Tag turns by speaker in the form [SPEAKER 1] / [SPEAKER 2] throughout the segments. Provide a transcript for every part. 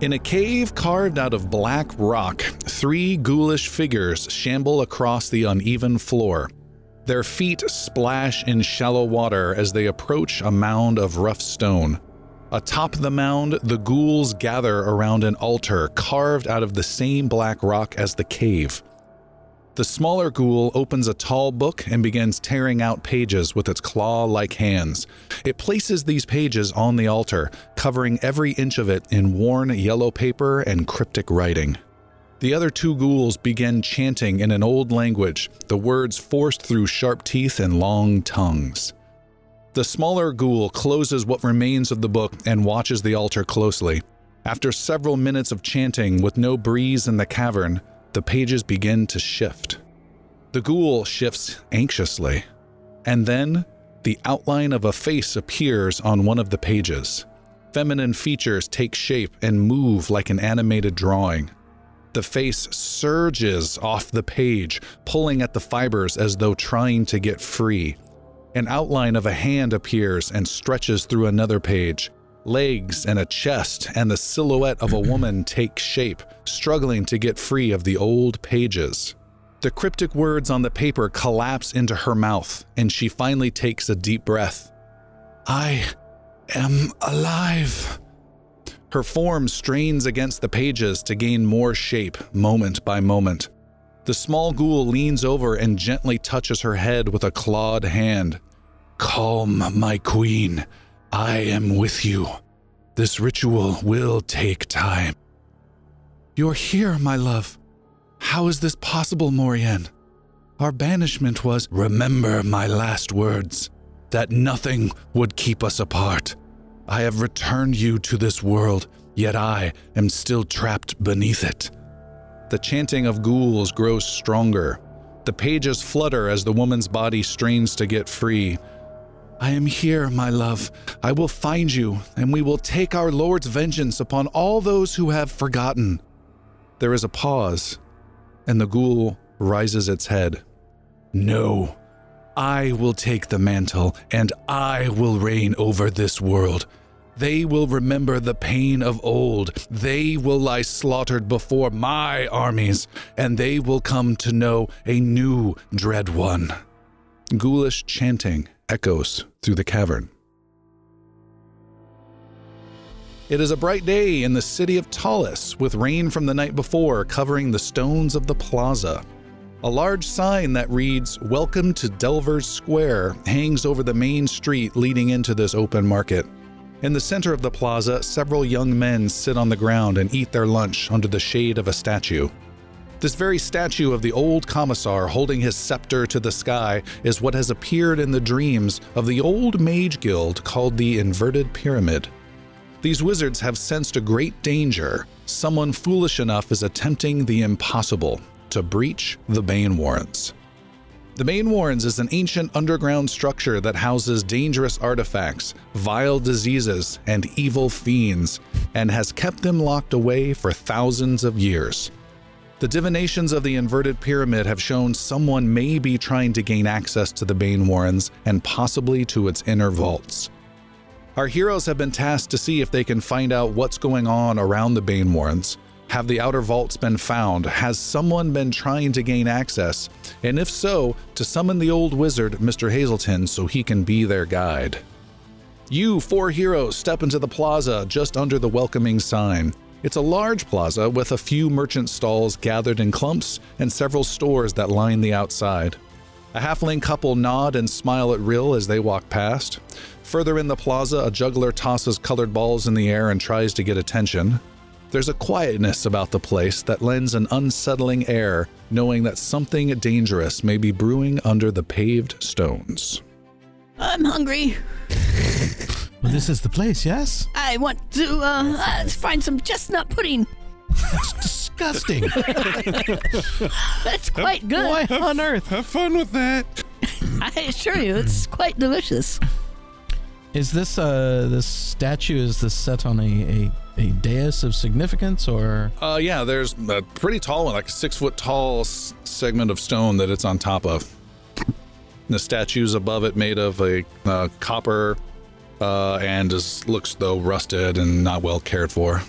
[SPEAKER 1] In a cave carved out of black rock, three ghoulish figures shamble across the uneven floor. Their feet splash in shallow water as they approach a mound of rough stone. Atop the mound, the ghouls gather around an altar carved out of the same black rock as the cave. The smaller ghoul opens a tall book and begins tearing out pages with its claw like hands. It places these pages on the altar, covering every inch of it in worn yellow paper and cryptic writing. The other two ghouls begin chanting in an old language, the words forced through sharp teeth and long tongues. The smaller ghoul closes what remains of the book and watches the altar closely. After several minutes of chanting with no breeze in the cavern, the pages begin to shift. The ghoul shifts anxiously, and then the outline of a face appears on one of the pages. Feminine features take shape and move like an animated drawing. The face surges off the page, pulling at the fibers as though trying to get free. An outline of a hand appears and stretches through another page. Legs and a chest and the silhouette of a woman take shape, struggling to get free of the old pages. The cryptic words on the paper collapse into her mouth, and she finally takes a deep breath. I am alive. Her form strains against the pages to gain more shape moment by moment. The small ghoul leans over and gently touches her head with a clawed hand. Calm, my queen. I am with you. This ritual will take time. You're here, my love. How is this possible, Morian? Our banishment was Remember my last words, that nothing would keep us apart. I have returned you to this world, yet I am still trapped beneath it. The chanting of ghouls grows stronger. The pages flutter as the woman's body strains to get free. I am here, my love. I will find you, and we will take our Lord's vengeance upon all those who have forgotten. There is a pause, and the ghoul rises its head. No, I will take the mantle, and I will reign over this world. They will remember the pain of old. They will lie slaughtered before my armies, and they will come to know a new dread one. Ghoulish chanting echoes through the cavern. It is a bright day in the city of Tallis, with rain from the night before covering the stones of the plaza. A large sign that reads, Welcome to Delver's Square, hangs over the main street leading into this open market. In the center of the plaza, several young men sit on the ground and eat their lunch under the shade of a statue. This very statue of the old commissar holding his scepter to the sky is what has appeared in the dreams of the old mage guild called the Inverted Pyramid. These wizards have sensed a great danger. Someone foolish enough is attempting the impossible to breach the Bane Warrants. The Main Warrens is an ancient underground structure that houses dangerous artifacts, vile diseases, and evil fiends, and has kept them locked away for thousands of years. The divinations of the inverted pyramid have shown someone may be trying to gain access to the Bane Warrens and possibly to its inner vaults. Our heroes have been tasked to see if they can find out what's going on around the Bane Warrens, have the outer vaults been found? Has someone been trying to gain access? And if so, to summon the old wizard, Mr. Hazelton, so he can be their guide. You, four heroes, step into the plaza just under the welcoming sign. It's a large plaza with a few merchant stalls gathered in clumps and several stores that line the outside. A halfling couple nod and smile at Rill as they walk past. Further in the plaza, a juggler tosses colored balls in the air and tries to get attention. There's a quietness about the place that lends an unsettling air, knowing that something dangerous may be brewing under the paved stones.
[SPEAKER 2] I'm hungry.
[SPEAKER 3] Well, this is the place, yes?
[SPEAKER 2] I want to uh, uh, find some chestnut pudding.
[SPEAKER 3] It's disgusting.
[SPEAKER 2] That's quite good.
[SPEAKER 3] Why on earth?
[SPEAKER 4] Have fun with that.
[SPEAKER 2] I assure you, it's quite delicious.
[SPEAKER 3] Is this uh this statue is this set on a a, a dais of significance or
[SPEAKER 1] Uh, yeah, there's a pretty tall one, like a six foot tall s- segment of stone that it's on top of. The statue's above it made of a uh, copper uh, and is, looks, though, rusted and not well cared for.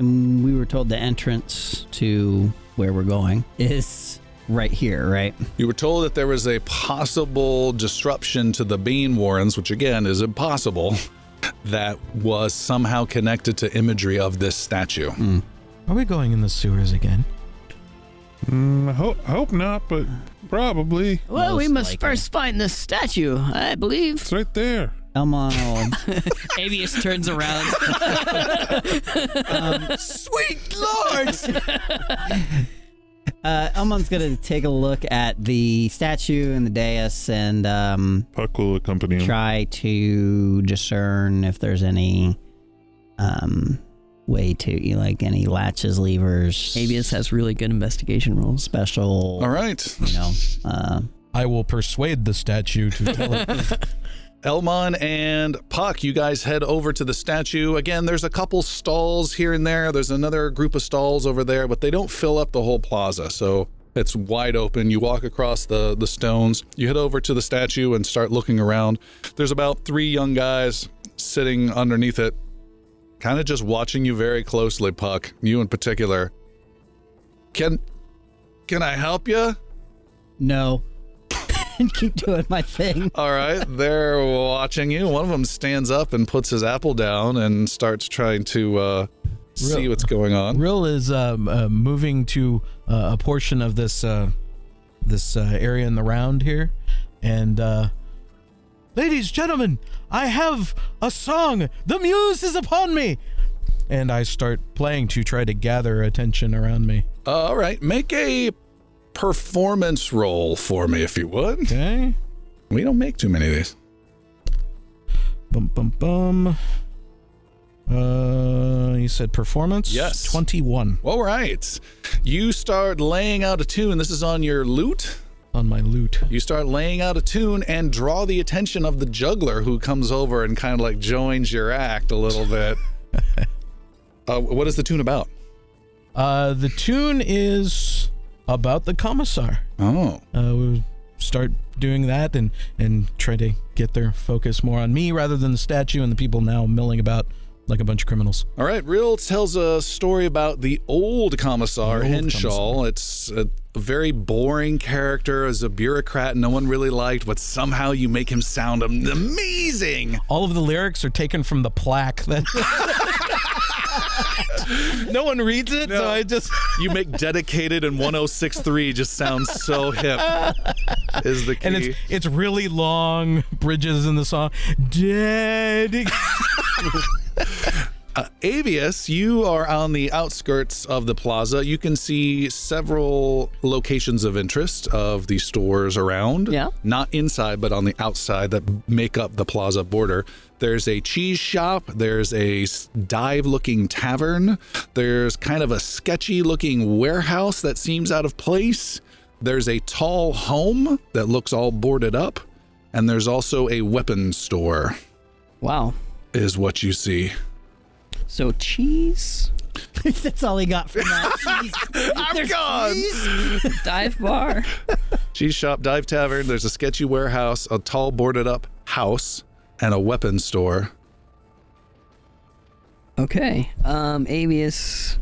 [SPEAKER 4] And Mm, we were told the entrance to where we're going is right here, right?
[SPEAKER 1] You were told that there was a possible disruption to the Bean Warrens, which again is impossible, that was somehow connected to imagery of this statue.
[SPEAKER 3] Are we going in the sewers again?
[SPEAKER 5] Mm, I hope, I hope not, but probably.
[SPEAKER 2] Well, we
[SPEAKER 4] Most
[SPEAKER 2] must
[SPEAKER 4] likely.
[SPEAKER 2] first find the statue, I believe.
[SPEAKER 5] It's right there.
[SPEAKER 4] Elmon will
[SPEAKER 6] Avius turns around.
[SPEAKER 4] Um, Sweet Lord! uh, Elmon's gonna take a look at the statue and the dais and um,
[SPEAKER 5] Puck will accompany him.
[SPEAKER 4] try to discern if there's any um, way to, like, any latches, levers,
[SPEAKER 6] Avius has really good investigation rolls.
[SPEAKER 4] special,
[SPEAKER 1] All right.
[SPEAKER 4] you know. Uh,
[SPEAKER 3] I will persuade the statue to tell it.
[SPEAKER 1] Elmon and Puck, you guys head over to the statue. Again, there's a couple stalls here and there. There's another group of stalls over there, but they don't fill up the whole plaza. So it's wide open. You walk across the, the stones, you head over to the statue and start looking around. There's about three young guys sitting underneath it, kind of just watching you very closely, Puck, you in particular. Can can I help you?
[SPEAKER 4] no. And keep doing my thing.
[SPEAKER 1] All right, they're watching you. One of them stands up and puts his apple down and starts trying to uh, see
[SPEAKER 3] Really?
[SPEAKER 1] what's going on.
[SPEAKER 3] Rill is um, uh, moving to uh, a portion of this uh, this uh, area in the round here, and uh, ladies, gentlemen, I have a song. The muse is upon me, and I start playing to try to gather attention around me.
[SPEAKER 1] Uh, All right, make a performance roll for me if you would.
[SPEAKER 3] Okay,
[SPEAKER 1] We don't make too many of these.
[SPEAKER 3] bum bum bum. Uh, you said performance.
[SPEAKER 1] Yes.
[SPEAKER 3] twenty-one
[SPEAKER 1] All right, you start laying out a tune. This is on your lute.
[SPEAKER 3] on my loot.
[SPEAKER 1] You start laying out a tune and draw the attention of the juggler who comes over and kind of like joins your act a little bit. uh, what is the tune about?
[SPEAKER 3] Uh, the tune is about the commissar.
[SPEAKER 1] Oh.
[SPEAKER 3] uh, we start doing that and and try to get their focus more on me rather than the statue and the people now milling about like a bunch of criminals.
[SPEAKER 1] All right, Rill tells a story about the old commissar
[SPEAKER 3] The old
[SPEAKER 1] Henshaw. It's a very boring character as a bureaucrat no one really liked, but somehow you make him sound am- amazing.
[SPEAKER 3] All of the lyrics are taken from the plaque that. no one reads it, so I just
[SPEAKER 1] You make dedicated and 1063 just sounds so hip. Is the key.
[SPEAKER 3] and it's it's really long bridges in the song. Dead.
[SPEAKER 1] Avius, you are on the outskirts of the plaza. You can see several locations of interest of the stores around.
[SPEAKER 2] Yeah.
[SPEAKER 1] Not inside, but on the outside that make up the plaza border. There's a cheese shop. There's a dive looking tavern. There's kind of a sketchy looking warehouse that seems out of place. There's a tall home that looks all boarded up. And there's also a weapons store,
[SPEAKER 6] Wow.
[SPEAKER 1] is what you see.
[SPEAKER 6] So cheese,
[SPEAKER 4] That's all he got from that. Jeez. There's
[SPEAKER 1] gone.
[SPEAKER 4] cheese?
[SPEAKER 6] dive bar.
[SPEAKER 1] Cheese shop, dive tavern. There's a sketchy warehouse, a tall boarded up house, and a weapons store.
[SPEAKER 6] Okay. Um, Avius.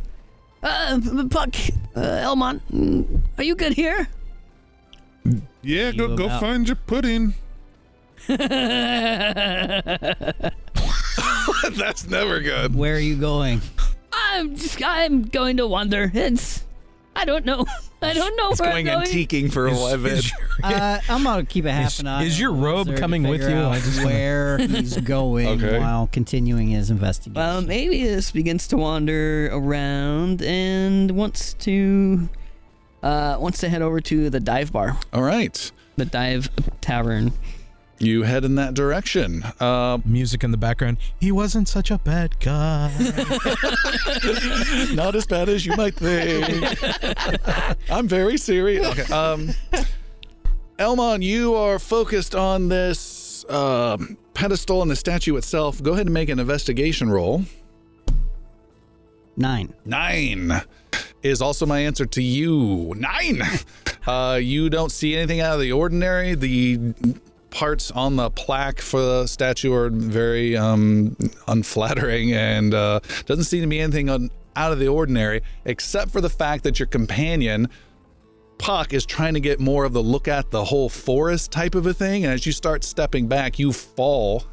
[SPEAKER 2] Uh, Puck, uh, Elmont, mm, are you good here?
[SPEAKER 5] Yeah, go,
[SPEAKER 4] You
[SPEAKER 5] go
[SPEAKER 4] about-
[SPEAKER 5] find your pudding.
[SPEAKER 1] That's never good.
[SPEAKER 4] Where are you going?
[SPEAKER 2] I'm just, I'm going to wander. It's, I don't know. I don't know where
[SPEAKER 1] Going
[SPEAKER 2] I'm going.
[SPEAKER 1] antiqueing for a while. bit.
[SPEAKER 4] Uh, I'm gonna keep a half
[SPEAKER 3] Is-
[SPEAKER 4] an eye.
[SPEAKER 3] is your
[SPEAKER 4] on the
[SPEAKER 3] robe
[SPEAKER 4] officer to
[SPEAKER 3] coming with
[SPEAKER 4] figure
[SPEAKER 3] you?
[SPEAKER 4] out
[SPEAKER 3] I just wanna-
[SPEAKER 4] where he's going
[SPEAKER 1] Okay.
[SPEAKER 4] while continuing his investigation.
[SPEAKER 6] Um, Avius begins to wander around and wants to, uh, wants to head over to the dive bar,
[SPEAKER 1] All right.
[SPEAKER 6] the dive tavern.
[SPEAKER 1] You head in that direction. Uh,
[SPEAKER 3] Music in the background. He wasn't such a bad guy.
[SPEAKER 1] not as bad as you might think. I'm very serious. Okay. Um, Elmon, you are focused on this um pedestal and the statue itself. Go ahead and make an investigation roll.
[SPEAKER 4] Nine.
[SPEAKER 1] Nine is also my answer to you. Nine. Uh, you don't see anything out of the ordinary. The parts on the plaque for the statue are very um, unflattering and uh, doesn't seem to be anything un- out of the ordinary, except for the fact that your companion, Puck, is trying to get more of the look at the whole forest type of a thing. And as you start stepping back, you fall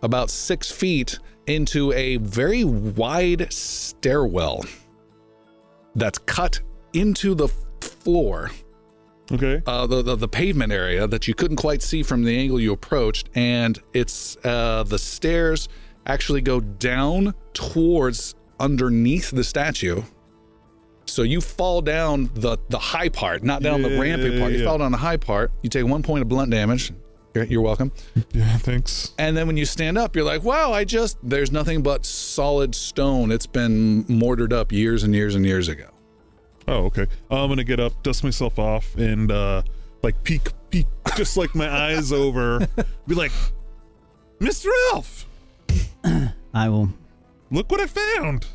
[SPEAKER 1] about six feet into a very wide stairwell that's cut into the floor
[SPEAKER 5] Okay.
[SPEAKER 1] uh, the, the the pavement area that you couldn't quite see from the angle you approached, and it's uh, the stairs actually go down towards underneath the statue. So you fall down the the high part, not down the
[SPEAKER 5] Yeah,
[SPEAKER 1] ramping part. You
[SPEAKER 5] yeah.
[SPEAKER 1] fall down the high part. You take one point of blunt damage. You're, you're welcome.
[SPEAKER 5] Yeah, thanks.
[SPEAKER 1] And then when you stand up, you're like, wow, I just there's nothing but solid stone. It's been mortared up years and years and years ago.
[SPEAKER 5] Oh, okay. I'm gonna get up, dust myself off, and uh like peek peek just like my eyes over. Be like, Mr. Elf,
[SPEAKER 4] I will.
[SPEAKER 5] look what I found.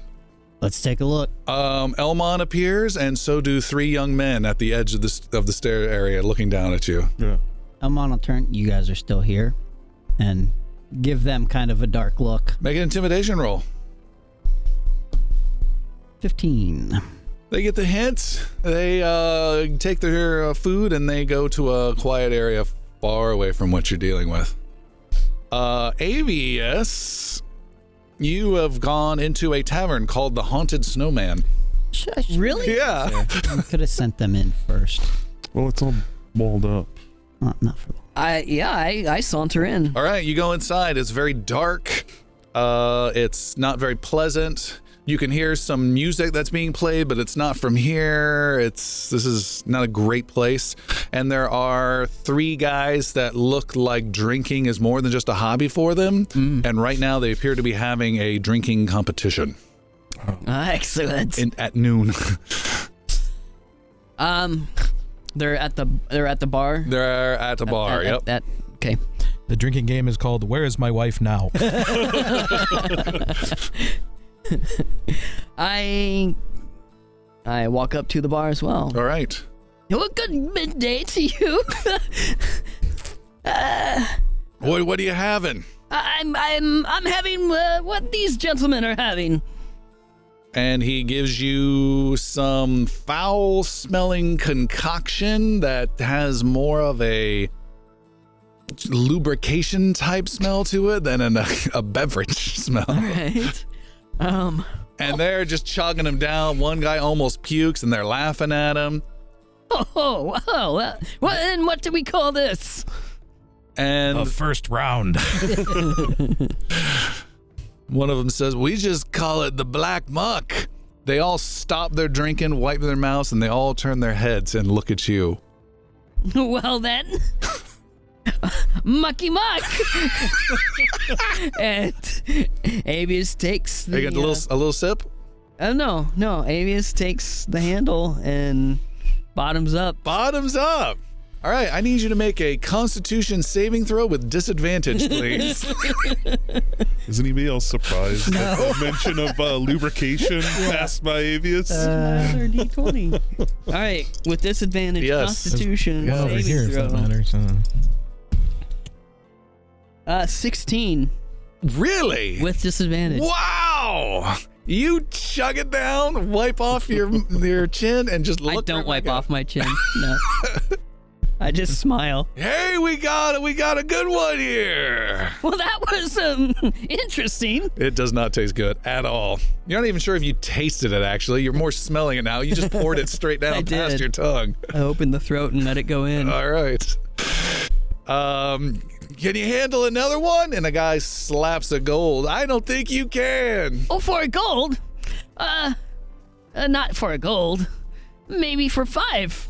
[SPEAKER 4] Let's take a look.
[SPEAKER 1] Um, Elmon appears, and so do three young men at the edge of the of the stair area, looking down at you.
[SPEAKER 5] Yeah.
[SPEAKER 4] Elmon will turn. You guys are still here, and give them kind of a dark look.
[SPEAKER 1] Make an intimidation roll.
[SPEAKER 4] Fifteen.
[SPEAKER 1] They get the hint. They uh, take their uh, food and they go to a quiet area far away from what you're dealing with. Uh, ABS, you have gone into a tavern called the Haunted Snowman.
[SPEAKER 6] Really?
[SPEAKER 1] Yeah.
[SPEAKER 4] Could have sent them in first.
[SPEAKER 5] Well, it's all balled up.
[SPEAKER 4] Well, not for long.
[SPEAKER 6] I yeah, I, I saunter in.
[SPEAKER 1] All right, you go inside. It's very dark. Uh, it's not very pleasant. You can hear some music that's being played, but it's not from here. It's this is not a great place. And there are three guys that look like drinking is more than just a hobby for them. And right now, they appear to be having a drinking competition
[SPEAKER 6] Ah, excellent.
[SPEAKER 1] in, at noon.
[SPEAKER 6] Um, they're at the they're at the bar.
[SPEAKER 1] They're at a bar.
[SPEAKER 6] At-
[SPEAKER 1] yep.
[SPEAKER 6] at- at- okay.
[SPEAKER 3] The drinking game is called Where is My Wife Now?
[SPEAKER 6] I I walk up to the bar as well.
[SPEAKER 1] All right.
[SPEAKER 2] What good midday to you?
[SPEAKER 1] What what are you having?
[SPEAKER 2] I'm I'm I'm having uh, what these gentlemen are having.
[SPEAKER 1] and he gives you some foul smelling concoction that has more of a lubrication type smell to it than an, a beverage smell.
[SPEAKER 6] Right. Um.
[SPEAKER 1] And they're just chugging him down. One guy almost pukes and they're laughing at him.
[SPEAKER 2] Oh, oh, oh uh, what and what do we call this?
[SPEAKER 1] And
[SPEAKER 3] the first round.
[SPEAKER 1] One of them says, We just call it the black muck. They all stop their drinking, wipe their mouths, and they all turn their heads and look at you.
[SPEAKER 2] Well then, mucky muck.
[SPEAKER 6] And Avius takes. The,
[SPEAKER 1] They get a little,
[SPEAKER 6] uh,
[SPEAKER 1] a little sip.
[SPEAKER 6] uh, no, no. Avius takes the handle and bottoms up.
[SPEAKER 1] Bottoms up. All right, I need you to make a Constitution saving throw with disadvantage, please.
[SPEAKER 5] Is anybody else surprised at the mention of uh, lubrication passed by Avius?
[SPEAKER 2] Uh,
[SPEAKER 6] Another d20. All right, with disadvantage,
[SPEAKER 1] Yes.
[SPEAKER 6] Constitution
[SPEAKER 3] Well, over
[SPEAKER 6] saving
[SPEAKER 3] here, if
[SPEAKER 6] throw.
[SPEAKER 3] that matters. Uh,
[SPEAKER 6] Uh, 16
[SPEAKER 1] really?
[SPEAKER 6] with disadvantage.
[SPEAKER 1] Wow! You chug it down, wipe off your your chin, and just look.
[SPEAKER 6] I don't
[SPEAKER 1] right
[SPEAKER 6] wipe
[SPEAKER 1] back
[SPEAKER 6] off my chin. No. I just smile.
[SPEAKER 1] at- Hey, we got it. We got a good one here.
[SPEAKER 2] Well, that was um interesting.
[SPEAKER 1] It does not taste good at all. You're not even sure if you tasted it. Actually, you're more smelling it now. You just poured it straight down past
[SPEAKER 6] did.
[SPEAKER 1] your tongue.
[SPEAKER 6] I open the throat and let it go in.
[SPEAKER 1] All right. Um, can you handle another one? And the guy slaps a gold. I don't think you can.
[SPEAKER 2] Oh, for a gold? Uh, uh, not for a gold. Maybe for five.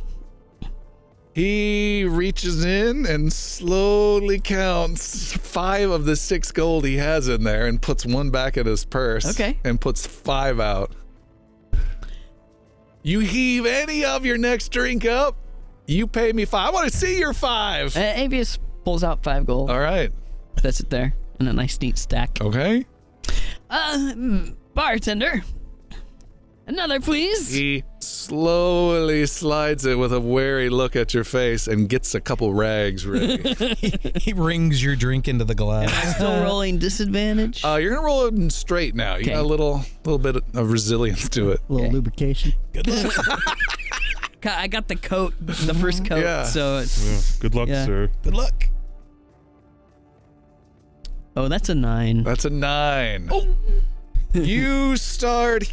[SPEAKER 1] He reaches in and slowly counts five of the six gold he has in there and puts one back in his purse.
[SPEAKER 6] Okay.
[SPEAKER 1] And puts five out. You heave any of your next drink up, you pay me five. I want to see your five.
[SPEAKER 6] Uh, Avius pulls out five gold.
[SPEAKER 1] All right.
[SPEAKER 6] That's it there. In a nice, neat stack.
[SPEAKER 1] Okay.
[SPEAKER 2] Uh, mm, bartender. hmm, Another, please.
[SPEAKER 1] He slowly slides it with a wary look at your face and gets a couple rags ready.
[SPEAKER 3] he rings your drink into the glass.
[SPEAKER 6] Still rolling disadvantage.
[SPEAKER 1] uh, you're gonna roll it straight now. You got a
[SPEAKER 6] Okay.
[SPEAKER 1] little little bit of resilience to it.
[SPEAKER 4] A little lubrication.
[SPEAKER 6] Ca- I got the coat, the first coat.
[SPEAKER 1] Yeah.
[SPEAKER 6] So it's
[SPEAKER 5] Yeah. Good luck,
[SPEAKER 6] Yeah.
[SPEAKER 5] sir.
[SPEAKER 3] Good luck.
[SPEAKER 6] oh, that's a nine.
[SPEAKER 1] That's a nine.
[SPEAKER 2] Oh.
[SPEAKER 1] you start.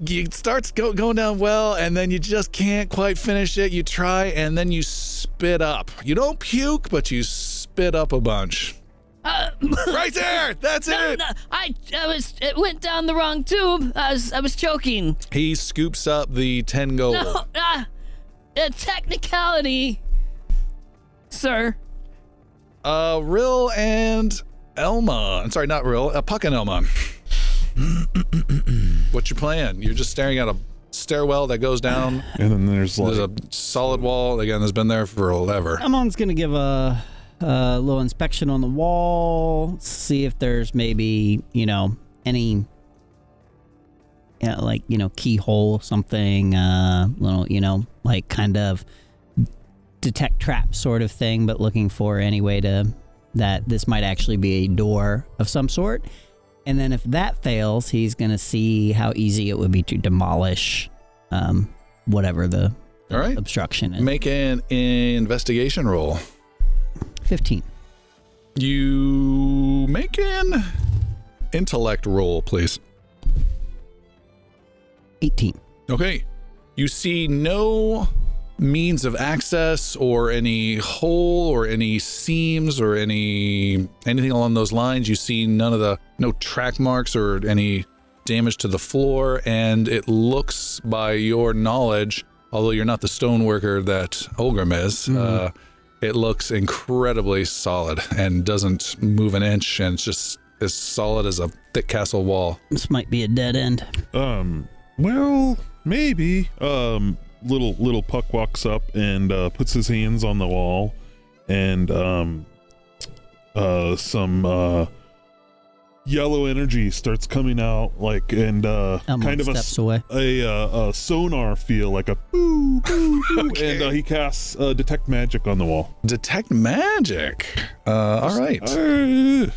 [SPEAKER 1] It starts go, going down well, and then you just can't quite finish it. You try, and then you spit up. You don't puke, but you spit up a bunch.
[SPEAKER 2] Uh,
[SPEAKER 1] Right there. That's
[SPEAKER 2] no,
[SPEAKER 1] it.
[SPEAKER 2] no, I, I was, it went down the wrong tube. I was, I was choking.
[SPEAKER 1] He scoops up the ten gold.
[SPEAKER 2] No, ah, a technicality, sir.
[SPEAKER 1] Uh, Rill and Elma. I'm sorry, not Rill. Uh, Puck and Elma. What's your plan? You're just staring at a stairwell that goes down.
[SPEAKER 5] And then there's like
[SPEAKER 1] There's a solid wall again. That's been there forever.
[SPEAKER 4] Amon's gonna give a, a little inspection on the wall, see if there's maybe you know any, yeah, like you know keyhole something, uh, little you know like kind of detect trap sort of thing, but looking for any way to that this might actually be a door of some sort. And then if that fails, he's gonna see how easy it would be to demolish um, whatever the
[SPEAKER 1] All right.
[SPEAKER 4] obstruction is.
[SPEAKER 1] Make an investigation roll.
[SPEAKER 4] Fifteen.
[SPEAKER 1] You make an intellect roll, please.
[SPEAKER 4] 18.
[SPEAKER 1] Okay. You see no means of access or any hole or any seams or any anything along those lines. You see none of the no track marks or any damage to the floor and it looks by your knowledge, although you're not the stoneworker that Olgrim is, uh, it looks incredibly solid and doesn't move an inch and it's just as solid as a thick castle wall.
[SPEAKER 4] This might be a dead end.
[SPEAKER 5] Um, well, maybe. Um, little little puck walks up and uh, puts his hands on the wall, and um, uh, some uh, yellow energy starts coming out, like and uh,
[SPEAKER 4] Elmo
[SPEAKER 5] kind of a
[SPEAKER 4] steps
[SPEAKER 5] s-
[SPEAKER 4] away.
[SPEAKER 5] a, uh, a sonar feel, like a boo boo boo, and uh, he casts uh, detect magic on the wall.
[SPEAKER 1] Detect magic. Uh, all right.
[SPEAKER 5] Arrgh.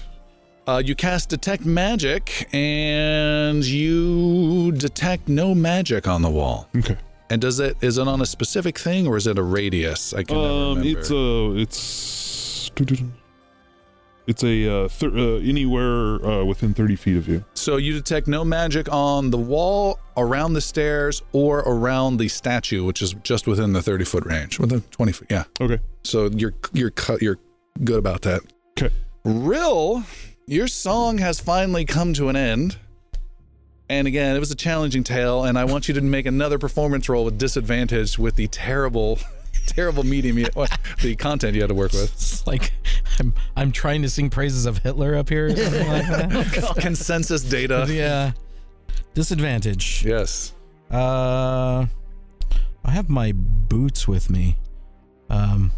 [SPEAKER 1] Uh, you cast Detect Magic, and you detect no magic on the wall.
[SPEAKER 5] Okay.
[SPEAKER 1] And does it is it on a specific thing or is it a radius? I can never
[SPEAKER 5] Um,
[SPEAKER 1] remember.
[SPEAKER 5] it's a it's it's a uh, thir- uh, anywhere uh, within thirty feet of you.
[SPEAKER 1] so you detect no magic on the wall, around the stairs, or around the statue, which is just within the thirty foot range, with the twenty foot. Yeah.
[SPEAKER 5] Okay.
[SPEAKER 1] So you're you're cut you're good about that.
[SPEAKER 5] 'Kay.
[SPEAKER 1] Rill, your song has finally come to an end. And again, it was a challenging tale, and I want you to make another performance roll with disadvantage with the terrible, terrible medium, you, well, the content you had to work with.
[SPEAKER 3] It's like I'm I'm trying to sing praises of Hitler up here or something like that.
[SPEAKER 1] Consensus data.
[SPEAKER 3] Yeah. Disadvantage.
[SPEAKER 1] Yes.
[SPEAKER 3] Uh I have my boots with me. Um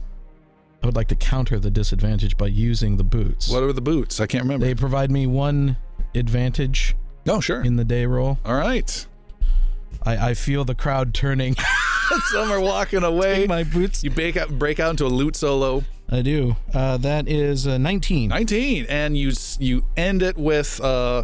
[SPEAKER 3] I would like to counter the disadvantage by using the boots.
[SPEAKER 1] What are the boots? I can't remember.
[SPEAKER 3] They provide me one advantage
[SPEAKER 1] No, sure.
[SPEAKER 3] in the day roll.
[SPEAKER 1] All right.
[SPEAKER 3] I, I feel the crowd turning
[SPEAKER 1] Some are walking away.
[SPEAKER 3] my boots.
[SPEAKER 1] You break out, break out into a lute solo.
[SPEAKER 3] I do. Uh, that is uh, 19.
[SPEAKER 1] 19 and you s- you end it with uh,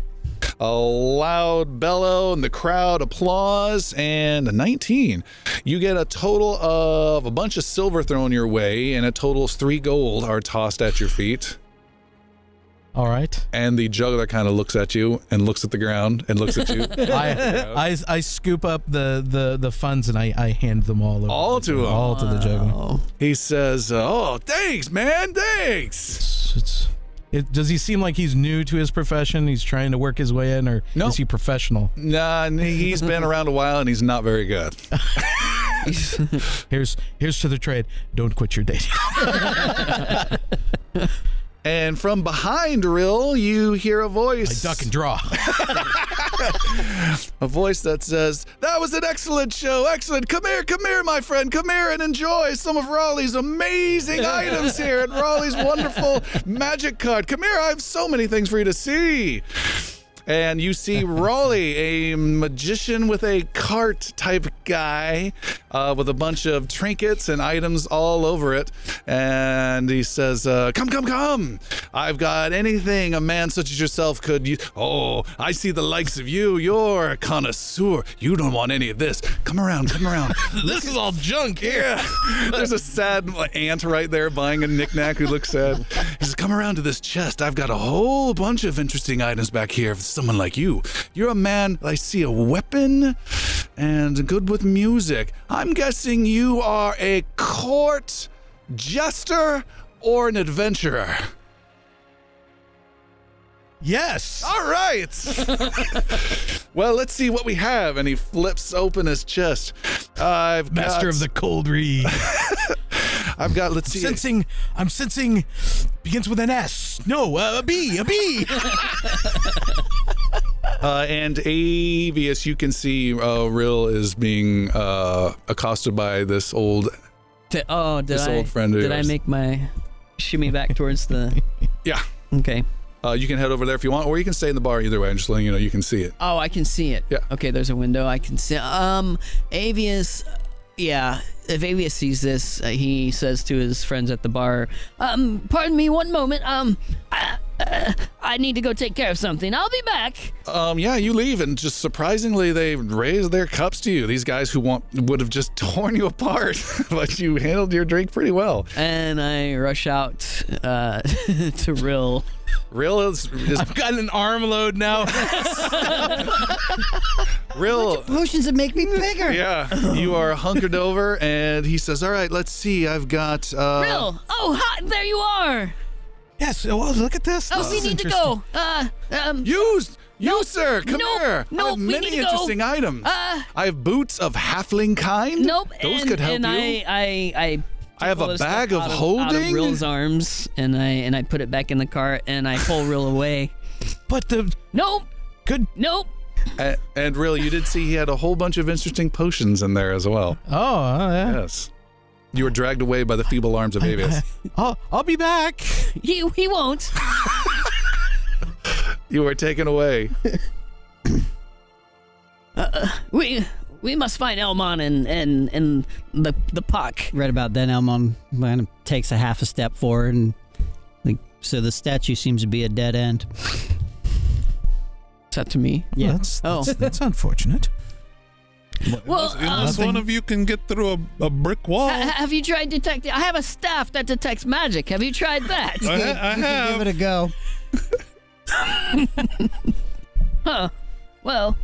[SPEAKER 1] a loud bellow and the crowd applause and a 19 you get a total of a bunch of silver thrown your way and a total of three gold are tossed at your feet
[SPEAKER 3] All right.
[SPEAKER 1] and the juggler kind of looks at you and looks at the ground and looks at you
[SPEAKER 3] I, I, I scoop up the, the, the funds and I, I hand them all over.
[SPEAKER 1] All to him.
[SPEAKER 3] All to the juggler.
[SPEAKER 1] he says uh, oh thanks man thanks
[SPEAKER 3] It's, it's, it, does he seem like he's new to his profession? He's trying to work his way in, or
[SPEAKER 1] No.
[SPEAKER 3] is he professional?
[SPEAKER 1] nah n- he's been around a while and he's not very good
[SPEAKER 3] Here's here's to the trade. Don't quit your day.
[SPEAKER 1] and from behind rill you hear a
[SPEAKER 3] I
[SPEAKER 1] voice
[SPEAKER 3] duck and draw.
[SPEAKER 1] A voice that says, That was an excellent show. Excellent. Come here, come here, my friend. Come here and enjoy some of Raleigh's amazing items here at Raleigh's wonderful magic card. Come here. I have so many things for you to see. and you see Raleigh, a magician with a cart type guy, uh, with a bunch of trinkets and items all over it. And he says, uh, "Come, come, come! I've got anything a man such as yourself could. Use. Oh, I see the likes of you. You're a connoisseur. You don't want any of this. Come around, come around.
[SPEAKER 3] This is all junk here.
[SPEAKER 1] Yeah. There's a sad aunt right there buying a knickknack who looks sad. He says, Come around to this chest. I've got a whole bunch of interesting items back here for someone like you. You're a man, I see a weapon and good with music. I'm guessing you are a court jester or an adventurer.
[SPEAKER 3] Yes.
[SPEAKER 1] All right. well, let's see what we have. And he flips open his chest. I've
[SPEAKER 3] Master
[SPEAKER 1] got,
[SPEAKER 3] of the cold read.
[SPEAKER 1] I've got. Let's see.
[SPEAKER 3] sensing. I'm sensing. Begins with an S. No, uh, a B. A B.
[SPEAKER 1] Uh, and Avius, you can see uh, Rill is being uh, accosted by this old.
[SPEAKER 6] T- oh, did
[SPEAKER 1] This
[SPEAKER 6] I?
[SPEAKER 1] old friend of
[SPEAKER 6] did I
[SPEAKER 1] yours.
[SPEAKER 6] make my shimmy back towards the?
[SPEAKER 1] Yeah.
[SPEAKER 6] Okay.
[SPEAKER 1] Uh, you can head over there if you want, or you can stay in the bar. Either way, I'm just letting you know you can see it.
[SPEAKER 6] Oh, I can see it.
[SPEAKER 1] Yeah.
[SPEAKER 6] Okay, there's a window. I can see. Um, Avius. Yeah, if Avius sees this, uh, he says to his friends at the bar,
[SPEAKER 2] Um, pardon me one moment. Um, I, uh, I need to go take care of something. I'll be back.
[SPEAKER 1] Um, yeah, you leave, and just surprisingly, they raise their cups to you. These guys who want would have just torn you apart, but you handled your drink pretty well.
[SPEAKER 6] and I rush out uh, to Rill.
[SPEAKER 1] Rill is, is
[SPEAKER 3] I've got an armload now.
[SPEAKER 1] Rill.
[SPEAKER 4] Potions that make me bigger.
[SPEAKER 1] Yeah, you are hunkered over, and he says, "All right, let's see. I've got uh,
[SPEAKER 2] Bill. Oh, hi, there you are.
[SPEAKER 3] yes. Well, look at this.
[SPEAKER 2] Oh,
[SPEAKER 3] This
[SPEAKER 2] we
[SPEAKER 3] is
[SPEAKER 2] need to
[SPEAKER 3] interesting.
[SPEAKER 2] go. Uh, um,
[SPEAKER 1] You, you, sir, come
[SPEAKER 2] nope,
[SPEAKER 1] here.
[SPEAKER 2] nope,
[SPEAKER 1] I have
[SPEAKER 2] we
[SPEAKER 1] many
[SPEAKER 2] need to go.
[SPEAKER 1] interesting items.
[SPEAKER 2] Uh,
[SPEAKER 1] I have boots of halfling kind.
[SPEAKER 2] nope.
[SPEAKER 1] those
[SPEAKER 2] and,
[SPEAKER 1] could help
[SPEAKER 2] and
[SPEAKER 1] you.
[SPEAKER 6] I I
[SPEAKER 1] I have
[SPEAKER 6] pull
[SPEAKER 1] a
[SPEAKER 6] this
[SPEAKER 1] bag
[SPEAKER 6] stuff
[SPEAKER 1] of
[SPEAKER 6] out out of
[SPEAKER 1] holding.
[SPEAKER 6] Rill's arms, and I and I put it back in the cart, and I pull Rill away.
[SPEAKER 3] But the
[SPEAKER 2] Nope.
[SPEAKER 3] good.
[SPEAKER 2] Nope.
[SPEAKER 1] and, and really, you did see he had a whole bunch of interesting potions in there as well.
[SPEAKER 3] Oh, uh, yeah.
[SPEAKER 1] Yes, you were dragged away by the feeble arms of Avius.
[SPEAKER 3] I'll, I'll be back.
[SPEAKER 2] He he won't.
[SPEAKER 1] you were taken away.
[SPEAKER 2] We we must find Elmon and and and the the puck.
[SPEAKER 4] Right about then, Elmon kind of takes a half a step forward, and like so, the statue seems to be a dead end.
[SPEAKER 6] It's up to me.
[SPEAKER 4] Yeah.
[SPEAKER 3] That's,
[SPEAKER 6] Oh.
[SPEAKER 3] that's, that's unfortunate.
[SPEAKER 2] Well, Uh,
[SPEAKER 5] unless unless
[SPEAKER 3] uh,
[SPEAKER 5] one of you can get through a, a brick
[SPEAKER 1] Oh.
[SPEAKER 5] wall.
[SPEAKER 2] Ha- have you tried detecting? I have a staff that detects magic. Have you tried that?
[SPEAKER 5] I, ha- I
[SPEAKER 4] Give
[SPEAKER 5] have.
[SPEAKER 4] it a go.
[SPEAKER 2] Huh. Well,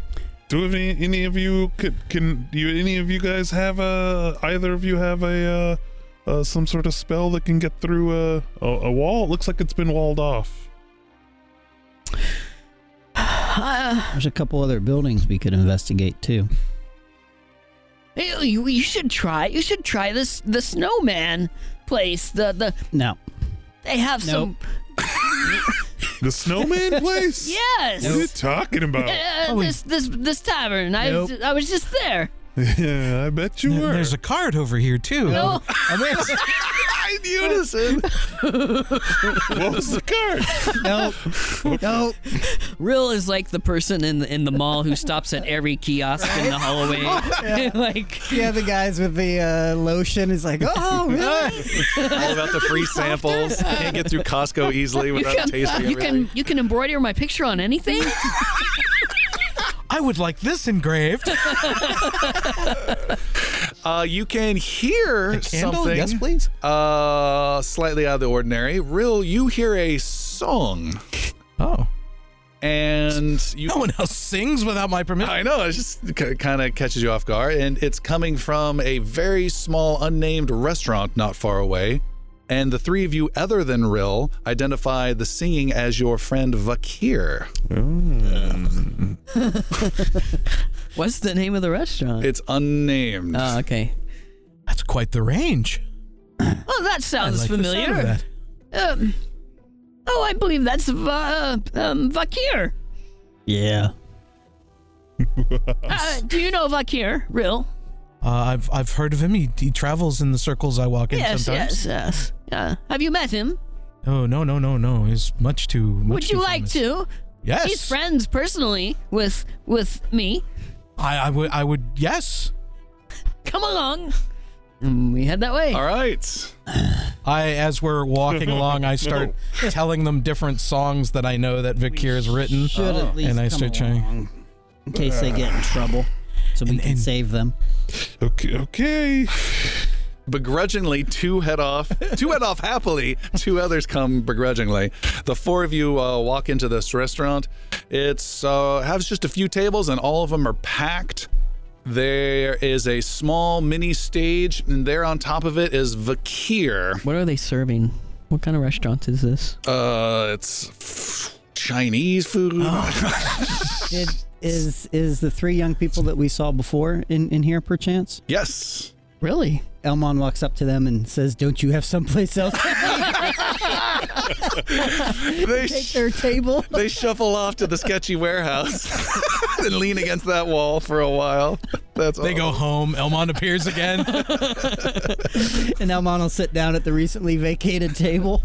[SPEAKER 5] Do any, any of you could can do you any of you guys have a either of you have a uh, uh some sort of spell that can get through a, a a wall? It looks like it's been walled off.
[SPEAKER 2] uh,
[SPEAKER 4] There's a couple other buildings we could investigate too.
[SPEAKER 2] you, you- you should try. You should try this the snowman place. The the
[SPEAKER 4] No,
[SPEAKER 2] they have some.
[SPEAKER 5] The snowman place.
[SPEAKER 2] Yes.
[SPEAKER 5] What are you talking about?
[SPEAKER 2] Uh,
[SPEAKER 3] Oh, we-
[SPEAKER 2] this this this tavern.
[SPEAKER 3] Nope.
[SPEAKER 2] I I was just there.
[SPEAKER 5] yeah, I bet you
[SPEAKER 3] There-
[SPEAKER 5] were.
[SPEAKER 3] There's a card over here too.
[SPEAKER 2] No.
[SPEAKER 3] I mean, it's-
[SPEAKER 1] In unison.
[SPEAKER 5] what was the card?
[SPEAKER 4] no, no.
[SPEAKER 6] Rill is like the person in the, in the mall who stops at every kiosk in the hallway. like
[SPEAKER 7] Yeah, the guys with the uh, lotion is like, oh, really?
[SPEAKER 1] All about the free samples. Can't get through Costco easily
[SPEAKER 2] You
[SPEAKER 1] without
[SPEAKER 2] can,
[SPEAKER 1] tasting
[SPEAKER 2] you
[SPEAKER 1] everything.
[SPEAKER 2] can you can embroider my picture on anything.
[SPEAKER 3] I would like this engraved.
[SPEAKER 1] Uh, you can hear something.
[SPEAKER 7] yes, please.
[SPEAKER 1] Uh, slightly out of the ordinary. Rill, you hear a song,
[SPEAKER 3] Oh.
[SPEAKER 1] and you.
[SPEAKER 3] No one else sings without my permission.
[SPEAKER 1] I know it just c- kind of catches you off guard, and it's coming from a very small, unnamed restaurant not far away. And the three of you, other than Rill, identify the singing as your friend Vakir.
[SPEAKER 6] what's the name of the restaurant?
[SPEAKER 1] It's unnamed.
[SPEAKER 7] Uh.
[SPEAKER 6] Oh, okay.
[SPEAKER 3] That's quite the range.
[SPEAKER 2] Oh, that sounds
[SPEAKER 3] like the sound
[SPEAKER 2] familiar.
[SPEAKER 3] of that.
[SPEAKER 2] Um, oh, I believe that's Va- uh, um, Vakir.
[SPEAKER 4] Yeah.
[SPEAKER 2] Uh, do you know Vakir, Rill?
[SPEAKER 3] Uh, I've I've heard of him. He, he travels in the circles I walk in
[SPEAKER 2] yes,
[SPEAKER 3] sometimes.
[SPEAKER 2] yes, yes, Uh, Have you met him?
[SPEAKER 3] Oh no no no no! He's much too. Much
[SPEAKER 2] Would you
[SPEAKER 3] too
[SPEAKER 2] like
[SPEAKER 3] famous.
[SPEAKER 2] to?
[SPEAKER 3] Yes.
[SPEAKER 2] He's friends personally with with me.
[SPEAKER 3] I, I would. I would. Yes.
[SPEAKER 2] Come along. And we head that way.
[SPEAKER 1] All right.
[SPEAKER 3] I, as we're walking along, I start telling them different songs that I know that Vakir has written,
[SPEAKER 4] Should at least
[SPEAKER 3] and I
[SPEAKER 4] come
[SPEAKER 3] start trying.
[SPEAKER 4] along in case they get in trouble, so we
[SPEAKER 3] And-
[SPEAKER 4] can
[SPEAKER 3] and-
[SPEAKER 4] save them.
[SPEAKER 5] Okay, okay.
[SPEAKER 1] begrudgingly two head off two head off happily two others come begrudgingly the four of you uh, walk into this restaurant it's uh, has just a few tables and all of them are packed there is a small mini stage and there on top of it is vakir
[SPEAKER 6] What are they serving? What kind of restaurant is this?
[SPEAKER 1] uh it's chinese food
[SPEAKER 6] Oh.
[SPEAKER 4] Did, is is the three young people that we saw before in, in here perchance?
[SPEAKER 1] yes
[SPEAKER 6] Really?
[SPEAKER 4] Elmon walks up to them and says, "Don't you have someplace else to
[SPEAKER 1] they,
[SPEAKER 4] take
[SPEAKER 1] sh-
[SPEAKER 4] their table?"
[SPEAKER 1] they shuffle off to the sketchy warehouse and lean against that wall for a while that's
[SPEAKER 3] They go home. Elmon appears again.
[SPEAKER 4] And Elmon will sit down at the recently vacated table.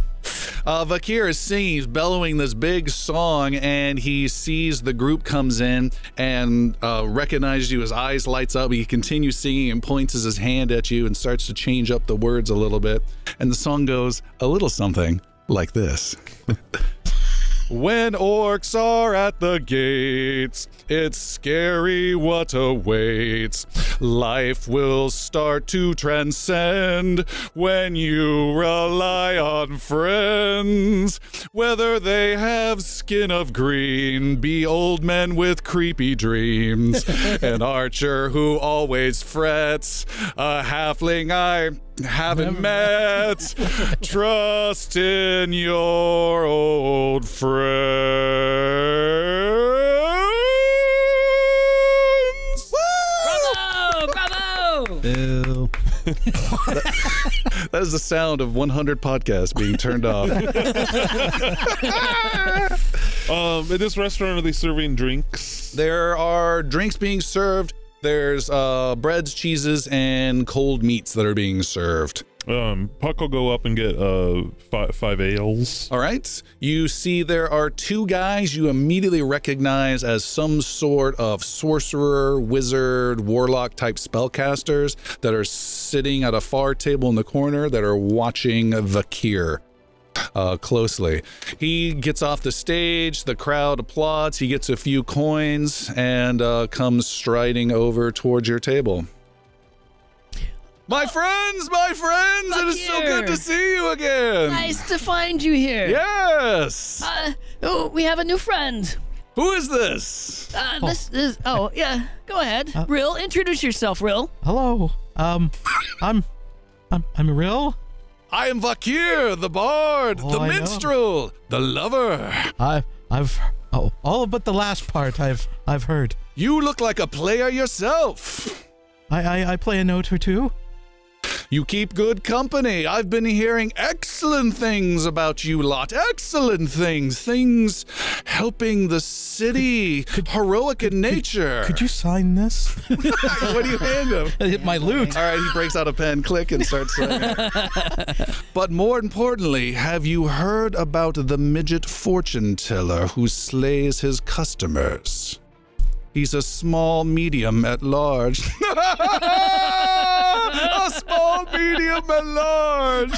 [SPEAKER 1] Uh, Vakir is singing, he's bellowing this big song, and he sees the group comes in and uh, recognizes you. His eyes lights up. He continues singing and points his hand at you and starts to change up the words a little bit. And the song goes a little something like this. When orcs are at the gates, it's scary what awaits. Life will start to transcend when you rely on friends. Whether they have skin of green, be old men with creepy dreams, an archer who always frets, a halfling I haven't met. Trust in your old friends.
[SPEAKER 2] Bravo! Bravo!
[SPEAKER 4] Boo.
[SPEAKER 1] That is the sound of 100 podcasts being turned off.
[SPEAKER 5] Um, at this restaurant, are they serving drinks?
[SPEAKER 1] there are drinks being served. There's uh, breads, cheeses, and cold meats that are being served.
[SPEAKER 5] Um, Puck will go up and get uh five, five ales.
[SPEAKER 1] All right. You see, there are two guys you immediately recognize as some sort of sorcerer, wizard, warlock type spellcasters that are sitting at a far table in the corner that are watching Vakir uh, closely. He gets off the stage, the crowd applauds, he gets a few coins, and uh, comes striding over towards your table. My friends, my friends, it is so good
[SPEAKER 2] Vakir.
[SPEAKER 1] to see you again.
[SPEAKER 2] Nice to find you here.
[SPEAKER 1] Yes.
[SPEAKER 2] Uh, oh, we have a new friend.
[SPEAKER 1] Who is this?
[SPEAKER 2] Uh, this is. Oh, yeah. Go ahead.
[SPEAKER 6] Uh,
[SPEAKER 2] Rill, introduce yourself, Rill.
[SPEAKER 3] Hello. Um, I'm, I'm, I'm real.
[SPEAKER 1] I am Vakir, the bard,
[SPEAKER 3] Oh,
[SPEAKER 1] the
[SPEAKER 3] I know.
[SPEAKER 1] minstrel, the lover.
[SPEAKER 3] I, I've, oh, all but the last part. I've, I've heard.
[SPEAKER 1] You look like a player yourself.
[SPEAKER 3] I, I, I play a note or two.
[SPEAKER 1] You keep good company. I've been hearing excellent things about you lot. Excellent things. Things helping the city. Heroic in nature.
[SPEAKER 3] Could you sign this?
[SPEAKER 1] what do you hand him?
[SPEAKER 3] I hit my loot.
[SPEAKER 1] All right, he breaks out a pen, click, and starts. writing. but more importantly, have you heard about the midget fortune teller who slays his customers? He's a small medium at large. a small medium at large.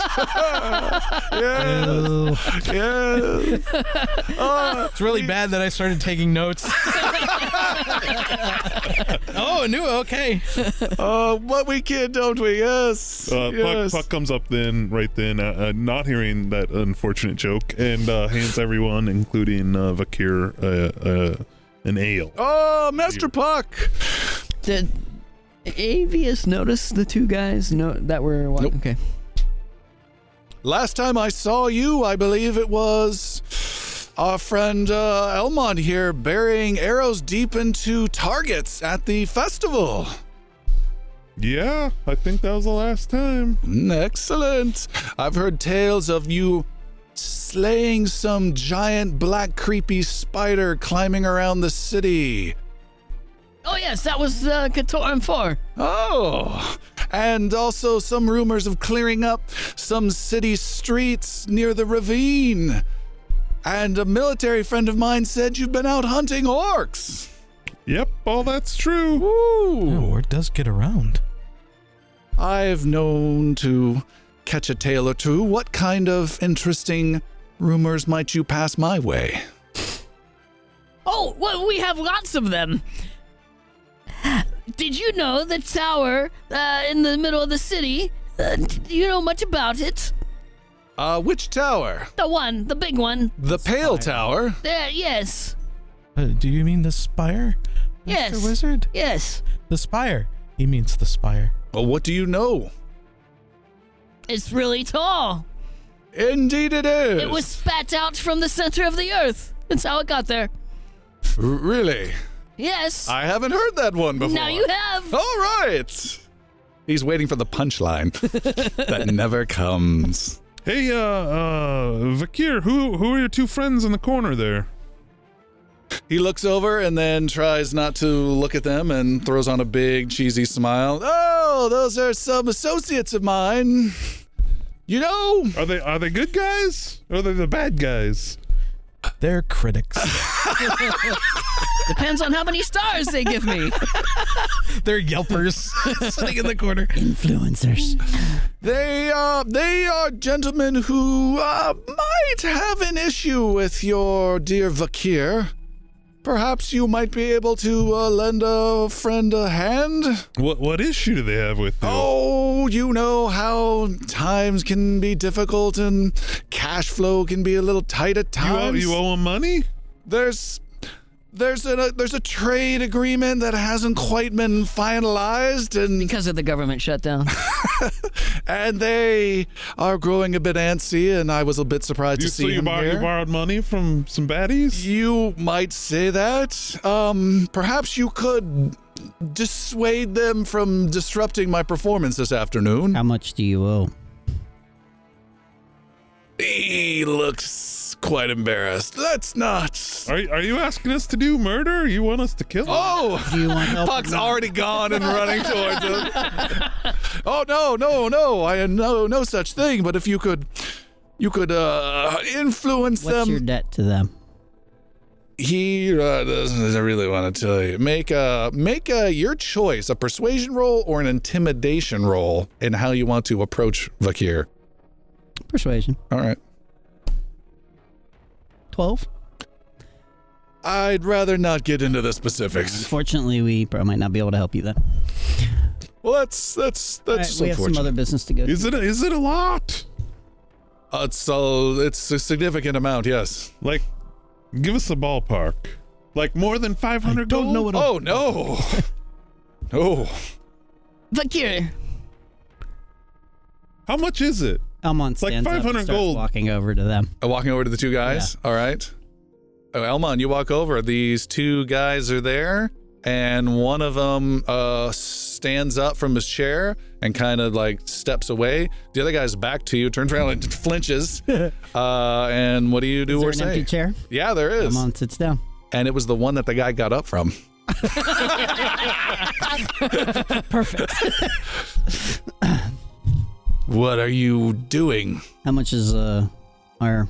[SPEAKER 1] yes,
[SPEAKER 3] Boo.
[SPEAKER 1] yes. Oh,
[SPEAKER 3] It's really bad that I started taking notes. oh, a new okay.
[SPEAKER 1] oh, what we kid, don't we? Yes.
[SPEAKER 5] Uh,
[SPEAKER 1] yes.
[SPEAKER 5] Puck, Puck comes up then, right then, uh, uh, not hearing that unfortunate joke, and uh, hands everyone, including uh, Vakir, uh, uh, an ale.
[SPEAKER 1] Oh, Master Puck.
[SPEAKER 6] Did Avius notice the two guys no, that were wa-
[SPEAKER 1] Nope.
[SPEAKER 6] okay?
[SPEAKER 1] Last time I saw you, I believe it was our friend uh, Elmon here burying arrows deep into targets at the festival.
[SPEAKER 5] Yeah, I think that was the last time.
[SPEAKER 1] Mm, Excellent. I've heard tales of you slaying some giant black creepy spider climbing around the city.
[SPEAKER 2] Oh, yes, that was uh, Katoran 4.
[SPEAKER 1] Oh, and also some rumors of clearing up some city streets near the ravine. And a military friend of mine said you've been out hunting orcs.
[SPEAKER 5] Yep, all that's true.
[SPEAKER 3] Yeah,
[SPEAKER 1] Woo!
[SPEAKER 3] Oh, word does get around.
[SPEAKER 1] I've known to catch a tale or two. What kind of interesting rumors might you pass my way?
[SPEAKER 2] Oh, well, we have lots of them. Did you know the tower uh, in the middle of the city? Uh, do you know much about it?
[SPEAKER 1] Uh, which tower?
[SPEAKER 2] The one, the big one.
[SPEAKER 1] The Pale Tower?
[SPEAKER 2] There, yes,
[SPEAKER 3] Uh, do you mean the spire?
[SPEAKER 2] Yes.
[SPEAKER 3] Mr. Wizard?
[SPEAKER 2] yes.
[SPEAKER 3] The spire. He means the spire.
[SPEAKER 1] Well, what do you know?
[SPEAKER 2] It's really tall.
[SPEAKER 1] Indeed, it is.
[SPEAKER 2] It was spat out from the center of the earth. That's how it got there.
[SPEAKER 1] R- really.
[SPEAKER 2] Yes.
[SPEAKER 1] I Oh. haven't heard that one before.
[SPEAKER 2] now you have.
[SPEAKER 1] All right. He's waiting for the punchline that never comes.
[SPEAKER 5] Hey, uh, uh, Vakir, who who are your two friends in the corner there?
[SPEAKER 1] He looks over and then tries not to look at them and throws on a big cheesy smile. Oh, those are some associates of mine. You know,
[SPEAKER 5] Are they are they good guys? Or are they the bad guys?
[SPEAKER 3] They're critics.
[SPEAKER 2] Depends on how many stars they give me.
[SPEAKER 3] They're yelpers sitting in the corner.
[SPEAKER 4] Influencers.
[SPEAKER 1] they uh, they are gentlemen who uh, might have an issue with your dear Vakir. Perhaps you might be able to uh, lend a friend a hand.
[SPEAKER 5] What what issue do they have with you?
[SPEAKER 1] Oh, you know how times can be difficult and cash flow can be a little tight at
[SPEAKER 5] you owe,
[SPEAKER 1] times.
[SPEAKER 5] you owe 'em money?
[SPEAKER 1] there's there's a there's a trade agreement that hasn't quite been finalized and
[SPEAKER 6] because of the government shutdown.
[SPEAKER 2] Uh,
[SPEAKER 1] and they are growing a bit antsy and I was a bit surprised
[SPEAKER 5] You,
[SPEAKER 1] to
[SPEAKER 5] so
[SPEAKER 1] see
[SPEAKER 5] you,
[SPEAKER 1] him
[SPEAKER 5] bor-
[SPEAKER 1] here.
[SPEAKER 5] you borrowed money from some baddies?
[SPEAKER 1] You might say that. Um perhaps you could dissuade them from disrupting my performance this afternoon.
[SPEAKER 4] How much do you owe?
[SPEAKER 1] He looks quite embarrassed. That's not
[SPEAKER 5] Are, are you asking us to do murder? You want us to kill? him?
[SPEAKER 1] Oh,
[SPEAKER 4] Do you want help?
[SPEAKER 1] Puck's already gone and running towards him. oh no, no, no! I no no such thing. But if you could, you could uh influence
[SPEAKER 4] What's
[SPEAKER 1] them.
[SPEAKER 4] your debt to them?
[SPEAKER 1] He uh, doesn't, doesn't really want to tell you. Make a make a your choice: a persuasion roll or an intimidation roll, in how you want to approach Vakir.
[SPEAKER 4] Persuasion.
[SPEAKER 1] All right.
[SPEAKER 4] 12.
[SPEAKER 1] I'd rather not get into the specifics.
[SPEAKER 4] Fortunately, we probably might not be able to help you then.
[SPEAKER 1] Well, that's that's that's
[SPEAKER 4] All right, we have
[SPEAKER 1] unfortunate.
[SPEAKER 4] some other business to go to.
[SPEAKER 5] Is it a, is it a lot?
[SPEAKER 1] uh, it's a it's a significant amount. Yes.
[SPEAKER 5] Like, give us a ballpark. Like more than five
[SPEAKER 3] I
[SPEAKER 5] hundred gold.
[SPEAKER 3] don't know what a
[SPEAKER 1] Oh no. Oh, no.
[SPEAKER 2] Vakir,
[SPEAKER 5] How much is it?
[SPEAKER 4] Elmon
[SPEAKER 5] like
[SPEAKER 4] stands up
[SPEAKER 5] 500
[SPEAKER 4] and starts
[SPEAKER 5] gold.
[SPEAKER 4] walking over to them.
[SPEAKER 1] Uh, Walking over to the two guys. All right. Oh, Elmon, you walk over. These two guys are there, and one of them uh, stands up from his chair and kind of like steps away. The other guy's back to you, turns around and flinches. Uh, and what do you do
[SPEAKER 4] Is there
[SPEAKER 1] or
[SPEAKER 4] an empty
[SPEAKER 1] say?
[SPEAKER 4] chair?
[SPEAKER 1] Yeah, there is.
[SPEAKER 4] Elmon sits down.
[SPEAKER 1] And it was the one that the guy got up from.
[SPEAKER 4] Perfect.
[SPEAKER 1] What are you doing?
[SPEAKER 4] How much is uh our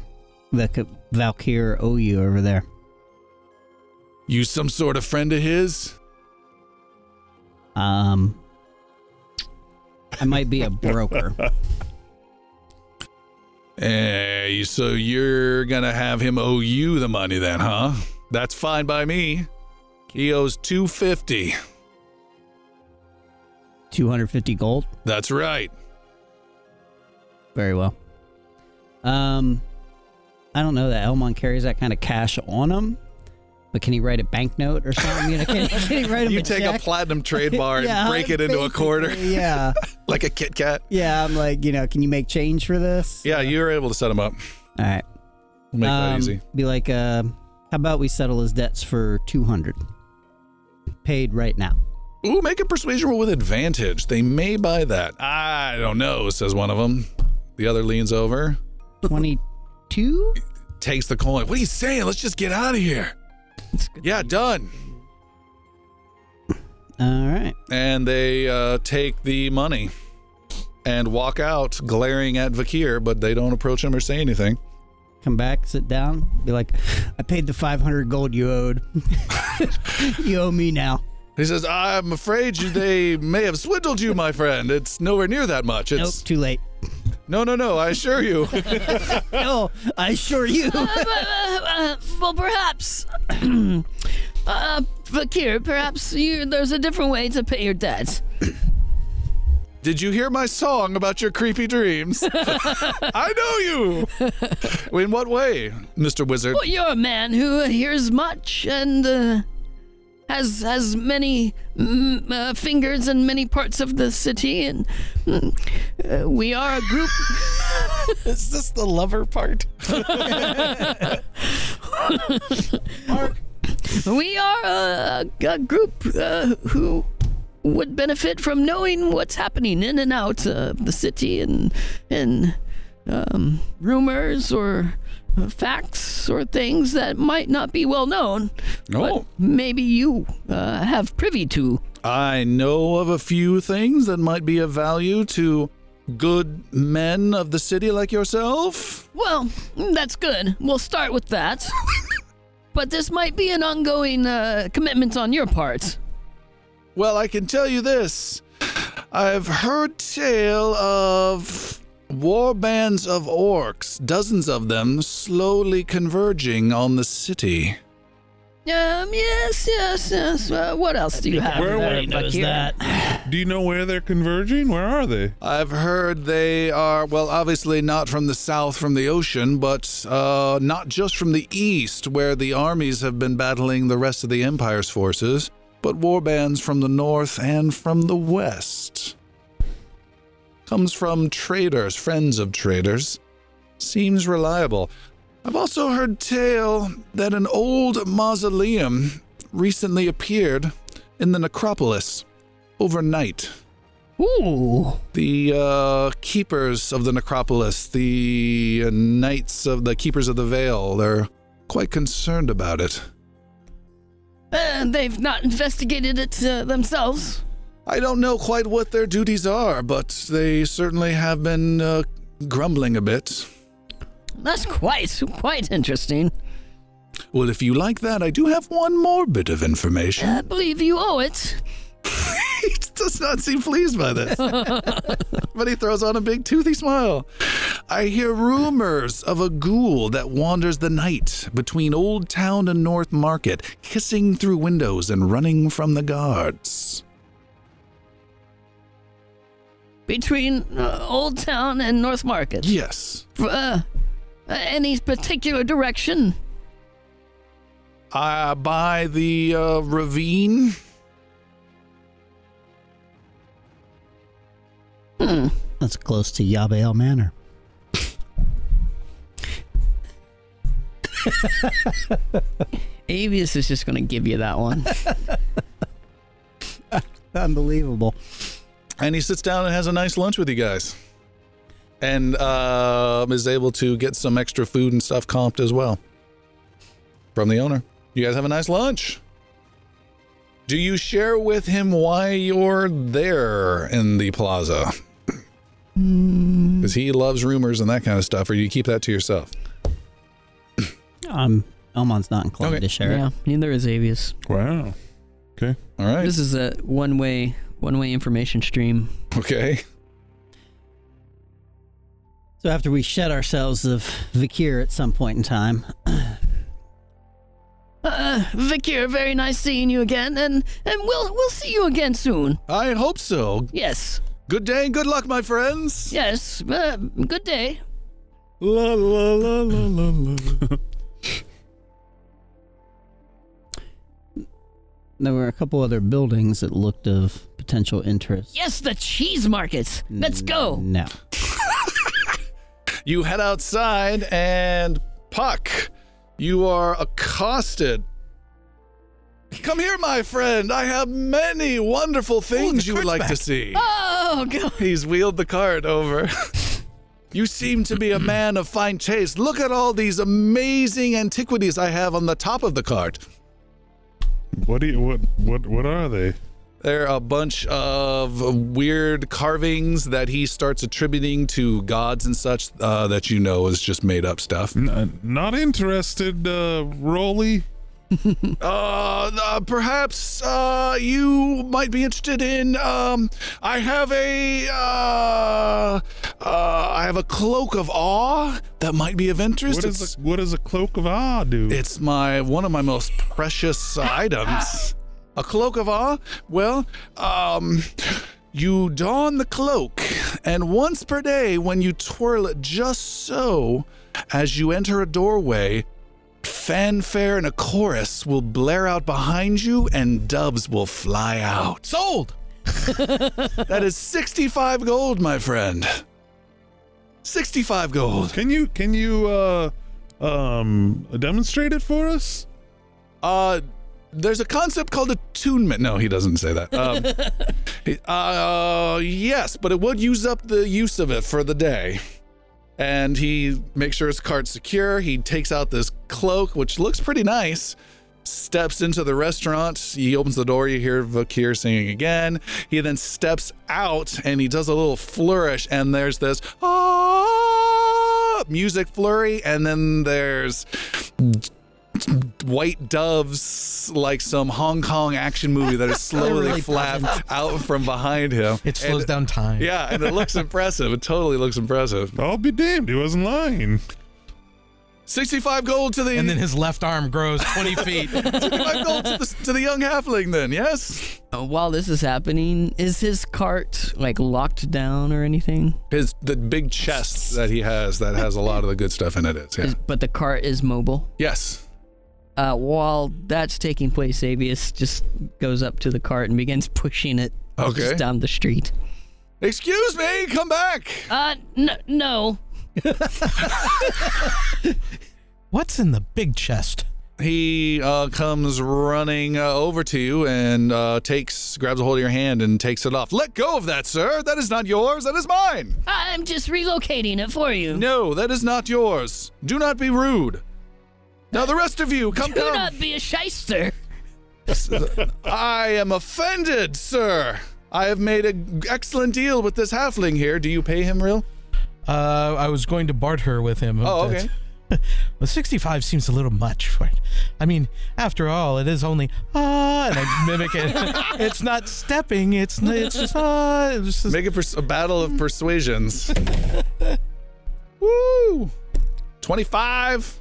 [SPEAKER 4] the K- Valkyr owe you over there?
[SPEAKER 1] You some sort of friend of his?
[SPEAKER 4] Um, I might be a broker.
[SPEAKER 1] Eh, so you're gonna have him owe you the money then, huh? That's fine by me. He owes 250.
[SPEAKER 4] Two hundred fifty gold.
[SPEAKER 1] That's right.
[SPEAKER 4] Very well. Um, I don't know that Elmon carries that kind of cash on him, but can he write a banknote or something? You know, can, can he write him
[SPEAKER 1] You
[SPEAKER 4] a
[SPEAKER 1] take
[SPEAKER 4] check?
[SPEAKER 1] a platinum trade bar and
[SPEAKER 7] Yeah,
[SPEAKER 1] break it into a quarter
[SPEAKER 7] basically, yeah.
[SPEAKER 1] like a Kit Kat.
[SPEAKER 7] Yeah, I'm like, you know, can you make change for this?
[SPEAKER 1] Yeah, you were able to set him up.
[SPEAKER 4] All right.
[SPEAKER 1] We'll make
[SPEAKER 4] Um,
[SPEAKER 1] that easy.
[SPEAKER 4] Be like, uh, how about we settle his debts for two hundred? Paid right now.
[SPEAKER 1] Ooh, make a persuasion roll with advantage. They may buy that. I don't know, says one of them. The other leans over,
[SPEAKER 4] Twenty-two.
[SPEAKER 1] takes the coin. What are you saying? Let's just get out of here. Yeah, done.
[SPEAKER 4] All right.
[SPEAKER 1] and they uh, take the money and walk out glaring at Vakir, but they don't approach him or say anything.
[SPEAKER 4] come back, sit down, be like, I paid the 500 gold you owed. you owe me now.
[SPEAKER 1] He says, I'm afraid you, they may have swindled you, my friend. It's nowhere near that much.
[SPEAKER 4] Nope,
[SPEAKER 1] It's
[SPEAKER 4] too late.
[SPEAKER 1] no, no, no. I assure you.
[SPEAKER 4] No, Oh, I assure you.
[SPEAKER 2] Uh, uh, well, perhaps. uh, Fakir, perhaps you, there's a different way to pay your debts.
[SPEAKER 1] Did you hear my song about your creepy dreams? I know you. In what way, Mr. Wizard?
[SPEAKER 2] Well, you're a man who hears much and uh, has has many mm, uh, fingers in many parts of the city, and mm, uh, we are a group.
[SPEAKER 8] Is this the lover part?
[SPEAKER 2] we are a, a group uh, who would benefit from knowing what's happening in and out of the city and and um, rumors or uh, facts or things that might not be well known.
[SPEAKER 1] No.
[SPEAKER 2] Maybe you uh, have privy to.
[SPEAKER 1] I know of a few things that might be of value to good men of the city like yourself.
[SPEAKER 2] Well, that's good. We'll start with that. but this might be an ongoing uh, commitment on your part.
[SPEAKER 1] Well, I can tell you this. I've heard tale of war bands of orcs, dozens of them, slowly converging on the city.
[SPEAKER 2] Um, yes, yes, yes. Uh, what else do you have?
[SPEAKER 5] everybody
[SPEAKER 2] there, Fakir?
[SPEAKER 5] Do you know where they're converging? Where are they?
[SPEAKER 1] I've heard they are, well, obviously not from the south, from the ocean, but uh, not just from the east, where the armies have been battling the rest of the Empire's forces, but war bands from the north and from the west. Comes from traders, friends of traders. Seems reliable. I've also heard tale that an old mausoleum recently appeared in the necropolis overnight.
[SPEAKER 2] Ooh.
[SPEAKER 1] The uh, keepers of the necropolis, the uh, knights of the keepers of the veil, they're quite concerned about it.
[SPEAKER 2] Uh, they've not investigated it uh, themselves.
[SPEAKER 1] I don't know quite what their duties are, but they certainly have been uh, grumbling a bit.
[SPEAKER 2] That's quite, quite interesting.
[SPEAKER 1] Well, if you like that, I do have one more bit of information.
[SPEAKER 2] I believe you owe it.
[SPEAKER 1] he does not seem pleased by this. but he throws on a big toothy smile. I hear rumors of a ghoul that wanders the night between Old Town and North Market, hissing through windows and running from the guards.
[SPEAKER 2] Between uh, Old Town and North Market.
[SPEAKER 1] Yes.
[SPEAKER 2] F- uh, uh, any particular direction?
[SPEAKER 1] Uh, by the uh, ravine?
[SPEAKER 4] That's close to Yabel Manor.
[SPEAKER 6] Avius is just gonna give you that one.
[SPEAKER 4] Unbelievable.
[SPEAKER 1] And he sits down and has a nice lunch with you guys. And uh, is able to get some extra food and stuff comped as well from the owner. You guys have a nice lunch. Do you share with him why you're there in the plaza? Because he loves rumors and that kind of stuff, or you keep that to yourself.
[SPEAKER 4] Um, Elmon's not inclined
[SPEAKER 1] Okay.
[SPEAKER 4] to share it.
[SPEAKER 6] yeah, neither is Avius.
[SPEAKER 5] Wow.
[SPEAKER 1] All right.
[SPEAKER 6] This is a one-way, one-way information stream.
[SPEAKER 1] Okay.
[SPEAKER 4] So after we shed ourselves of Vakir at some point in time,
[SPEAKER 2] Uh, Vikir, very nice seeing you again, and and we'll we'll see you again soon.
[SPEAKER 1] I hope so.
[SPEAKER 2] Yes,
[SPEAKER 1] Good day and good luck, my friends.
[SPEAKER 2] yes. Uh, good day.
[SPEAKER 5] La la la la la la.
[SPEAKER 4] there were a couple other buildings that looked of potential interest.
[SPEAKER 2] Yes, the cheese markets. Let's go.
[SPEAKER 4] No.
[SPEAKER 1] You head outside, and Puck, you are accosted. Come here, my friend. I have many wonderful things you would like to see.
[SPEAKER 2] Oh god.
[SPEAKER 1] He's wheeled the cart over. you seem to be a man of fine taste. Look at all these amazing antiquities I have on the top of the cart.
[SPEAKER 5] What do you what what what are they?
[SPEAKER 1] There are a bunch of weird carvings that he starts attributing to gods and such uh, that you know is just made up stuff.
[SPEAKER 5] N- uh, not interested, uh, Rolly.
[SPEAKER 1] Uh, uh, perhaps uh, you might be interested in. Um, I have a uh, uh, I have a cloak of awe that might be of interest.
[SPEAKER 5] What
[SPEAKER 1] it's,
[SPEAKER 5] does a, what does a cloak of awe do?
[SPEAKER 1] it's my one of my most precious items. A cloak of awe. Well, um, you don the cloak, and once per day, when you twirl it just so, as you enter a doorway, fanfare and a chorus will blare out behind you, and doves will fly out.
[SPEAKER 3] Sold.
[SPEAKER 1] That is sixty-five gold, my friend. Sixty-five gold.
[SPEAKER 5] Can you can you uh um demonstrate it for us?
[SPEAKER 1] Uh, there's a concept called attunement. No, he doesn't say that. Um, he- uh, yes, but it would use up the use of it for the day. And he makes sure his cart's secure. He takes out this cloak, which looks pretty nice. Steps into the restaurant. He opens the door. You hear Vakir singing again. He then steps out and he does a little flourish. And there's this ah, music flurry. And then there's white doves like some Hong Kong action movie that are slowly
[SPEAKER 4] really
[SPEAKER 1] flap out from behind him.
[SPEAKER 3] It slows
[SPEAKER 1] And-
[SPEAKER 3] down time.
[SPEAKER 1] Yeah, and it looks impressive. It totally looks impressive.
[SPEAKER 5] I'll be damned, he wasn't lying.
[SPEAKER 1] 65 gold to the
[SPEAKER 3] And then his left arm grows 20 feet.
[SPEAKER 1] 65 gold to the, to the young halfling then. Yes.
[SPEAKER 6] Uh, While this is happening, is his cart like locked down or anything?
[SPEAKER 1] His the big chest that he has that has a lot of the good stuff in it is. Yeah.
[SPEAKER 6] Is, but the cart is mobile.
[SPEAKER 1] Yes.
[SPEAKER 6] Uh, while that's taking place, Avius just goes up to the cart and begins pushing it just
[SPEAKER 1] Okay.
[SPEAKER 6] down the street.
[SPEAKER 1] Excuse me, come back.
[SPEAKER 2] Uh, no, no.
[SPEAKER 3] What's in the big chest?
[SPEAKER 1] He uh, comes running uh, over to you and uh, takes grabs a hold of your hand and takes it off. Let go of that, sir. That is not yours. That is mine.
[SPEAKER 2] I'm just relocating it for you.
[SPEAKER 1] No, that is not yours. Do not be rude. Now the rest of you, come
[SPEAKER 2] Do
[SPEAKER 1] down.
[SPEAKER 2] not be a shyster.
[SPEAKER 1] I am offended, sir. I have made an excellent deal with this halfling here. Do you pay him real?
[SPEAKER 3] Uh, I was going to barter with him.
[SPEAKER 1] Oh,
[SPEAKER 3] That's-
[SPEAKER 1] okay.
[SPEAKER 3] Well, 65 seems a little much for it. I mean, after all, it is only ah, and I mimic it. it's not stepping. It's n- it's just ah. It's just,
[SPEAKER 1] Make a, pers- a battle of persuasions. Woo! 25.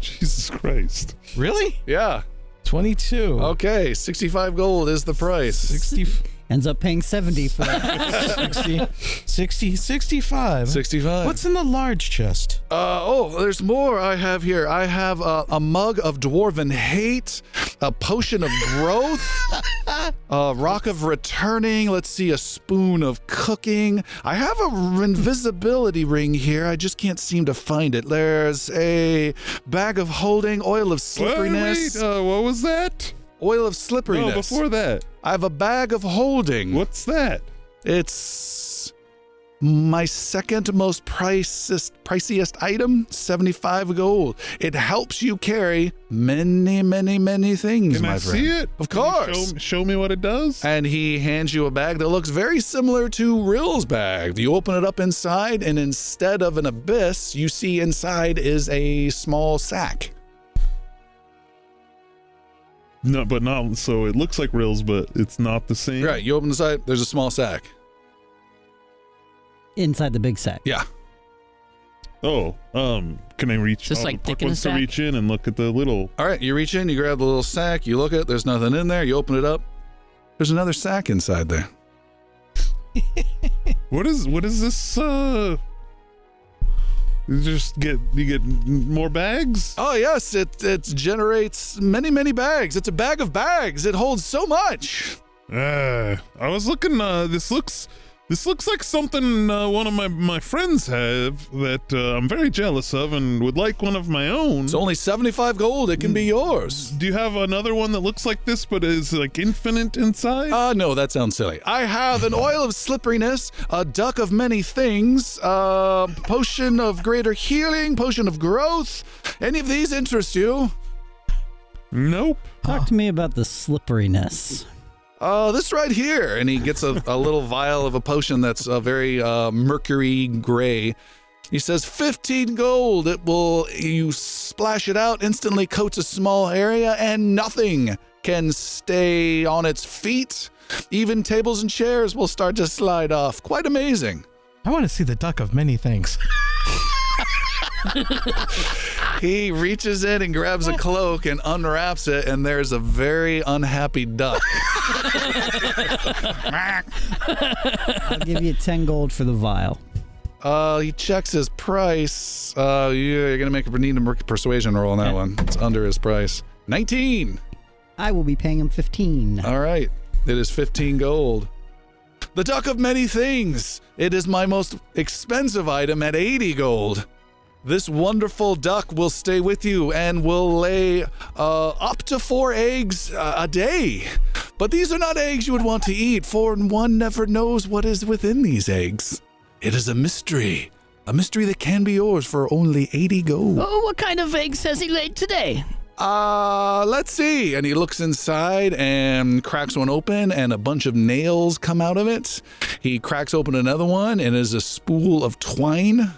[SPEAKER 5] Jesus Christ.
[SPEAKER 3] really?
[SPEAKER 1] Yeah.
[SPEAKER 3] 22.
[SPEAKER 1] Okay. 65 gold is the price.
[SPEAKER 3] 60,
[SPEAKER 4] Ends up paying 70 for that.
[SPEAKER 3] 60, 60, 65.
[SPEAKER 1] 65.
[SPEAKER 3] What's in the large chest?
[SPEAKER 1] Uh, oh, there's more I have here. I have uh, a mug of dwarven hate, a potion of growth, a rock of returning. Let's see, a spoon of cooking. I have a invisibility ring here. I just can't seem to find it. There's a bag of holding, oil of
[SPEAKER 5] Wait,
[SPEAKER 1] slipperiness,
[SPEAKER 5] wait, uh, what was that?
[SPEAKER 1] oil of
[SPEAKER 5] No,
[SPEAKER 1] slipperiness.
[SPEAKER 5] before that.
[SPEAKER 1] I have a bag of holding.
[SPEAKER 5] What's that?
[SPEAKER 1] It's my second most priciest, priciest item, 75 gold. It helps you carry many, many, many things,
[SPEAKER 5] Can
[SPEAKER 1] my
[SPEAKER 5] I
[SPEAKER 1] friend.
[SPEAKER 5] see it?
[SPEAKER 1] Of
[SPEAKER 5] Can you show-
[SPEAKER 1] course.
[SPEAKER 5] Show, me what it does.
[SPEAKER 1] And he hands you a bag that looks very similar to Rill's bag. You open it up inside, and instead of an abyss, you see inside is a small sack.
[SPEAKER 5] No, but not so it looks like Rills, but it's not the same.
[SPEAKER 1] Right, you open the side, there's a small sack.
[SPEAKER 4] Inside the big sack.
[SPEAKER 1] Yeah.
[SPEAKER 5] Oh, um, can I reach?
[SPEAKER 6] Just
[SPEAKER 5] oh,
[SPEAKER 6] like
[SPEAKER 5] Puck
[SPEAKER 6] dick in a
[SPEAKER 5] wants to
[SPEAKER 6] sack.
[SPEAKER 5] reach in and look at the little.
[SPEAKER 1] All right, you reach in, you grab the little sack, you look at it, there's nothing in there, you open it up. There's another sack inside there.
[SPEAKER 5] What is what is this? Uh, you just get you get more bags.
[SPEAKER 1] Oh yes, it it generates many many bags. It's a bag of bags. It holds so much.
[SPEAKER 5] Uh, I was looking. Uh, this looks this looks like something uh, one of my my friends have that uh, I'm very jealous of and would like one of my own.
[SPEAKER 1] It's only seventy five gold. It can be yours.
[SPEAKER 5] Do you have another one that looks like this but is like infinite inside?
[SPEAKER 3] Uh-
[SPEAKER 1] Ah, no, that sounds silly. I have an oil of slipperiness, a duck of many things, a potion of greater healing, potion of growth. Any of these interest you?
[SPEAKER 5] nope.
[SPEAKER 4] Talk to me about the slipperiness.
[SPEAKER 1] Oh, this right here. And he gets a, a little vial of a potion that's a very uh, mercury gray. He says, 15 gold. It will, you splash it out, instantly coats a small area, and nothing can stay on its feet. Even tables and chairs will start to slide off. Quite amazing.
[SPEAKER 3] I want to see the duck of many things.
[SPEAKER 1] He reaches in and grabs a cloak and unwraps it, and there's a very unhappy duck.
[SPEAKER 4] I'll give you 10 gold for the vial.
[SPEAKER 1] Uh, he checks his price. Uh, you're gonna make a need to make a persuasion roll on that one. It's under his price. Nineteen.
[SPEAKER 4] I will be paying him 15.
[SPEAKER 8] Uh,
[SPEAKER 1] All right. It is fifteen gold. The duck of many things. It is my most expensive item at eighty gold. This wonderful duck will stay with you and will lay uh, up to four eggs uh, a day. But these are not eggs you would want to eat, for one never knows what is within these eggs. It is a mystery. A mystery that can be yours for only 80 gold.
[SPEAKER 2] Oh, what kind of eggs has he laid today?
[SPEAKER 1] Uh, let's see. And he looks inside and cracks one open, and a bunch of nails come out of it. He cracks open another one, and it is a spool of twine.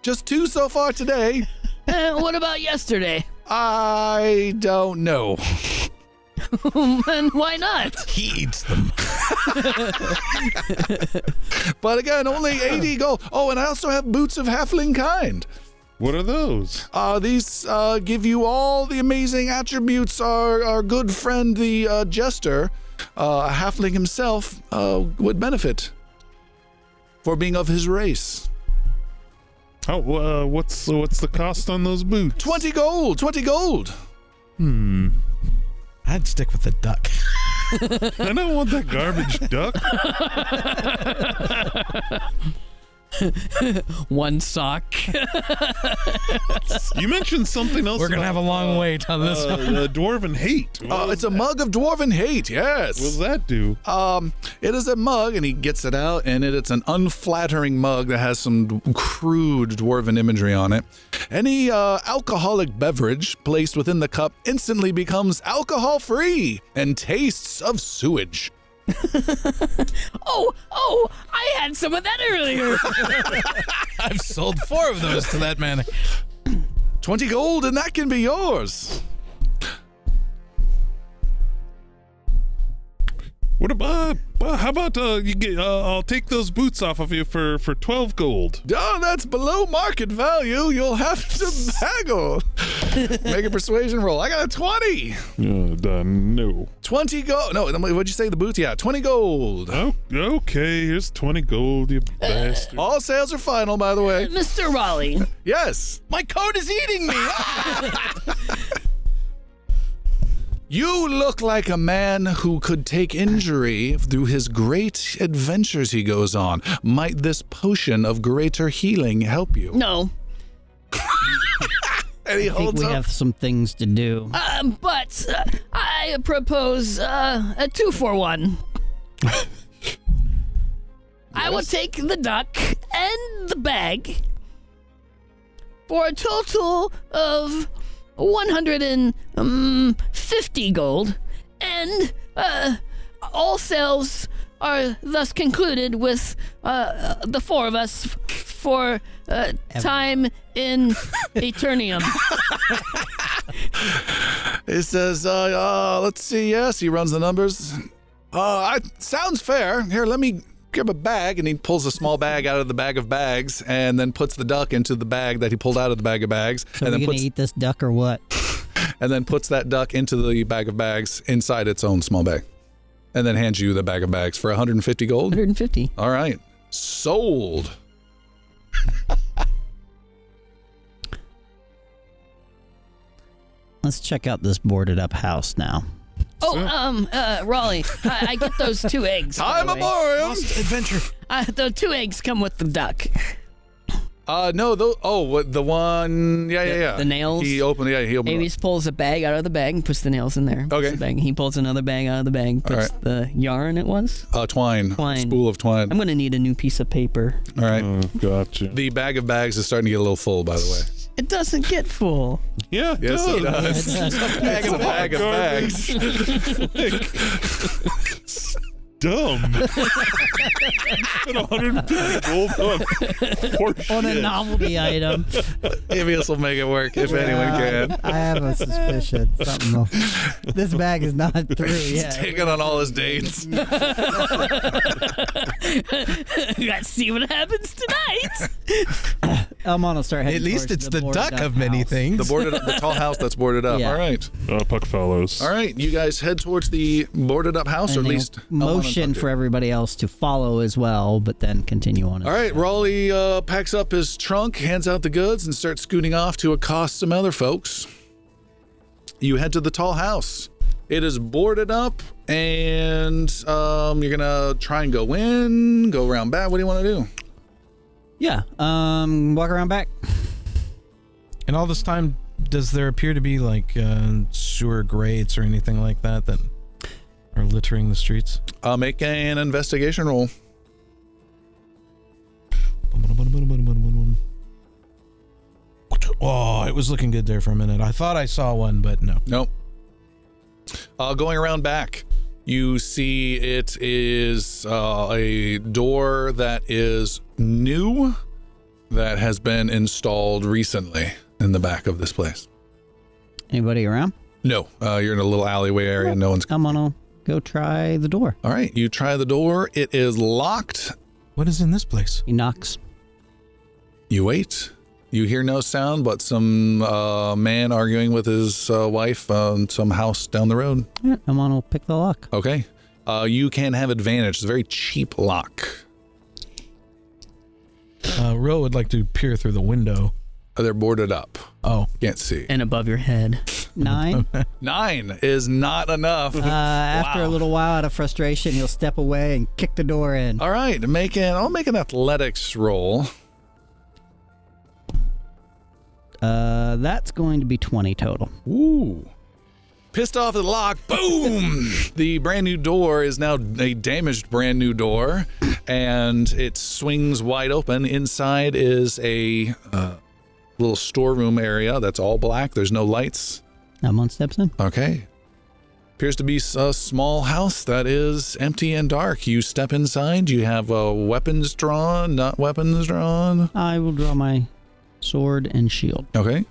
[SPEAKER 1] Just two so far today.
[SPEAKER 2] Uh, what about yesterday?
[SPEAKER 1] I don't know.
[SPEAKER 2] and why not?
[SPEAKER 8] He eats them.
[SPEAKER 1] But again, only 80 gold. Oh, and I also have boots of halfling kind.
[SPEAKER 5] What are those?
[SPEAKER 1] Uh, these uh, give you all the amazing attributes our, our good friend the uh, jester, uh, halfling himself, uh, would benefit for being of his race.
[SPEAKER 5] How? Uh, what's what's the cost on those boots?
[SPEAKER 1] 20 gold, 20 gold.
[SPEAKER 5] Hmm.
[SPEAKER 3] I'd stick with the duck.
[SPEAKER 5] I don't want that garbage duck.
[SPEAKER 6] One sock.
[SPEAKER 5] You mentioned something else.
[SPEAKER 3] We're gonna have a
[SPEAKER 5] about,
[SPEAKER 3] long
[SPEAKER 5] uh,
[SPEAKER 3] wait on this
[SPEAKER 5] uh,
[SPEAKER 3] one.
[SPEAKER 5] the dwarven hate. What
[SPEAKER 1] Uh,
[SPEAKER 5] does-
[SPEAKER 1] it's a mug of dwarven hate, yes.
[SPEAKER 5] what does that do?
[SPEAKER 1] Um, it is a mug, and he gets it out, and it, it's an unflattering mug that has some d- crude dwarven imagery on it. Any uh, alcoholic beverage placed within the cup instantly becomes alcohol free and tastes of sewage.
[SPEAKER 2] Oh, oh, I had some of that earlier.
[SPEAKER 3] I've sold four of those to that man.
[SPEAKER 1] 20 gold, and that can be yours.
[SPEAKER 5] What about? Uh, how about uh, you get? Uh, I'll take those boots off of you for for twelve gold.
[SPEAKER 1] Oh, that's below market value. You'll have to haggle. Make a persuasion roll. I got a 20.
[SPEAKER 5] Uh, done. No.
[SPEAKER 1] 20 gold. No, what'd you say? The boots? Yeah, 20 gold.
[SPEAKER 5] Oh, okay. Here's twenty gold, you bastard.
[SPEAKER 1] All sales are final, by the way.
[SPEAKER 2] Mr. Raleigh,
[SPEAKER 1] Yes.
[SPEAKER 8] My coat is eating me.
[SPEAKER 1] You look like a man who could take injury through his great adventures he goes on. Might this potion of greater healing help you?
[SPEAKER 2] no.
[SPEAKER 1] And he
[SPEAKER 4] I think
[SPEAKER 1] holds
[SPEAKER 4] we
[SPEAKER 1] up.
[SPEAKER 4] have some things to do.
[SPEAKER 2] Um, but uh, I propose uh, a two for one. I will take the duck and the bag for a total of 150 um, gold, and uh, all sales are thus concluded with uh, the four of us f- for uh, time in eternium.
[SPEAKER 1] He says, uh, uh, let's see. Yes, he runs the numbers. Uh, I, sounds fair. Here, let me grab a bag. And he pulls a small bag out of the bag of bags and then puts the duck into the bag that he pulled out of the bag of bags. and
[SPEAKER 4] So we
[SPEAKER 1] then
[SPEAKER 4] gonna
[SPEAKER 1] puts
[SPEAKER 4] eat this duck or what?
[SPEAKER 1] and then puts that duck into the bag of bags inside its own small bag. And then hands you the bag of bags for 150 gold.
[SPEAKER 6] 150.
[SPEAKER 1] All right. Sold.
[SPEAKER 4] Let's check out this boarded up house now.
[SPEAKER 2] Oh, um, uh, Raleigh, I, I get those two eggs. by
[SPEAKER 1] Time
[SPEAKER 2] the way.
[SPEAKER 1] aboard.
[SPEAKER 3] Adventure.
[SPEAKER 2] Uh, the two eggs come with the duck.
[SPEAKER 1] Uh no, the oh, what the one Yeah, yeah,
[SPEAKER 6] The-
[SPEAKER 1] yeah.
[SPEAKER 6] the nails?
[SPEAKER 1] He opened yeah, he opened
[SPEAKER 6] Avis pulls a bag out of the bag and puts the nails in there. Puts
[SPEAKER 1] Okay.
[SPEAKER 6] the bag. He pulls another bag out of the bag, puts
[SPEAKER 1] right.
[SPEAKER 6] the yarn it was.
[SPEAKER 1] uh, twine,
[SPEAKER 6] Twine.
[SPEAKER 1] spool of twine.
[SPEAKER 6] I'm going to need a new piece of paper.
[SPEAKER 1] All right.
[SPEAKER 5] Oh, gotcha.
[SPEAKER 1] The bag of bags is starting to get a little full by the way.
[SPEAKER 2] It doesn't get full.
[SPEAKER 5] Yeah, it
[SPEAKER 1] Yes, it does.
[SPEAKER 5] It's a bag of bags. Dumb. Spent 150 gold on horseshit.
[SPEAKER 4] on a novelty item.
[SPEAKER 1] Maybe this will make it work if anyone
[SPEAKER 7] Yeah,
[SPEAKER 1] can.
[SPEAKER 7] I have a suspicion. Something. will- This bag is not through
[SPEAKER 1] He's
[SPEAKER 7] yet.
[SPEAKER 1] taking on all his dates.
[SPEAKER 2] Let's see what happens tonight.
[SPEAKER 4] I'm gonna start heading
[SPEAKER 8] At least
[SPEAKER 4] towards
[SPEAKER 8] it's the,
[SPEAKER 4] boarded
[SPEAKER 8] duck
[SPEAKER 4] up
[SPEAKER 8] of many
[SPEAKER 4] house.
[SPEAKER 8] things.
[SPEAKER 1] The boarded up, the tall house that's boarded up.
[SPEAKER 4] Yeah.
[SPEAKER 1] All right,
[SPEAKER 5] Uh, Puck follows.
[SPEAKER 1] all right. You guys head towards the boarded up house,
[SPEAKER 4] And
[SPEAKER 1] or at
[SPEAKER 4] they'll
[SPEAKER 1] least Elwyn and Tuck
[SPEAKER 4] motion
[SPEAKER 1] do.
[SPEAKER 4] for everybody else to follow as well, but then continue on.
[SPEAKER 1] All right, Raleigh uh, packs up his trunk, hands out the goods, and starts scooting off to accost some other folks. You head to the tall house. It is boarded up, and um, you're gonna try and go in, go around back. What do you want to do?
[SPEAKER 4] Yeah. Um. Walk around back.
[SPEAKER 3] And all this time, does there appear to be like uh, sewer grates or anything like that that are littering the streets?
[SPEAKER 1] Uh, make an investigation roll.
[SPEAKER 3] Oh, it was looking good there for a minute. I thought I saw one, but no.
[SPEAKER 1] Nope. Uh, going around back, you see it is uh, a door that is new, that has been installed recently in the back of this place.
[SPEAKER 4] Anybody around?
[SPEAKER 1] No, uh, you're in a little alleyway area. No one's.
[SPEAKER 4] I'm gonna go try the door.
[SPEAKER 1] All right, you try the door. It is locked.
[SPEAKER 3] What is in this place?
[SPEAKER 4] He knocks.
[SPEAKER 1] You wait. You hear no sound, but some uh, man arguing with his uh, wife on some house down the road.
[SPEAKER 4] Yeah, I'm gonna pick the lock.
[SPEAKER 1] Okay. Uh, you can have advantage. It's a very cheap lock.
[SPEAKER 3] Uh, Ro would like to peer through the window.
[SPEAKER 1] They're boarded up.
[SPEAKER 3] Oh,
[SPEAKER 1] Can't see.
[SPEAKER 6] And above your head.
[SPEAKER 4] Nine. uh,
[SPEAKER 1] Nine is not enough.
[SPEAKER 4] Uh-huh. After a little while, out of frustration, he'll step away and kick the door in.
[SPEAKER 1] All right, make an. I'll make an athletics roll.
[SPEAKER 4] Uh, that's going to be twenty total.
[SPEAKER 1] Ooh. Pissed off at the lock. Boom! the brand new door is now a damaged brand new door, and it swings wide open. Inside is a uh, little storeroom area that's all black. There's no lights.
[SPEAKER 4] I'm on steps in.
[SPEAKER 1] Okay. Appears to be s- a small house that is empty and dark. You step inside. You have uh, weapons drawn, not weapons drawn.
[SPEAKER 4] I will draw my sword and shield.
[SPEAKER 1] Okay.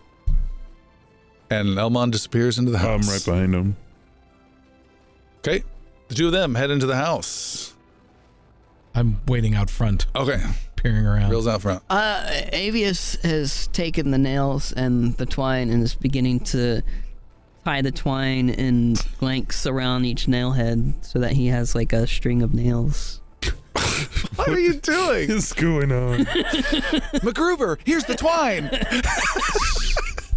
[SPEAKER 1] And Elmon disappears into the
[SPEAKER 5] I'm
[SPEAKER 1] house.
[SPEAKER 5] right behind him.
[SPEAKER 1] Okay. The two of them head into the house.
[SPEAKER 3] I'm waiting out front,
[SPEAKER 1] Okay.
[SPEAKER 3] peering around.
[SPEAKER 1] Reels out front.
[SPEAKER 6] Uh, Avius has taken the nails and the twine and is beginning to tie the twine in blanks around each nail head so that he has like a string of nails.
[SPEAKER 1] What are you doing?
[SPEAKER 5] What's going on?
[SPEAKER 1] MacGruber, here's the twine.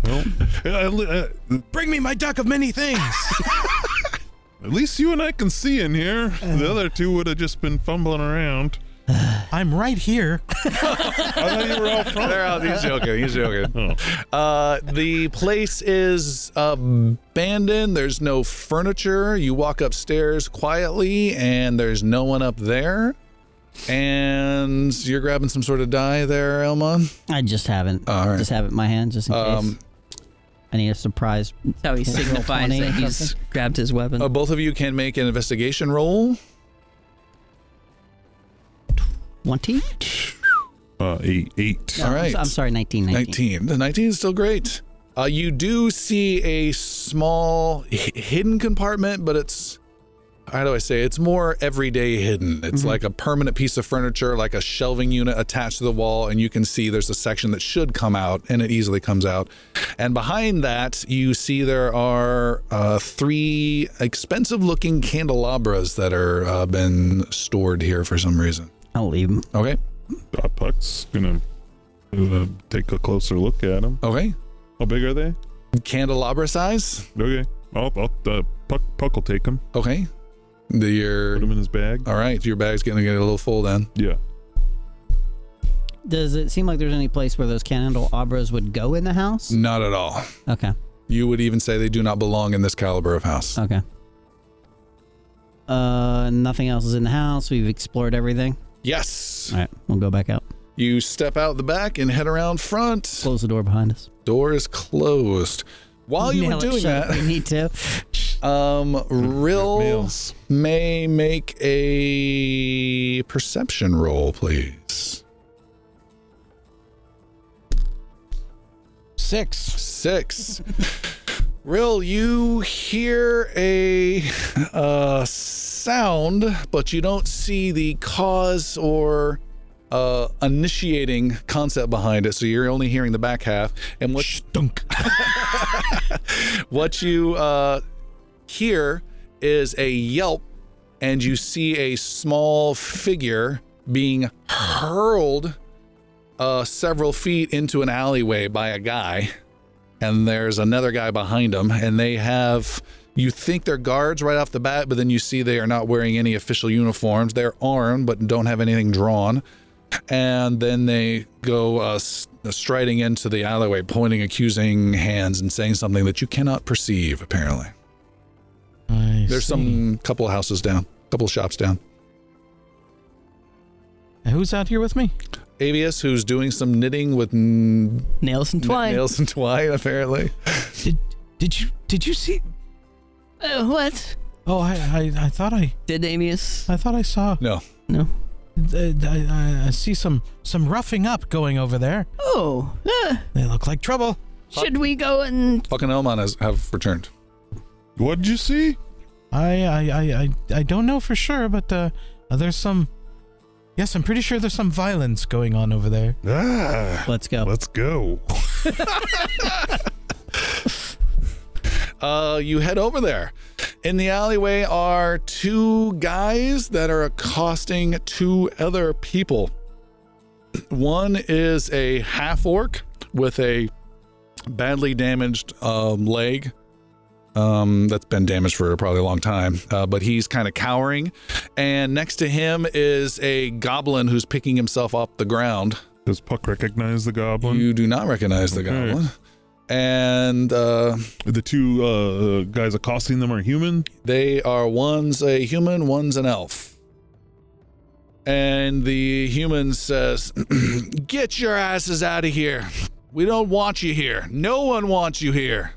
[SPEAKER 5] well, I li- uh,
[SPEAKER 3] Bring me my duck of many things.
[SPEAKER 5] at least you and I can see in here. The other two would have just been fumbling around.
[SPEAKER 3] I'm right here.
[SPEAKER 5] I thought you were all from.
[SPEAKER 1] They're out. He's joking. He's joking.
[SPEAKER 5] Oh.
[SPEAKER 1] Uh, the place is um, abandoned. There's no furniture. You walk upstairs quietly, and there's no one up there. And you're grabbing some sort of die there, Elmon.
[SPEAKER 4] I just haven't.
[SPEAKER 1] All right.
[SPEAKER 4] Just have it in my hand, just in
[SPEAKER 1] Um,
[SPEAKER 4] case. I need a surprise.
[SPEAKER 6] That's how he signifies
[SPEAKER 4] funny or
[SPEAKER 6] that he's grabbed his weapon.
[SPEAKER 1] uh, both of you can make an investigation roll.
[SPEAKER 4] Twenty.
[SPEAKER 5] Uh, eight, eight.
[SPEAKER 1] All right.
[SPEAKER 4] I'm sorry, 19, 19.
[SPEAKER 1] 19. The 19 is still great. Uh, you do see a small h- hidden compartment, but it's, how do I say, it's more everyday hidden. It's like a permanent piece of furniture, like a shelving unit attached to the wall, and you can see there's a section that should come out, and it easily comes out. And behind that, you see there are uh, three expensive looking candelabras that are uh, been stored here for some reason.
[SPEAKER 4] I'll leave him.
[SPEAKER 1] Okay.
[SPEAKER 5] Uh, Puck's gonna uh, take a closer look at them.
[SPEAKER 1] Okay.
[SPEAKER 5] How big are they?
[SPEAKER 1] Candelabra size.
[SPEAKER 5] Okay. I'll, I'll, uh, Puck, Puck will take them.
[SPEAKER 1] Okay. The, your
[SPEAKER 5] Put them in his bag.
[SPEAKER 1] All right, your bag's gonna get a little full then.
[SPEAKER 5] Yeah.
[SPEAKER 4] Does it seem like there's any place where those candelabras would go in the house?
[SPEAKER 1] Not at all.
[SPEAKER 4] Okay.
[SPEAKER 1] You would even say they do not belong in this caliber of house.
[SPEAKER 4] Okay. Uh, nothing else is in the house. We've explored everything.
[SPEAKER 1] Yes.
[SPEAKER 4] All right, we'll go back out.
[SPEAKER 1] You step out the back and head around front.
[SPEAKER 4] Close the door behind us.
[SPEAKER 1] Door is closed. While Oh, you were
[SPEAKER 4] Nail it
[SPEAKER 1] doing
[SPEAKER 4] shut if
[SPEAKER 1] that,
[SPEAKER 4] we need to.
[SPEAKER 1] um, Rill
[SPEAKER 5] Nails.
[SPEAKER 1] may make a perception roll, please.
[SPEAKER 3] Six.
[SPEAKER 1] Six. Rill, you hear a uh, sound, but you don't see the cause or uh, initiating concept behind it. So you're only hearing the back half. And what
[SPEAKER 3] Stunk.
[SPEAKER 1] what you uh, hear is a yelp, and you see a small figure being hurled uh, several feet into an alleyway by a guy. And there's another guy behind him, and they have. You think they're guards right off the bat, but then you see they are not wearing any official uniforms. They're armed, but don't have anything drawn. And then they go uh, s- striding into the alleyway, pointing accusing hands and saying something that you cannot perceive, apparently.
[SPEAKER 3] I
[SPEAKER 1] There's
[SPEAKER 3] see.
[SPEAKER 1] some couple of houses down, couple of shops down.
[SPEAKER 3] And Who's out here with me?
[SPEAKER 1] Avius, who's doing some knitting with mm,
[SPEAKER 6] Nails and twine.
[SPEAKER 1] nails and twine, apparently.
[SPEAKER 3] Did did you did you see?
[SPEAKER 6] Uh, what?
[SPEAKER 3] Oh, I I, I thought I
[SPEAKER 6] Did Amius?
[SPEAKER 3] I thought I saw. uh,
[SPEAKER 1] No.
[SPEAKER 6] No.
[SPEAKER 3] I, I, I see some some roughing up going over there.
[SPEAKER 6] Oh, uh,
[SPEAKER 3] They look like trouble.
[SPEAKER 6] should we go and
[SPEAKER 1] Fucking Elmon has, have returned.
[SPEAKER 5] What did you see?
[SPEAKER 3] I I I I, I don't know for sure, but uh, there's some. Yes, I'm pretty sure there's some violence going on over there.
[SPEAKER 5] Ah,
[SPEAKER 4] Let's go.
[SPEAKER 5] let's go.
[SPEAKER 1] Uh, you head over there. In the alleyway are two guys that are accosting two other people. One is a half orc with a badly damaged um, leg. Um, that's been damaged for probably a long time, uh, but he's kind of cowering. And next to him is a goblin who's picking himself off the ground.
[SPEAKER 5] Does Puck recognize the goblin?
[SPEAKER 1] You do not recognize the
[SPEAKER 5] Okay.
[SPEAKER 1] goblin. And uh,
[SPEAKER 5] the two uh, guys accosting them are human.
[SPEAKER 1] They are one's a human, one's an elf. And the human says, Get your asses out of here. We don't want you here. No one wants you here.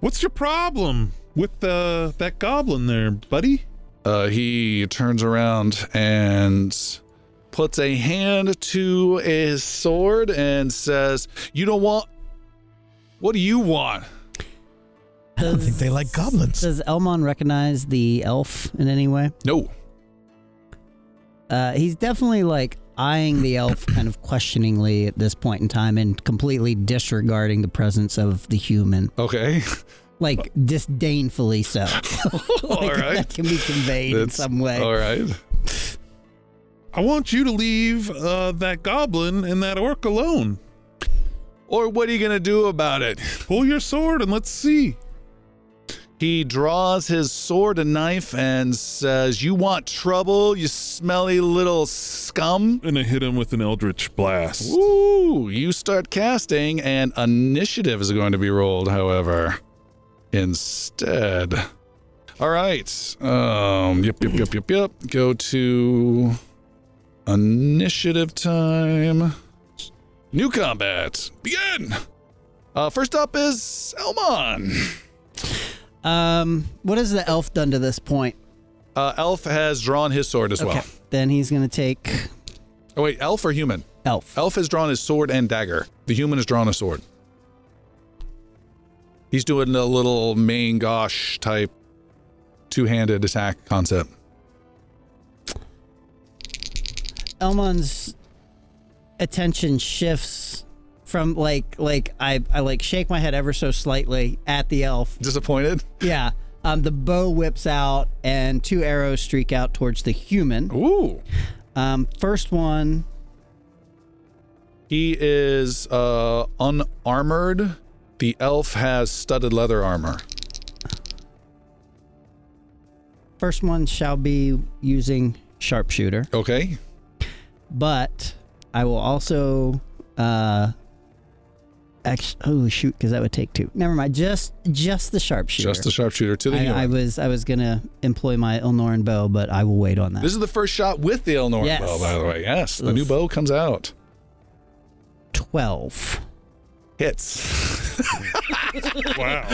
[SPEAKER 5] What's your problem with uh, that goblin there, buddy?
[SPEAKER 1] Uh, he turns around and puts a hand to his sword and says, You don't want. What do you want?
[SPEAKER 3] I don't think they like goblins.
[SPEAKER 4] Does Elmon recognize the elf in any way?
[SPEAKER 1] No.
[SPEAKER 4] Uh, he's definitely like eyeing the elf kind of questioningly at this point in time and completely disregarding the presence of the human.
[SPEAKER 1] Okay.
[SPEAKER 4] Like disdainfully so.
[SPEAKER 1] All
[SPEAKER 4] Like,
[SPEAKER 1] right.
[SPEAKER 4] That can be conveyed in
[SPEAKER 1] That's-
[SPEAKER 4] some way.
[SPEAKER 1] All right.
[SPEAKER 5] I want you to leave uh, that goblin and that orc alone.
[SPEAKER 1] Or what are you going to do about it?
[SPEAKER 5] Pull your sword and let's see.
[SPEAKER 1] He draws his sword and knife and says, You want trouble, you smelly little scum?
[SPEAKER 5] And I hit him with an eldritch blast.
[SPEAKER 1] Ooh, you start casting, and initiative is going to be rolled, however, instead. All right. Um, yep, yep, yep, yep, yep. Go to initiative time. New combat. Begin. Uh, first up is Elmon.
[SPEAKER 4] Um, what has the elf done to this point?
[SPEAKER 1] Uh, Elf has drawn his sword as well.
[SPEAKER 4] Then he's gonna take
[SPEAKER 1] Oh wait, elf or human?
[SPEAKER 4] elf.
[SPEAKER 1] Elf has drawn his sword and dagger. The human has drawn a sword. He's doing a little main gosh type two-handed attack concept.
[SPEAKER 4] Elmon's attention shifts from like like I I like shake my head ever so slightly at the elf.
[SPEAKER 1] Disappointed?
[SPEAKER 4] Yeah. Um, the bow whips out and two arrows streak out towards the human.
[SPEAKER 1] Ooh.
[SPEAKER 4] Um, first one,
[SPEAKER 1] He is uh unarmored. The elf has studded leather armor.
[SPEAKER 4] first one shall be using sharpshooter,
[SPEAKER 1] Okay.
[SPEAKER 4] but I will also uh, actually, oh shoot, because that would take two. Never mind, just just the sharpshooter.
[SPEAKER 1] Just a sharpshooter to the human.
[SPEAKER 4] I, I was I was gonna employ my Ilnoran bow, but I will wait on that.
[SPEAKER 1] this is the first shot with the Elnor
[SPEAKER 4] Yes.
[SPEAKER 1] bow, by the way. Yes, the
[SPEAKER 4] Oof.
[SPEAKER 1] new bow comes out.
[SPEAKER 4] Twelve.
[SPEAKER 1] Hits.
[SPEAKER 5] Wow.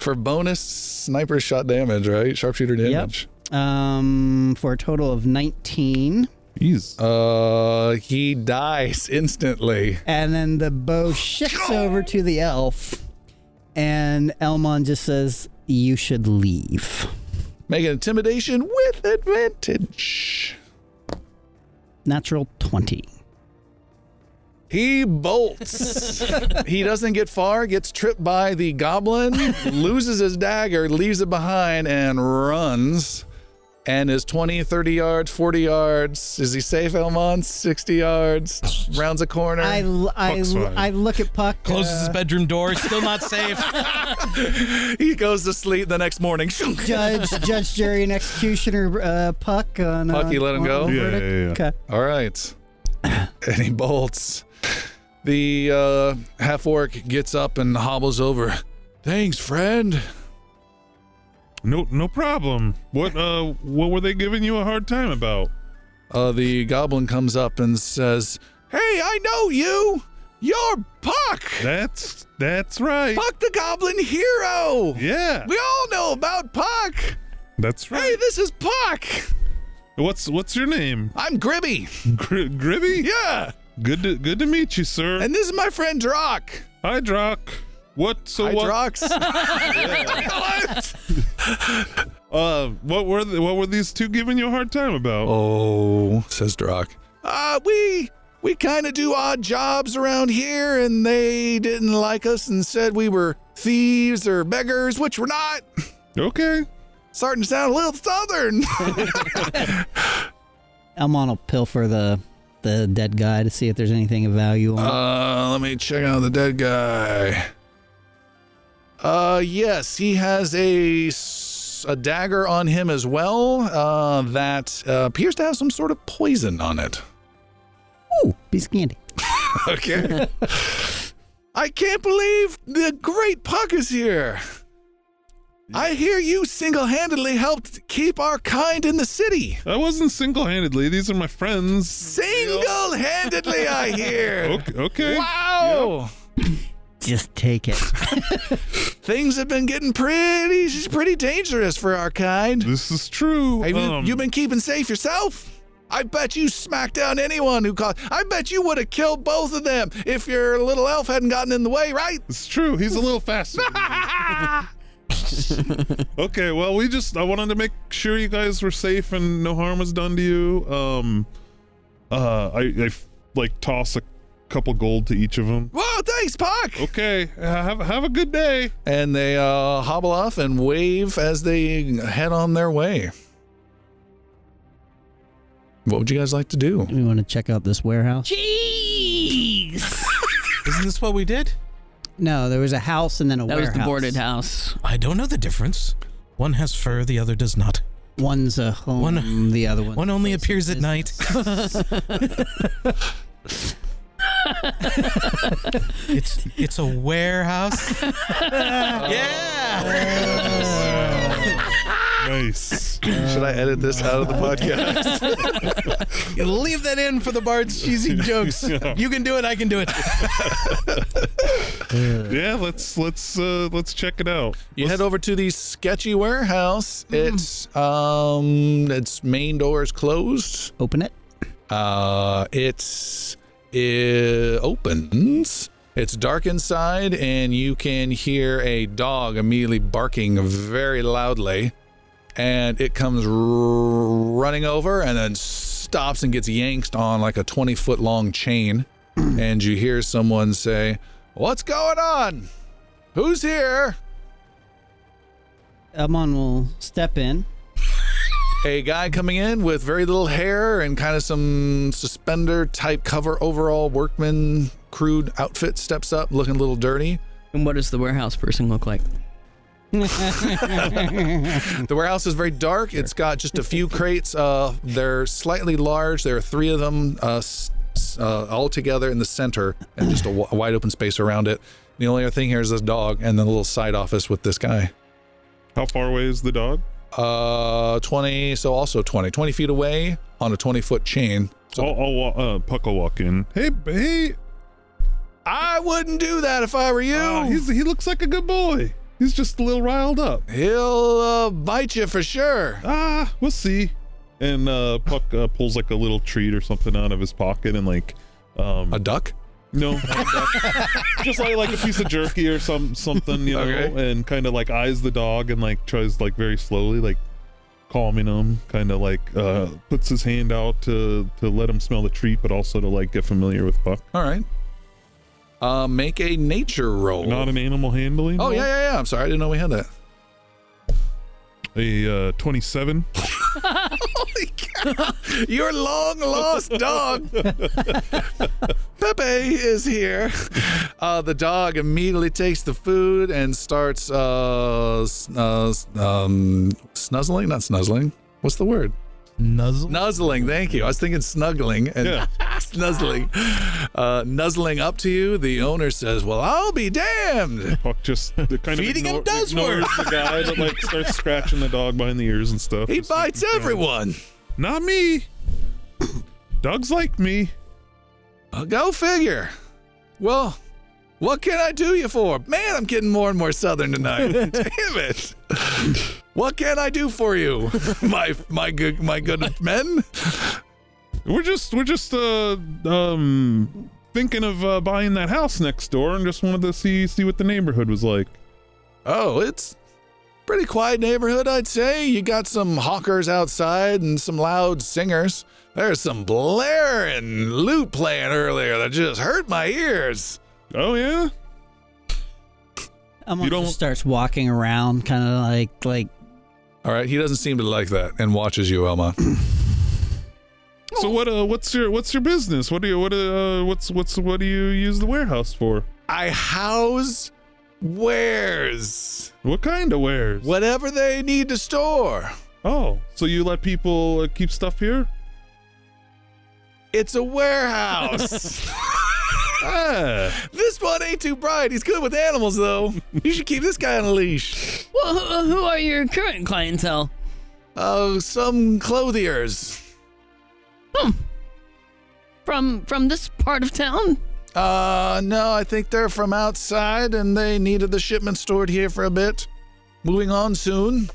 [SPEAKER 1] For bonus sniper shot damage, right? Sharpshooter damage.
[SPEAKER 4] Um, for a total of 19.
[SPEAKER 5] He's
[SPEAKER 1] Uh, he dies instantly.
[SPEAKER 4] And then the bow shifts over to the elf. And Elmon just says, You should leave.
[SPEAKER 1] Make an intimidation with advantage.
[SPEAKER 4] Natural 20.
[SPEAKER 1] He bolts. he doesn't get far, gets tripped by the goblin, loses his dagger, leaves it behind, and runs. And is 20, 30 yards, 40 yards. Is he safe, Elmon? 60 yards, rounds a corner.
[SPEAKER 4] I, l- I,
[SPEAKER 5] Puck's
[SPEAKER 4] l-
[SPEAKER 5] fine.
[SPEAKER 4] I look at Puck.
[SPEAKER 3] Closes his
[SPEAKER 4] uh,
[SPEAKER 3] bedroom door. Still not safe.
[SPEAKER 1] he goes to sleep the next morning.
[SPEAKER 4] Judge, judge, jury, and executioner uh, Puck. On,
[SPEAKER 1] Puck,
[SPEAKER 4] uh,
[SPEAKER 1] you let him
[SPEAKER 4] on
[SPEAKER 1] go?
[SPEAKER 4] the
[SPEAKER 5] Yeah,
[SPEAKER 4] verdict.
[SPEAKER 5] yeah, yeah.
[SPEAKER 4] Okay.
[SPEAKER 1] All right. and he bolts. The uh, half orc gets up and hobbles over. Thanks, friend.
[SPEAKER 5] no no problem. What uh what were they giving you a hard time about?
[SPEAKER 1] Uh, the goblin comes up and says, Hey, I know you! You're Puck!
[SPEAKER 5] That's that's right.
[SPEAKER 1] Puck the Goblin Hero!
[SPEAKER 5] Yeah.
[SPEAKER 1] We all know about Puck!
[SPEAKER 5] That's
[SPEAKER 1] Hey,
[SPEAKER 5] right.
[SPEAKER 1] this is Puck!
[SPEAKER 5] What's what's your name?
[SPEAKER 1] I'm Gribby!
[SPEAKER 5] Gri Gribby?
[SPEAKER 1] Yeah!
[SPEAKER 5] Good to good to meet you, sir.
[SPEAKER 1] And this is my friend Drock!
[SPEAKER 5] Hi, Drock. What so
[SPEAKER 1] Hi,
[SPEAKER 5] what
[SPEAKER 1] Drox! What?
[SPEAKER 5] uh what were the, what were these two giving you a hard time about?
[SPEAKER 1] Oh, says Drock. Uh, we we kind of do odd jobs around here, and they didn't like us and said we were thieves or beggars, which we're not. Oh.
[SPEAKER 5] Okay.
[SPEAKER 1] Starting to sound a little southern.
[SPEAKER 4] Elmon will pilfer the the dead guy to see if there's anything of value on it.
[SPEAKER 1] Uh, let me check out the dead guy. Uh, yes, he has a s- a dagger on him as well. Uh, that uh, appears to have some sort of poison on it.
[SPEAKER 4] Ooh, piece of candy.
[SPEAKER 1] Okay. I can't believe the great Puck is here. I hear you single handedly helped keep our kind in the city.
[SPEAKER 5] I wasn't single-handedly. These are my friends.
[SPEAKER 1] Single handedly, I hear.
[SPEAKER 5] Okay. okay.
[SPEAKER 1] Wow.
[SPEAKER 4] Just take it.
[SPEAKER 1] Things have been getting pretty pretty dangerous for our kind.
[SPEAKER 5] This is true.
[SPEAKER 1] Have you,
[SPEAKER 5] Um,
[SPEAKER 1] you been keeping safe yourself? I bet you smacked down anyone who caught. I bet you would have killed both of them if your little elf hadn't gotten in the way, right?
[SPEAKER 5] It's true. He's a little faster. okay, well, we just I wanted to make sure you guys were safe and no harm was done to you. Um uh I, I f- like toss a couple gold to each of them.
[SPEAKER 1] Whoa, thanks, Puck.
[SPEAKER 5] Okay, have have a good day.
[SPEAKER 1] and they uh, hobble off and wave as they head on their way. What would you guys like to do?
[SPEAKER 4] we want to check out this warehouse.
[SPEAKER 2] Jeez!
[SPEAKER 3] Isn't this what we did?
[SPEAKER 4] No, there was a house and then a
[SPEAKER 6] That
[SPEAKER 4] warehouse.
[SPEAKER 6] was the boarded house.
[SPEAKER 3] I don't know the difference. One has fur, the other does not.
[SPEAKER 4] One's a home,
[SPEAKER 3] One-
[SPEAKER 4] the other one.
[SPEAKER 3] One only appears at night. it's it's a warehouse. yeah.
[SPEAKER 5] Nice.
[SPEAKER 1] Should I edit this out of the podcast?
[SPEAKER 3] Leave that in for the bard's cheesy jokes. You can do it. I can do it.
[SPEAKER 5] yeah, let's let's uh let's check it out.
[SPEAKER 1] you head over to the sketchy warehouse. It's um, its main door is closed.
[SPEAKER 4] Open it.
[SPEAKER 1] Uh, it's it opens. It's dark inside, and you can hear a dog immediately barking very loudly. And it comes r- running over and then stops and gets yanked on like a 20 foot long chain. and you hear someone say, What's going on? Who's here?
[SPEAKER 4] Elmon will step in.
[SPEAKER 1] a guy coming in with very little hair and kind of some suspender type cover overall workman crude outfit steps up looking a little dirty
[SPEAKER 6] And what does the warehouse person look like?
[SPEAKER 1] the warehouse is very dark it's got just a few crates uh they're slightly large there are three of them uh, s- s- uh all together in the center and just a w- wide open space around it the only other thing here is this dog and then a little side office with this guy
[SPEAKER 5] How far away is the dog?
[SPEAKER 1] uh 20 so also 20 20 feet away on a 20 foot chain
[SPEAKER 5] I'll, I'll wa- uh, Puck will walk in. Hey, b- hey,
[SPEAKER 1] I wouldn't do that if I were you.
[SPEAKER 5] Oh, he's, he looks like a good boy. He's just a little riled up.
[SPEAKER 1] He'll uh, bite you for sure.
[SPEAKER 5] Ah, we'll see. And uh, Puck uh, pulls like a little treat or something out of his pocket and like, um,
[SPEAKER 1] A duck?
[SPEAKER 5] no, just like like a piece of jerky or some something, you know,
[SPEAKER 1] Okay.
[SPEAKER 5] and kind of like eyes the dog and like tries like very slowly like calming him, kind of like uh, puts his hand out to to let him smell the treat, but also to like get familiar with Puck.
[SPEAKER 1] All right. Uh, make a nature roll.
[SPEAKER 5] Not an animal handling.
[SPEAKER 1] oh yeah, yeah, yeah. I'm sorry, I didn't know we had that.
[SPEAKER 5] a uh, twenty-seven.
[SPEAKER 1] Your long lost dog, Pepe, is here. Uh, the dog immediately takes the food and starts uh, s- uh, s- um, snuzzling. Not snuzzling. What's the word?
[SPEAKER 3] Nuzzle.
[SPEAKER 1] Nuzzling. Thank you. I was thinking snuggling and
[SPEAKER 5] Yeah.
[SPEAKER 1] snuzzling. Uh, nuzzling up to you. The owner says, "Well, I'll be damned."
[SPEAKER 5] Puck just the kind
[SPEAKER 1] Feeding him
[SPEAKER 5] of ignore,
[SPEAKER 1] does
[SPEAKER 5] ignores the guy that like starts scratching the dog behind the ears and stuff.
[SPEAKER 1] He
[SPEAKER 5] Just like,
[SPEAKER 1] bites
[SPEAKER 5] "No,
[SPEAKER 1] everyone.
[SPEAKER 5] Not me. Dogs like me.
[SPEAKER 1] Uh, Go figure. Well, what can I do you for? Man, I'm getting more and more southern tonight. Damn it. What can I do for you, my my good my good men?
[SPEAKER 5] We're just we're just uh um thinking of uh, buying that house next door and just wanted to see see what the neighborhood was like.
[SPEAKER 1] Oh, it's pretty quiet neighborhood, I'd say. You got some hawkers outside and some loud singers. There's some blaring lute playing earlier that just hurt my ears.
[SPEAKER 5] Oh yeah.
[SPEAKER 4] Amon
[SPEAKER 5] You don't-
[SPEAKER 4] just starts walking around, kind of like like
[SPEAKER 1] All right, he doesn't seem to like that and watches you, Elma. Oh.
[SPEAKER 5] So what uh what's your what's your business? What do you what uh what's what's what do you use the warehouse for?
[SPEAKER 1] I house wares.
[SPEAKER 5] What kind of wares?
[SPEAKER 1] whatever they need to store.
[SPEAKER 5] Oh, so you let people uh, keep stuff here?
[SPEAKER 1] It's a warehouse.
[SPEAKER 5] Ah.
[SPEAKER 1] this one ain't too bright. He's good with animals, though. You should keep this guy on a leash.
[SPEAKER 6] Well, who, who are your current clientele?
[SPEAKER 1] Oh, some clothiers.
[SPEAKER 2] From from this part of town?
[SPEAKER 1] Uh, no, I think they're from outside and they needed the shipment stored here for a bit. Moving on soon.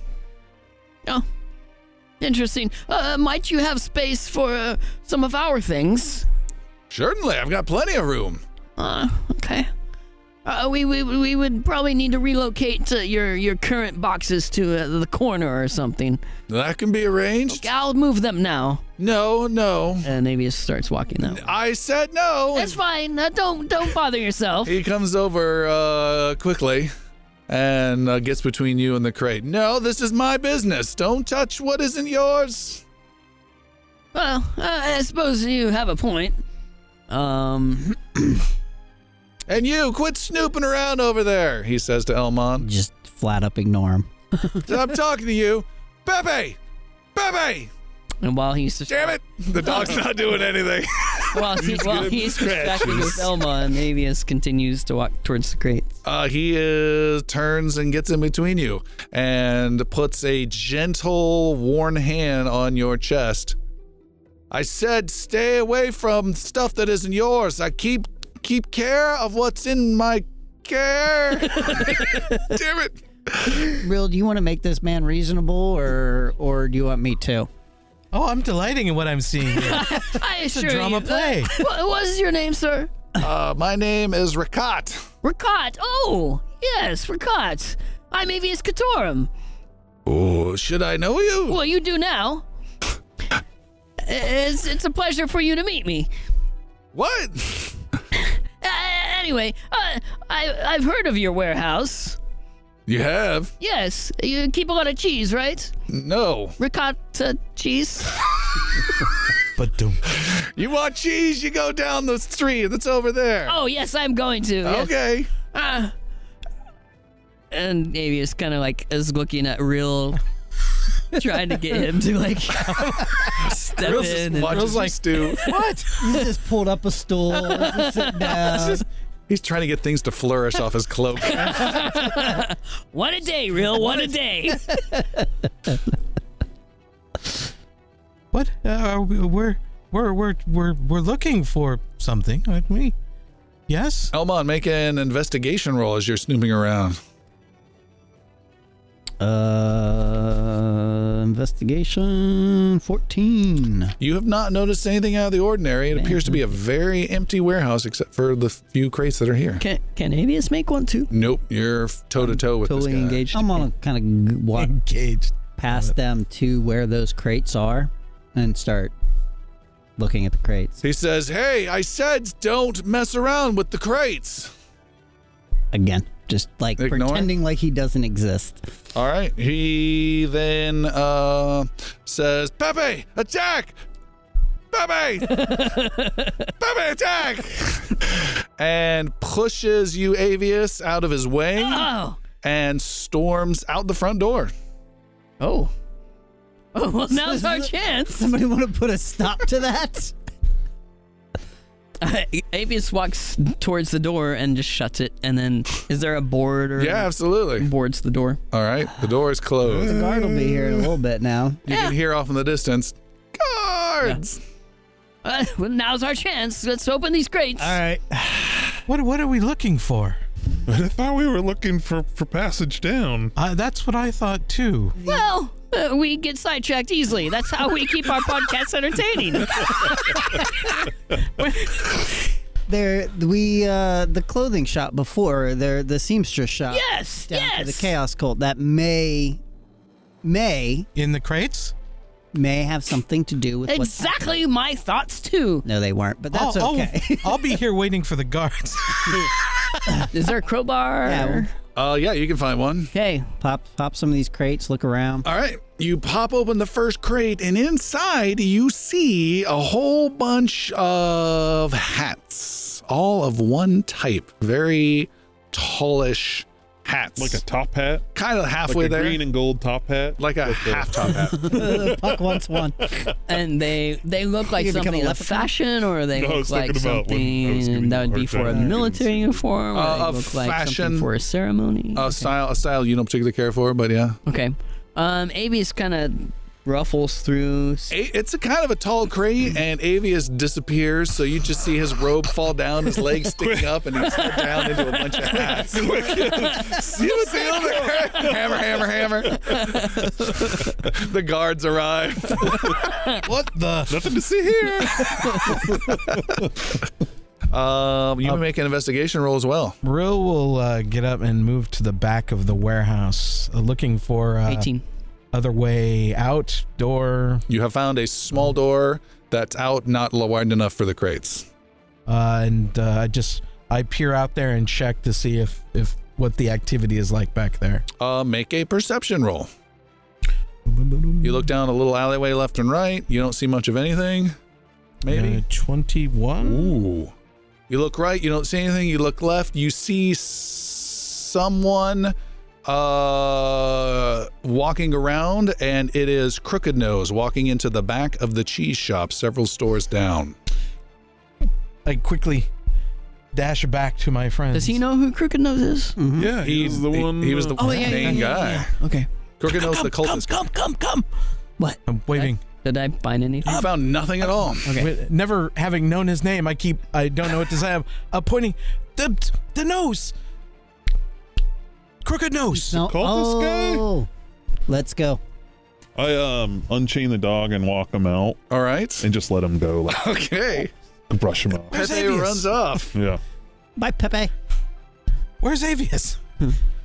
[SPEAKER 2] Interesting. Uh, might you have space for uh, some of our things?
[SPEAKER 1] Certainly, I've got plenty of room.
[SPEAKER 2] Uh, okay. Uh, we, we we would probably need to relocate uh, your your current boxes to uh, the corner or something.
[SPEAKER 1] That can be arranged.
[SPEAKER 2] I'll move them now. Uh,
[SPEAKER 1] No, no.
[SPEAKER 6] And Avius starts walking out.
[SPEAKER 1] I said no.
[SPEAKER 2] That's fine. Uh, don't don't bother yourself.
[SPEAKER 1] He comes over uh, quickly and uh, gets between you and the crate. No, this is my business. Don't touch what isn't yours.
[SPEAKER 2] Well, uh, I suppose you have a point.
[SPEAKER 6] Um,
[SPEAKER 1] And you, quit snooping around over there, he says to Elmont.
[SPEAKER 4] just flat up ignore him.
[SPEAKER 1] I'm talking to you. Pepe! Pepe!
[SPEAKER 6] and while he's
[SPEAKER 1] Damn it! The dog's not doing anything.
[SPEAKER 6] while, he, while he's distracted with Elma, and Avius continues to walk towards the crates.
[SPEAKER 1] Uh, he uh, turns and gets in between you and puts a gentle, worn hand on your chest. I said, stay away from stuff that isn't yours. I keep keep care of what's in my care. Damn it!
[SPEAKER 4] Real, do you want to make this man reasonable, or or do you want me to?
[SPEAKER 3] Oh, I'm delighting in what I'm seeing. Here.
[SPEAKER 2] I
[SPEAKER 3] It's a
[SPEAKER 2] assure
[SPEAKER 3] drama
[SPEAKER 2] you.
[SPEAKER 3] play.
[SPEAKER 2] What was your name, sir?
[SPEAKER 1] Uh, my name is Rakat.
[SPEAKER 2] Rakat. Oh, yes, Rakat. I'm Avius Katorum.
[SPEAKER 1] Oh, should I know you?
[SPEAKER 2] Well, you do now. It's, it's a pleasure for you to meet me.
[SPEAKER 1] What?
[SPEAKER 2] Uh, anyway, uh, I, I've heard of your warehouse.
[SPEAKER 1] You have?
[SPEAKER 2] Yes, you keep a lot of cheese, right?
[SPEAKER 1] No.
[SPEAKER 2] Ricotta cheese?
[SPEAKER 3] but do
[SPEAKER 1] You want cheese? You go down the street. That's over there.
[SPEAKER 2] Oh, yes, I'm going to. yes.
[SPEAKER 1] okay.
[SPEAKER 2] Ah.
[SPEAKER 6] And Avius kind of like is looking at real, trying to get him to like step
[SPEAKER 1] Real
[SPEAKER 6] in.
[SPEAKER 1] just
[SPEAKER 6] and-
[SPEAKER 1] watches you
[SPEAKER 3] like-
[SPEAKER 1] stew.
[SPEAKER 4] What? He's just pulled up a stool, just sitting down.
[SPEAKER 1] He's trying to get things to flourish off his cloak.
[SPEAKER 6] What a day, real. What a day.
[SPEAKER 3] what? Uh, are we, we're we're we're we're we're looking for something, aren't we? Yes?
[SPEAKER 1] Elmon, make an investigation roll as you're snooping around.
[SPEAKER 4] Uh, investigation 14.
[SPEAKER 1] You have not noticed anything out of the ordinary. It appears to be a very empty warehouse except for the few crates that are here.
[SPEAKER 2] Can can Avius make one too?
[SPEAKER 1] Nope, you're toe to toe with
[SPEAKER 6] Totally
[SPEAKER 1] this guy.
[SPEAKER 6] engaged.
[SPEAKER 4] I'm gonna kind of walk
[SPEAKER 3] Engaged.
[SPEAKER 4] past them to where those crates are and start looking at the crates.
[SPEAKER 1] He says, "Hey, I said don't mess around with the crates."
[SPEAKER 4] Again, just like
[SPEAKER 1] Ignore it?
[SPEAKER 4] pretending like he doesn't exist.
[SPEAKER 1] All right. He then uh, says, "Pepe, attack!" Pepe, Pepe, attack! and pushes you, Avius, out of his way
[SPEAKER 2] Oh,
[SPEAKER 1] and storms out the front door.
[SPEAKER 2] oh, oh! Well, now's our chance.
[SPEAKER 4] Somebody want to put a stop to that?
[SPEAKER 6] Uh, Avius walks towards the door and just shuts it. And then, is there a board or
[SPEAKER 1] Yeah, absolutely.
[SPEAKER 6] boards the door?
[SPEAKER 1] All right, the door is closed.
[SPEAKER 4] the guard will be here in a little bit now.
[SPEAKER 1] You can hear off in the distance, guards.
[SPEAKER 2] Uh, well, now's our chance. Let's open these crates.
[SPEAKER 3] right. What what are we looking for?
[SPEAKER 5] I thought we were looking for, for passage down.
[SPEAKER 3] Uh, that's what I thought too.
[SPEAKER 2] Well, uh, we get sidetracked easily. That's how we keep our podcast entertaining.
[SPEAKER 4] There, we uh, the clothing shop before there, the seamstress shop.
[SPEAKER 2] Yes,
[SPEAKER 4] down
[SPEAKER 2] yes.
[SPEAKER 4] to the chaos cult that may, may,
[SPEAKER 3] In the crates?
[SPEAKER 4] may have something to do with what's
[SPEAKER 2] Exactly my thoughts too.
[SPEAKER 4] No, they weren't, but that's
[SPEAKER 3] I'll,
[SPEAKER 4] okay.
[SPEAKER 3] I'll, I'll be here waiting for the guards.
[SPEAKER 2] Is there a crowbar?
[SPEAKER 4] Yeah, we'll-
[SPEAKER 1] Uh, yeah, you can find one.
[SPEAKER 2] Okay.
[SPEAKER 4] pop, pop some of these crates. Look around.
[SPEAKER 1] All right, you pop open the first crate, and inside you see a whole bunch of hats, all of one type, very tallish hats,
[SPEAKER 5] Like a top hat.
[SPEAKER 1] kind of
[SPEAKER 5] Like
[SPEAKER 1] halfway
[SPEAKER 5] a
[SPEAKER 1] there,
[SPEAKER 5] green and gold top hat.
[SPEAKER 1] like a half top hat.
[SPEAKER 4] Puck wants one.
[SPEAKER 6] And they they look like
[SPEAKER 4] You become a
[SPEAKER 6] something out of
[SPEAKER 4] leprechaun?
[SPEAKER 6] fashion, or they
[SPEAKER 5] No, I
[SPEAKER 6] look
[SPEAKER 5] was
[SPEAKER 6] like
[SPEAKER 5] thinking about when I was
[SPEAKER 6] something
[SPEAKER 5] giving
[SPEAKER 6] that
[SPEAKER 5] you a
[SPEAKER 6] would be
[SPEAKER 5] hard
[SPEAKER 6] for a
[SPEAKER 5] time.
[SPEAKER 6] military uniform, or
[SPEAKER 1] Uh,
[SPEAKER 6] they
[SPEAKER 1] of
[SPEAKER 6] look like
[SPEAKER 1] fashion- Uh,
[SPEAKER 6] something for a ceremony.
[SPEAKER 1] A style, a style you don't particularly care for, but yeah,
[SPEAKER 6] okay. Um, Avius kind of ruffles through. s-
[SPEAKER 1] A- it's a kind of a tall crate, and Avius disappears, so you just see his robe fall down, his legs sticking up, and he's down into a bunch of hats. see what's in there? Hammer, hammer, hammer. the guards arrive.
[SPEAKER 3] what the?
[SPEAKER 5] Nothing to see here.
[SPEAKER 1] Um, you can make an investigation roll as well.
[SPEAKER 3] Rill will uh, get up and move to the back of the warehouse, uh, looking for uh,
[SPEAKER 6] 18.
[SPEAKER 3] other way out door.
[SPEAKER 1] You have found a small door that's out, not lo- wide enough for the crates.
[SPEAKER 3] Uh, and uh, I just I peer out there and check to see if if what the activity is like back there.
[SPEAKER 1] Uh, make a perception roll. You look down a little alleyway left and right. You don't see much of anything. Maybe.
[SPEAKER 3] twenty one.
[SPEAKER 1] Ooh. You look right, you don't see anything. You look left, you see s- someone uh walking around and it is Crooked Nose walking into the back of the cheese shop several stores down.
[SPEAKER 3] I quickly dash back to my friends.
[SPEAKER 6] Does he know who Crooked Nose is?
[SPEAKER 5] Mm-hmm. Yeah, he was the
[SPEAKER 1] he-
[SPEAKER 5] one.
[SPEAKER 1] He, was the
[SPEAKER 6] Oh, yeah,
[SPEAKER 1] main
[SPEAKER 6] yeah, yeah,
[SPEAKER 1] guy.
[SPEAKER 6] yeah, Okay.
[SPEAKER 1] Crooked Nose Oh, the cultist.
[SPEAKER 6] Come, come, come.
[SPEAKER 3] I'm waving.
[SPEAKER 6] Did I find anything?
[SPEAKER 1] You found nothing at all.
[SPEAKER 3] Wi- Never having known his name, I keep I don't know what to say. I'm uh, pointing the the nose, crooked nose.
[SPEAKER 4] No.
[SPEAKER 5] cultist guy?
[SPEAKER 4] oh, let's go.
[SPEAKER 5] I um unchain the dog and walk him out
[SPEAKER 1] All right.
[SPEAKER 5] and just let him go, like
[SPEAKER 1] Okay.
[SPEAKER 5] brush him off.
[SPEAKER 3] Where's
[SPEAKER 1] Pepe
[SPEAKER 3] Avius?
[SPEAKER 1] runs off.
[SPEAKER 5] Yeah.
[SPEAKER 4] Bye, Pepe.
[SPEAKER 3] Where's Avius?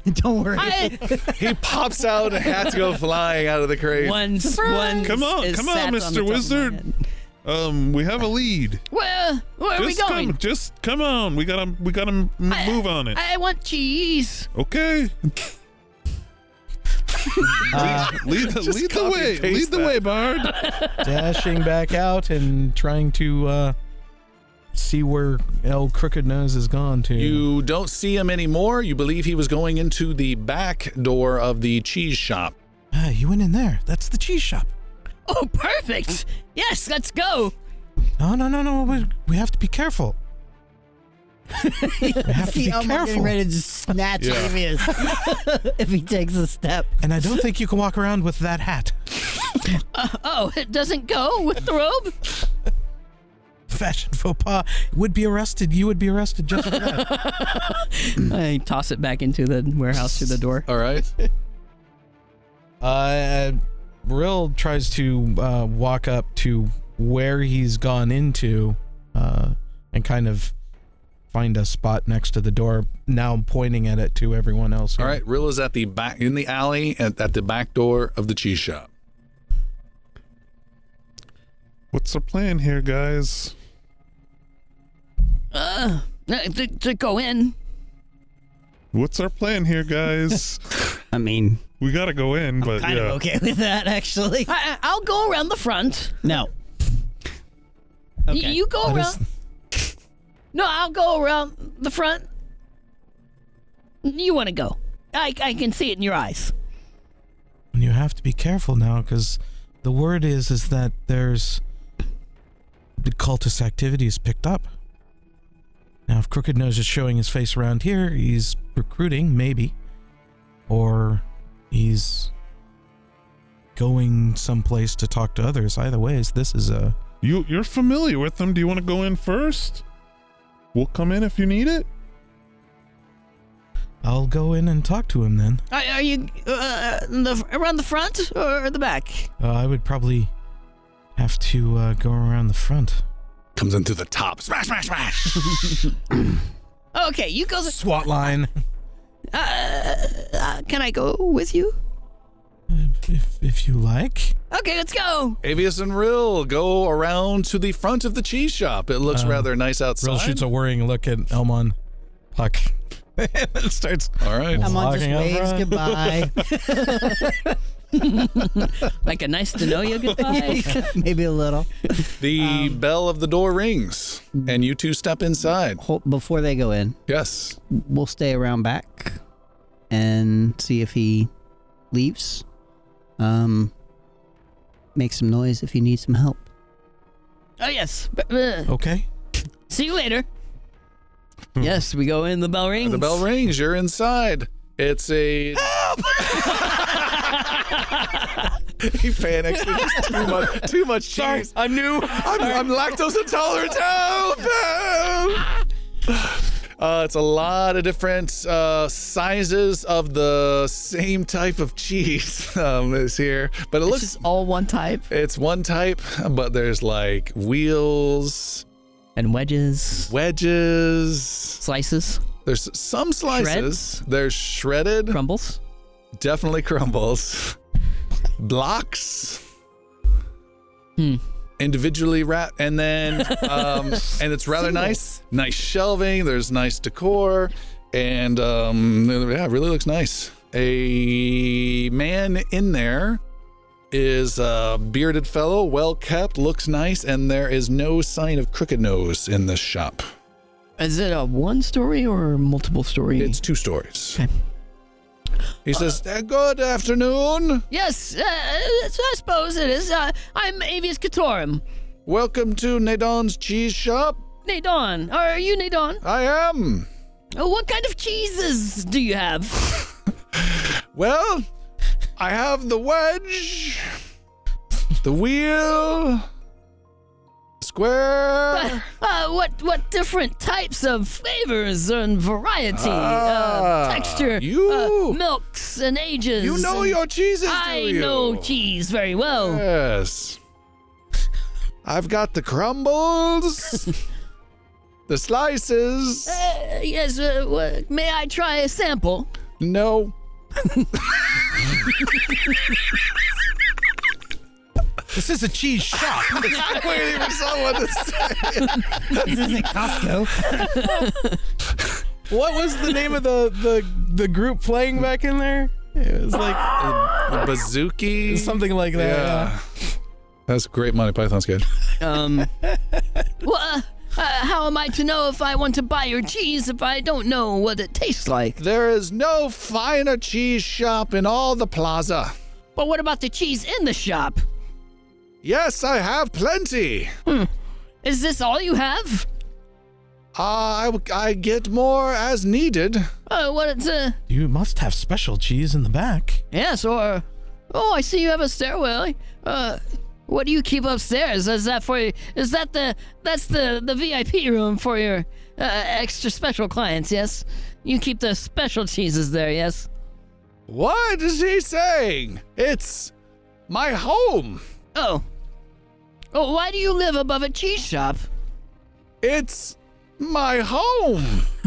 [SPEAKER 4] Don't worry.
[SPEAKER 2] I,
[SPEAKER 1] He pops out and hats go flying out of the crate.
[SPEAKER 6] Once, once
[SPEAKER 5] Come on,
[SPEAKER 6] is
[SPEAKER 5] come on,
[SPEAKER 6] sat the
[SPEAKER 5] Mr.
[SPEAKER 6] top of my
[SPEAKER 5] Wizard.
[SPEAKER 6] head.
[SPEAKER 5] Um, we have a lead.
[SPEAKER 2] where where are we
[SPEAKER 5] just
[SPEAKER 2] going?
[SPEAKER 5] come, just come on. We gotta, we gotta m- move on it.
[SPEAKER 2] I want cheese.
[SPEAKER 5] okay. lead the, lead the
[SPEAKER 1] Uh, copy
[SPEAKER 5] way.
[SPEAKER 1] and
[SPEAKER 5] Lead
[SPEAKER 1] paste
[SPEAKER 5] the
[SPEAKER 1] that.
[SPEAKER 5] way, Bard.
[SPEAKER 3] Dashing back out and trying to uh, see where El Crooked Nose has gone to.
[SPEAKER 1] You don't see him anymore. You believe he was going into the back door of the cheese shop.
[SPEAKER 3] Ah, you went in there. That's the cheese shop.
[SPEAKER 2] Oh, perfect. Yes, let's go.
[SPEAKER 3] No, no, no, no. We, we have to be careful. we have to
[SPEAKER 4] See,
[SPEAKER 3] be
[SPEAKER 4] I'm getting
[SPEAKER 3] careful.
[SPEAKER 4] ready to just snatch
[SPEAKER 1] Yeah.
[SPEAKER 4] Avius if he takes a step.
[SPEAKER 3] And I don't think you can walk around with that hat.
[SPEAKER 2] Oh, it doesn't go with the robe?
[SPEAKER 3] fashioned faux pas would be arrested. You would be arrested just for that.
[SPEAKER 6] I toss it back into the warehouse through the door.
[SPEAKER 1] All right.
[SPEAKER 3] Uh, Rill tries to uh, walk up to where he's gone into uh, and kind of find a spot next to the door, now pointing at it to everyone else.
[SPEAKER 1] All right. Rill is at the back in the alley at, at the back door of the cheese shop.
[SPEAKER 5] What's our plan here, guys?
[SPEAKER 2] Uh, to, to go in.
[SPEAKER 5] What's our plan here, guys?
[SPEAKER 4] I mean,
[SPEAKER 5] we gotta go in, but
[SPEAKER 4] kind
[SPEAKER 5] yeah.
[SPEAKER 4] of okay with that actually.
[SPEAKER 2] I, I- I'll go around the front.
[SPEAKER 4] No.
[SPEAKER 2] Y-
[SPEAKER 4] Okay.
[SPEAKER 2] You go
[SPEAKER 3] That
[SPEAKER 2] around.
[SPEAKER 3] is-
[SPEAKER 2] No, I'll go around the front. You want to go? I, I can see it in your eyes.
[SPEAKER 3] And you have to be careful now because the word is is that there's the cultist activity is picked up. Now, if Crooked Nose is showing his face around here, he's recruiting, maybe, or he's going someplace to talk to others. Either ways, this is a
[SPEAKER 5] You you're familiar with them. Do you want to go in first? We'll come in if you need it.
[SPEAKER 3] I'll go in and talk to him then.
[SPEAKER 2] Are, are you uh, in the, around the front or the back?
[SPEAKER 3] Uh, I would probably have to uh, go around the front.
[SPEAKER 1] Comes in through the top. Smash, smash, smash.
[SPEAKER 2] Okay, you go.
[SPEAKER 3] SWAT line.
[SPEAKER 2] Uh, uh, can I go with you?
[SPEAKER 3] If, if you like.
[SPEAKER 2] Okay, let's go.
[SPEAKER 1] Avius and Rill go around to the front of the cheese shop. It looks
[SPEAKER 3] Um,
[SPEAKER 1] rather nice outside.
[SPEAKER 3] Rill shoots a worrying look at Elmon. Puck. and starts.
[SPEAKER 1] All right.
[SPEAKER 3] Um,
[SPEAKER 7] Someone just
[SPEAKER 3] Walking up
[SPEAKER 7] waves
[SPEAKER 3] front.
[SPEAKER 7] goodbye.
[SPEAKER 6] Like a nice to know you goodbye.
[SPEAKER 7] Maybe a little.
[SPEAKER 1] the
[SPEAKER 3] um,
[SPEAKER 1] bell of the door rings, and you two step inside.
[SPEAKER 4] Hold, before they go in,
[SPEAKER 1] Yes.
[SPEAKER 4] we'll stay around back and see if he leaves. Um, make some noise if you need some help.
[SPEAKER 2] Oh yes. B- uh,
[SPEAKER 3] Okay.
[SPEAKER 2] see you later.
[SPEAKER 6] Hmm. yes, we go in. Oh, The bell rings.
[SPEAKER 1] The bell rings. You're inside. It's a. he panics. There's just too much. Too much cheese.
[SPEAKER 3] I'm new.
[SPEAKER 1] I'm, I'm lactose intolerant. Help! Help! Uh, it's a lot of different uh, sizes of the same type of cheese um, is here, but it
[SPEAKER 2] It's
[SPEAKER 1] looks
[SPEAKER 2] just all one type
[SPEAKER 1] it's one type, but there's like wheels,
[SPEAKER 6] and wedges,
[SPEAKER 1] wedges.
[SPEAKER 6] slices,
[SPEAKER 1] There's some slices.
[SPEAKER 6] Shreds?
[SPEAKER 1] There's shredded,
[SPEAKER 6] crumbles.
[SPEAKER 1] definitely crumbles, blocks.
[SPEAKER 6] Hmm.
[SPEAKER 1] individually wrapped and then um and it's rather nice nice shelving there's nice decor and um yeah it really looks nice a man in there is a bearded fellow well kept looks nice and there is no sign of crooked nose in this shop
[SPEAKER 6] Is it a one story or multiple story?
[SPEAKER 1] it's two stories he says "Uh, good afternoon
[SPEAKER 2] Yes, uh, I suppose it is. Uh, I'm Avius Catorum.
[SPEAKER 1] welcome to nadon's cheese shop
[SPEAKER 2] Nadon, are you Nadon?
[SPEAKER 1] i am
[SPEAKER 2] Uh, What kind of cheeses do you have?
[SPEAKER 1] Well, I have the wedge, the wheel,
[SPEAKER 2] Uh,
[SPEAKER 1] square.
[SPEAKER 2] uh, what what different types of flavors and variety,
[SPEAKER 1] Ah,
[SPEAKER 2] uh, texture,
[SPEAKER 1] you-
[SPEAKER 2] uh, milks and ages?
[SPEAKER 1] You know
[SPEAKER 2] and-
[SPEAKER 1] your cheeses, do
[SPEAKER 2] I
[SPEAKER 1] you?
[SPEAKER 2] know cheese very well.
[SPEAKER 1] Yes. I've got the crumbles, the slices.
[SPEAKER 2] Uh, yes, uh, wha- may I try a sample?
[SPEAKER 1] No.
[SPEAKER 3] This is a cheese shop.
[SPEAKER 1] I waiting for someone to say.
[SPEAKER 7] This isn't Costco.
[SPEAKER 3] what was the name of the, uh, the the group playing back in there? It was like
[SPEAKER 1] Bazooki.
[SPEAKER 3] something like that.
[SPEAKER 1] Ah. Yeah. That's a great Monty Python sketch.
[SPEAKER 6] Um,
[SPEAKER 2] Well, uh, uh, how am I to know if I want to buy your cheese if I don't know what it tastes like?
[SPEAKER 1] There is no finer cheese shop in all the plaza.
[SPEAKER 2] But what about the cheese in the shop?
[SPEAKER 1] Yes, I have plenty.
[SPEAKER 2] Is this all you have?
[SPEAKER 1] Uh, I, I get more as needed.
[SPEAKER 2] Uh, what it's uh,
[SPEAKER 3] You must have special cheese in the back.
[SPEAKER 2] yes or oh, I see you have a stairwell. Uh, What do you keep upstairs? Is that for you? Is that the that's the the VIP room for your uh, extra special clients? Yes, you keep the special cheeses there. Yes.
[SPEAKER 1] What is he saying? It's my home.
[SPEAKER 2] Oh. Oh, why do you live above a cheese shop?
[SPEAKER 1] It's my home.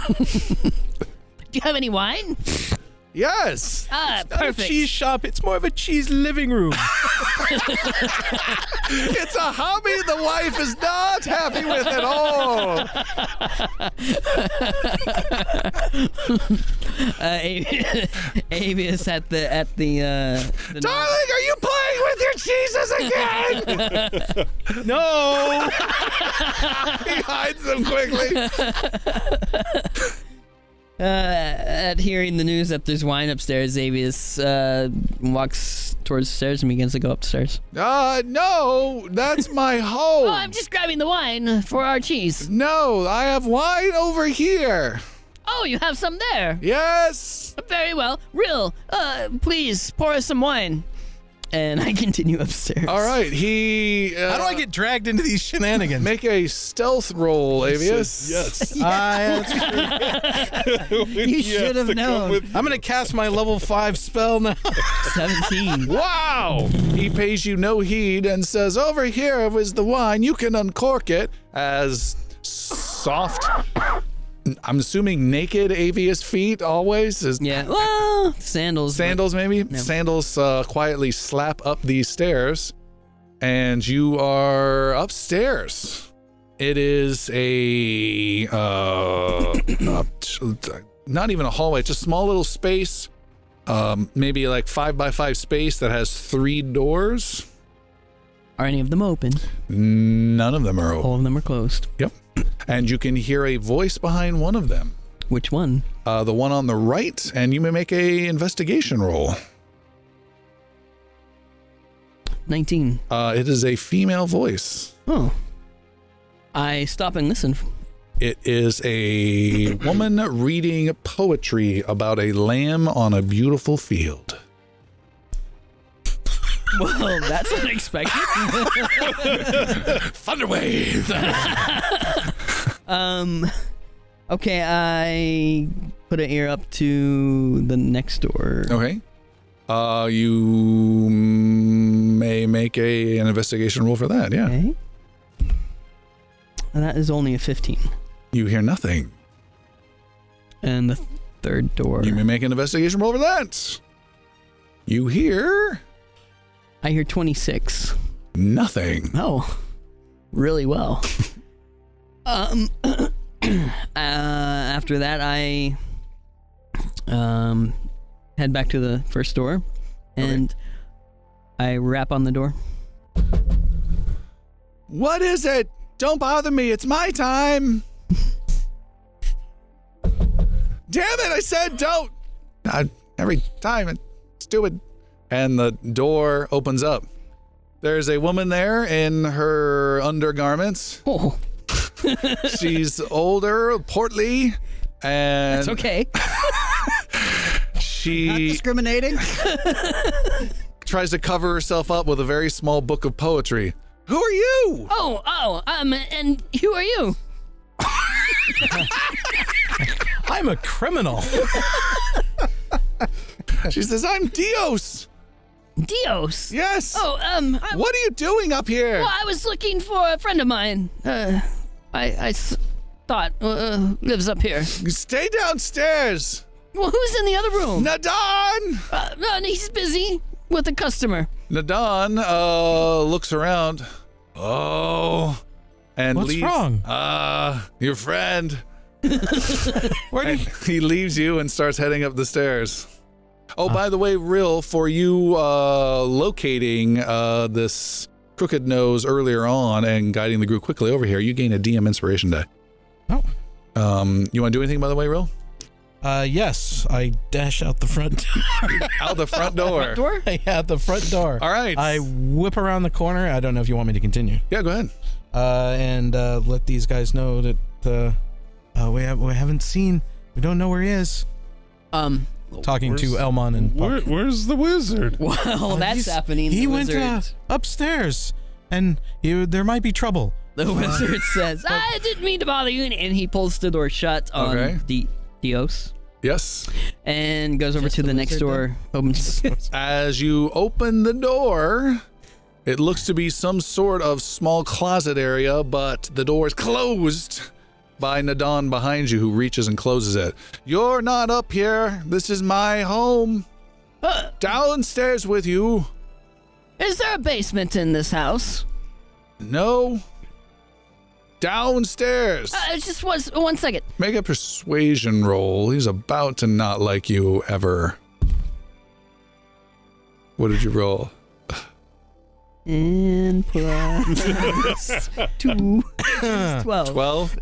[SPEAKER 2] Do you have any wine?
[SPEAKER 1] Yes.
[SPEAKER 2] Ah, perfect.
[SPEAKER 3] cheese shop. It's more of a cheese living room.
[SPEAKER 1] It's a hobby the wife is not happy with at all.
[SPEAKER 6] Uh, Ab- Avius at the at the. Uh, the
[SPEAKER 1] Darling, are you playing with your cheeses again?
[SPEAKER 3] no.
[SPEAKER 1] he hides them quickly.
[SPEAKER 6] uh, at hearing the news that there's wine upstairs, Avius uh, walks towards the stairs and begins to go upstairs.
[SPEAKER 1] Uh, no, that's my home.
[SPEAKER 2] Oh, I'm just grabbing the wine for our cheese.
[SPEAKER 1] No, I have wine over here.
[SPEAKER 2] Oh, you have some there.
[SPEAKER 1] Yes.
[SPEAKER 2] Very well. Real, uh, please pour us some wine.
[SPEAKER 6] And I continue upstairs.
[SPEAKER 7] Oh,
[SPEAKER 1] All right. He. Uh,
[SPEAKER 3] How do I get dragged into these shenanigans?
[SPEAKER 1] Make a stealth roll, Avius.
[SPEAKER 5] Yes.
[SPEAKER 3] I-
[SPEAKER 5] you
[SPEAKER 4] should have known.
[SPEAKER 3] I'm gonna cast my level five spell now.
[SPEAKER 6] 17.
[SPEAKER 1] Wow! He pays you no heed and says, Over here is the wine. You can uncork it. As soft, I'm assuming naked Avius feet always. Is
[SPEAKER 6] Yeah. Well, sandals. but-
[SPEAKER 1] Sandals, maybe? Sandals uh, quietly slap up these stairs, and you are upstairs. It is a. Uh, not- not even a hallway, it's a small little space. Um, maybe like five by five space that has three doors.
[SPEAKER 6] Are any of them open?
[SPEAKER 1] None of them are open.
[SPEAKER 2] Oh.
[SPEAKER 6] All of them are closed.
[SPEAKER 1] Yep. And you can hear a voice behind one of them,
[SPEAKER 6] Which one?
[SPEAKER 1] uh, the one on the right, and you may make a investigation roll.
[SPEAKER 6] 19.
[SPEAKER 1] Uh, it is a female voice.
[SPEAKER 6] Oh. I stop and listen.
[SPEAKER 1] It is a woman reading poetry about a lamb on a beautiful field.
[SPEAKER 6] Well, that's unexpected.
[SPEAKER 1] Thunderwave.
[SPEAKER 6] Um, okay, I put an ear up to the next door.
[SPEAKER 1] Okay. Uh, you may make a an investigation roll for that. Yeah.
[SPEAKER 6] Okay. And that is only a 15.
[SPEAKER 1] You hear nothing.
[SPEAKER 6] And the third door.
[SPEAKER 1] You may make an investigation roll for that. You hear
[SPEAKER 6] I hear 26.
[SPEAKER 1] nothing.
[SPEAKER 6] Oh, really well. um, uh, after that, I um head back to the first door, and I rap on the door.
[SPEAKER 1] What is it? Don't bother me. It's my time. Damn it. I said don't. I, every time. It's stupid. And the door opens up. There's a woman there in her undergarments.
[SPEAKER 6] Oh,
[SPEAKER 1] She's older, portly, and
[SPEAKER 6] it's okay.
[SPEAKER 1] she
[SPEAKER 4] Discriminating?
[SPEAKER 1] tries to cover herself up with a very small book of poetry. Who are you?
[SPEAKER 2] Oh, oh, um, and who are you?
[SPEAKER 3] I'm a criminal.
[SPEAKER 1] She says, I'm Dios.
[SPEAKER 2] Dios.
[SPEAKER 1] Yes.
[SPEAKER 2] Oh, um, I,
[SPEAKER 1] What are you doing up here?
[SPEAKER 2] well, I was looking for a friend of mine. Uh, I, I s- thought uh, lives up here.
[SPEAKER 1] Stay downstairs.
[SPEAKER 2] Well, who's in the other room?
[SPEAKER 1] Nadan!
[SPEAKER 2] Uh, no, he's busy with a customer.
[SPEAKER 1] Nadan uh, looks around. Oh. And
[SPEAKER 3] What's
[SPEAKER 1] leaves.
[SPEAKER 3] wrong?
[SPEAKER 1] Uh, your friend.
[SPEAKER 3] Where
[SPEAKER 1] And
[SPEAKER 3] did
[SPEAKER 1] he leaves you and starts heading up the stairs. Oh, by the way, Rill, for you uh, locating uh, this crooked nose earlier on and guiding the group quickly over here, you gain a DM inspiration die.
[SPEAKER 3] Oh.
[SPEAKER 1] Um, you want to do anything, by the way, Rill?
[SPEAKER 3] Uh, yes, I dash out the front
[SPEAKER 1] Out the front door.
[SPEAKER 3] door. yeah, the front door.
[SPEAKER 1] All right.
[SPEAKER 3] I whip around the corner. I don't know if you want me to continue.
[SPEAKER 1] yeah, go ahead.
[SPEAKER 3] Uh, and uh, let these guys know that uh, uh, we have, we haven't seen. We don't know where he is.
[SPEAKER 6] Um,
[SPEAKER 3] Talking to
[SPEAKER 5] Where's-
[SPEAKER 3] Elmon and Puck.
[SPEAKER 5] Where, where's the wizard?
[SPEAKER 6] well,
[SPEAKER 3] Uh,
[SPEAKER 6] that's
[SPEAKER 3] he's-
[SPEAKER 6] happening.
[SPEAKER 3] He
[SPEAKER 6] the
[SPEAKER 3] went uh,
[SPEAKER 6] wizard.
[SPEAKER 3] upstairs and you, there might be trouble.
[SPEAKER 6] The wizard says,
[SPEAKER 4] "Ah,
[SPEAKER 6] I didn't mean to bother you. And he pulls the door shut on
[SPEAKER 1] Okay.
[SPEAKER 6] Di- Dios
[SPEAKER 1] Yes.
[SPEAKER 6] and goes over to the, next door, opens
[SPEAKER 1] As you open the door, it looks to be some sort of small closet area, but the door is closed by Nadan behind you, who reaches and closes it. You're not up here. This is my home.
[SPEAKER 4] "Uh,
[SPEAKER 1] Downstairs with you.
[SPEAKER 2] Is there a basement in this house?
[SPEAKER 1] No. Downstairs.
[SPEAKER 2] Uh, it's just one, one second.
[SPEAKER 1] Make a persuasion roll. He's about to not like you ever. What did you roll?
[SPEAKER 6] and plus two. It's 12.
[SPEAKER 1] 12.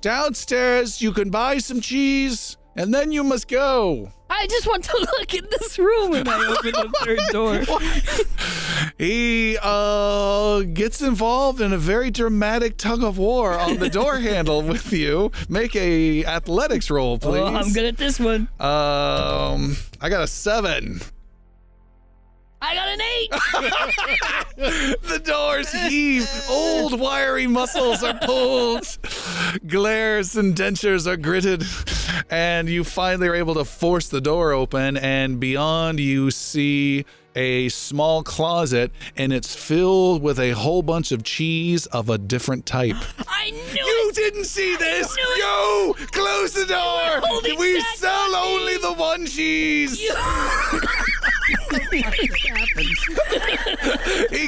[SPEAKER 1] Downstairs, you can buy some cheese, and then you must go.
[SPEAKER 2] I just want to look in this room. And I open the third door.
[SPEAKER 1] He uh, gets involved in a very dramatic tug of war on the door handle with you. Make a athletics roll, please.
[SPEAKER 6] Oh, I'm good at this one.
[SPEAKER 1] Um, I got a seven.
[SPEAKER 2] I got an eight.
[SPEAKER 1] The doors heave. Old wiry muscles are pulled. Glares and dentures are gritted. And you finally are able to force the door open. And beyond, you see a small closet, and it's filled with a whole bunch of cheese of a different type.
[SPEAKER 2] I knew
[SPEAKER 1] You
[SPEAKER 2] it.
[SPEAKER 1] didn't see this!
[SPEAKER 2] knew it.
[SPEAKER 1] You! Close the door!
[SPEAKER 2] holding
[SPEAKER 1] We
[SPEAKER 2] back
[SPEAKER 1] sell
[SPEAKER 2] on me.
[SPEAKER 1] only the one cheese! He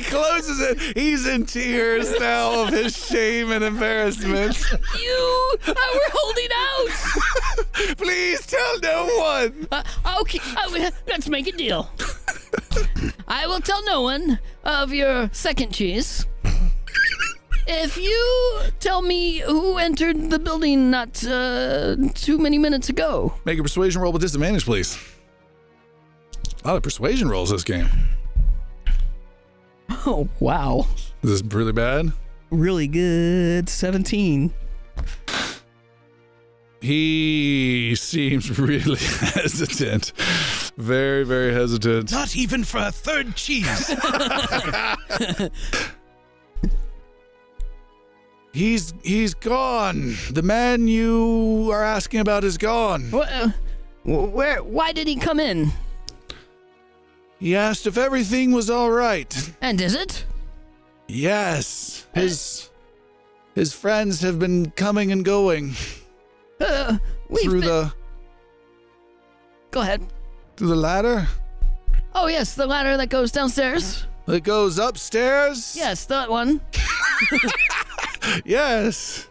[SPEAKER 1] closes it. He's in tears now of his shame and embarrassment.
[SPEAKER 2] You uh, were holding
[SPEAKER 1] Please tell no one.
[SPEAKER 2] out. Uh, okay, uh, let's make a deal. I will tell no one of your second cheese. If you tell me who entered the building not uh, too many minutes ago,
[SPEAKER 1] Make a persuasion roll with disadvantage, please. A lot of persuasion rolls this game.
[SPEAKER 6] Oh, wow.
[SPEAKER 1] Is this really bad?
[SPEAKER 6] Really good. 17.
[SPEAKER 1] He seems really hesitant. Very, very hesitant.
[SPEAKER 3] Not even for a third cheese.
[SPEAKER 1] He's he's gone. The man you are asking about is gone.
[SPEAKER 2] wh- uh, wh- where? Why did he come in?
[SPEAKER 1] He asked if everything was all right.
[SPEAKER 2] And is it?
[SPEAKER 1] Yes. His his friends have been coming and going
[SPEAKER 2] Uh, we've
[SPEAKER 1] through
[SPEAKER 2] been-
[SPEAKER 1] the
[SPEAKER 2] Go ahead.
[SPEAKER 1] through the ladder
[SPEAKER 2] Oh yes, the ladder that goes downstairs.
[SPEAKER 1] that goes upstairs.
[SPEAKER 2] Yes, that one.
[SPEAKER 1] Yes.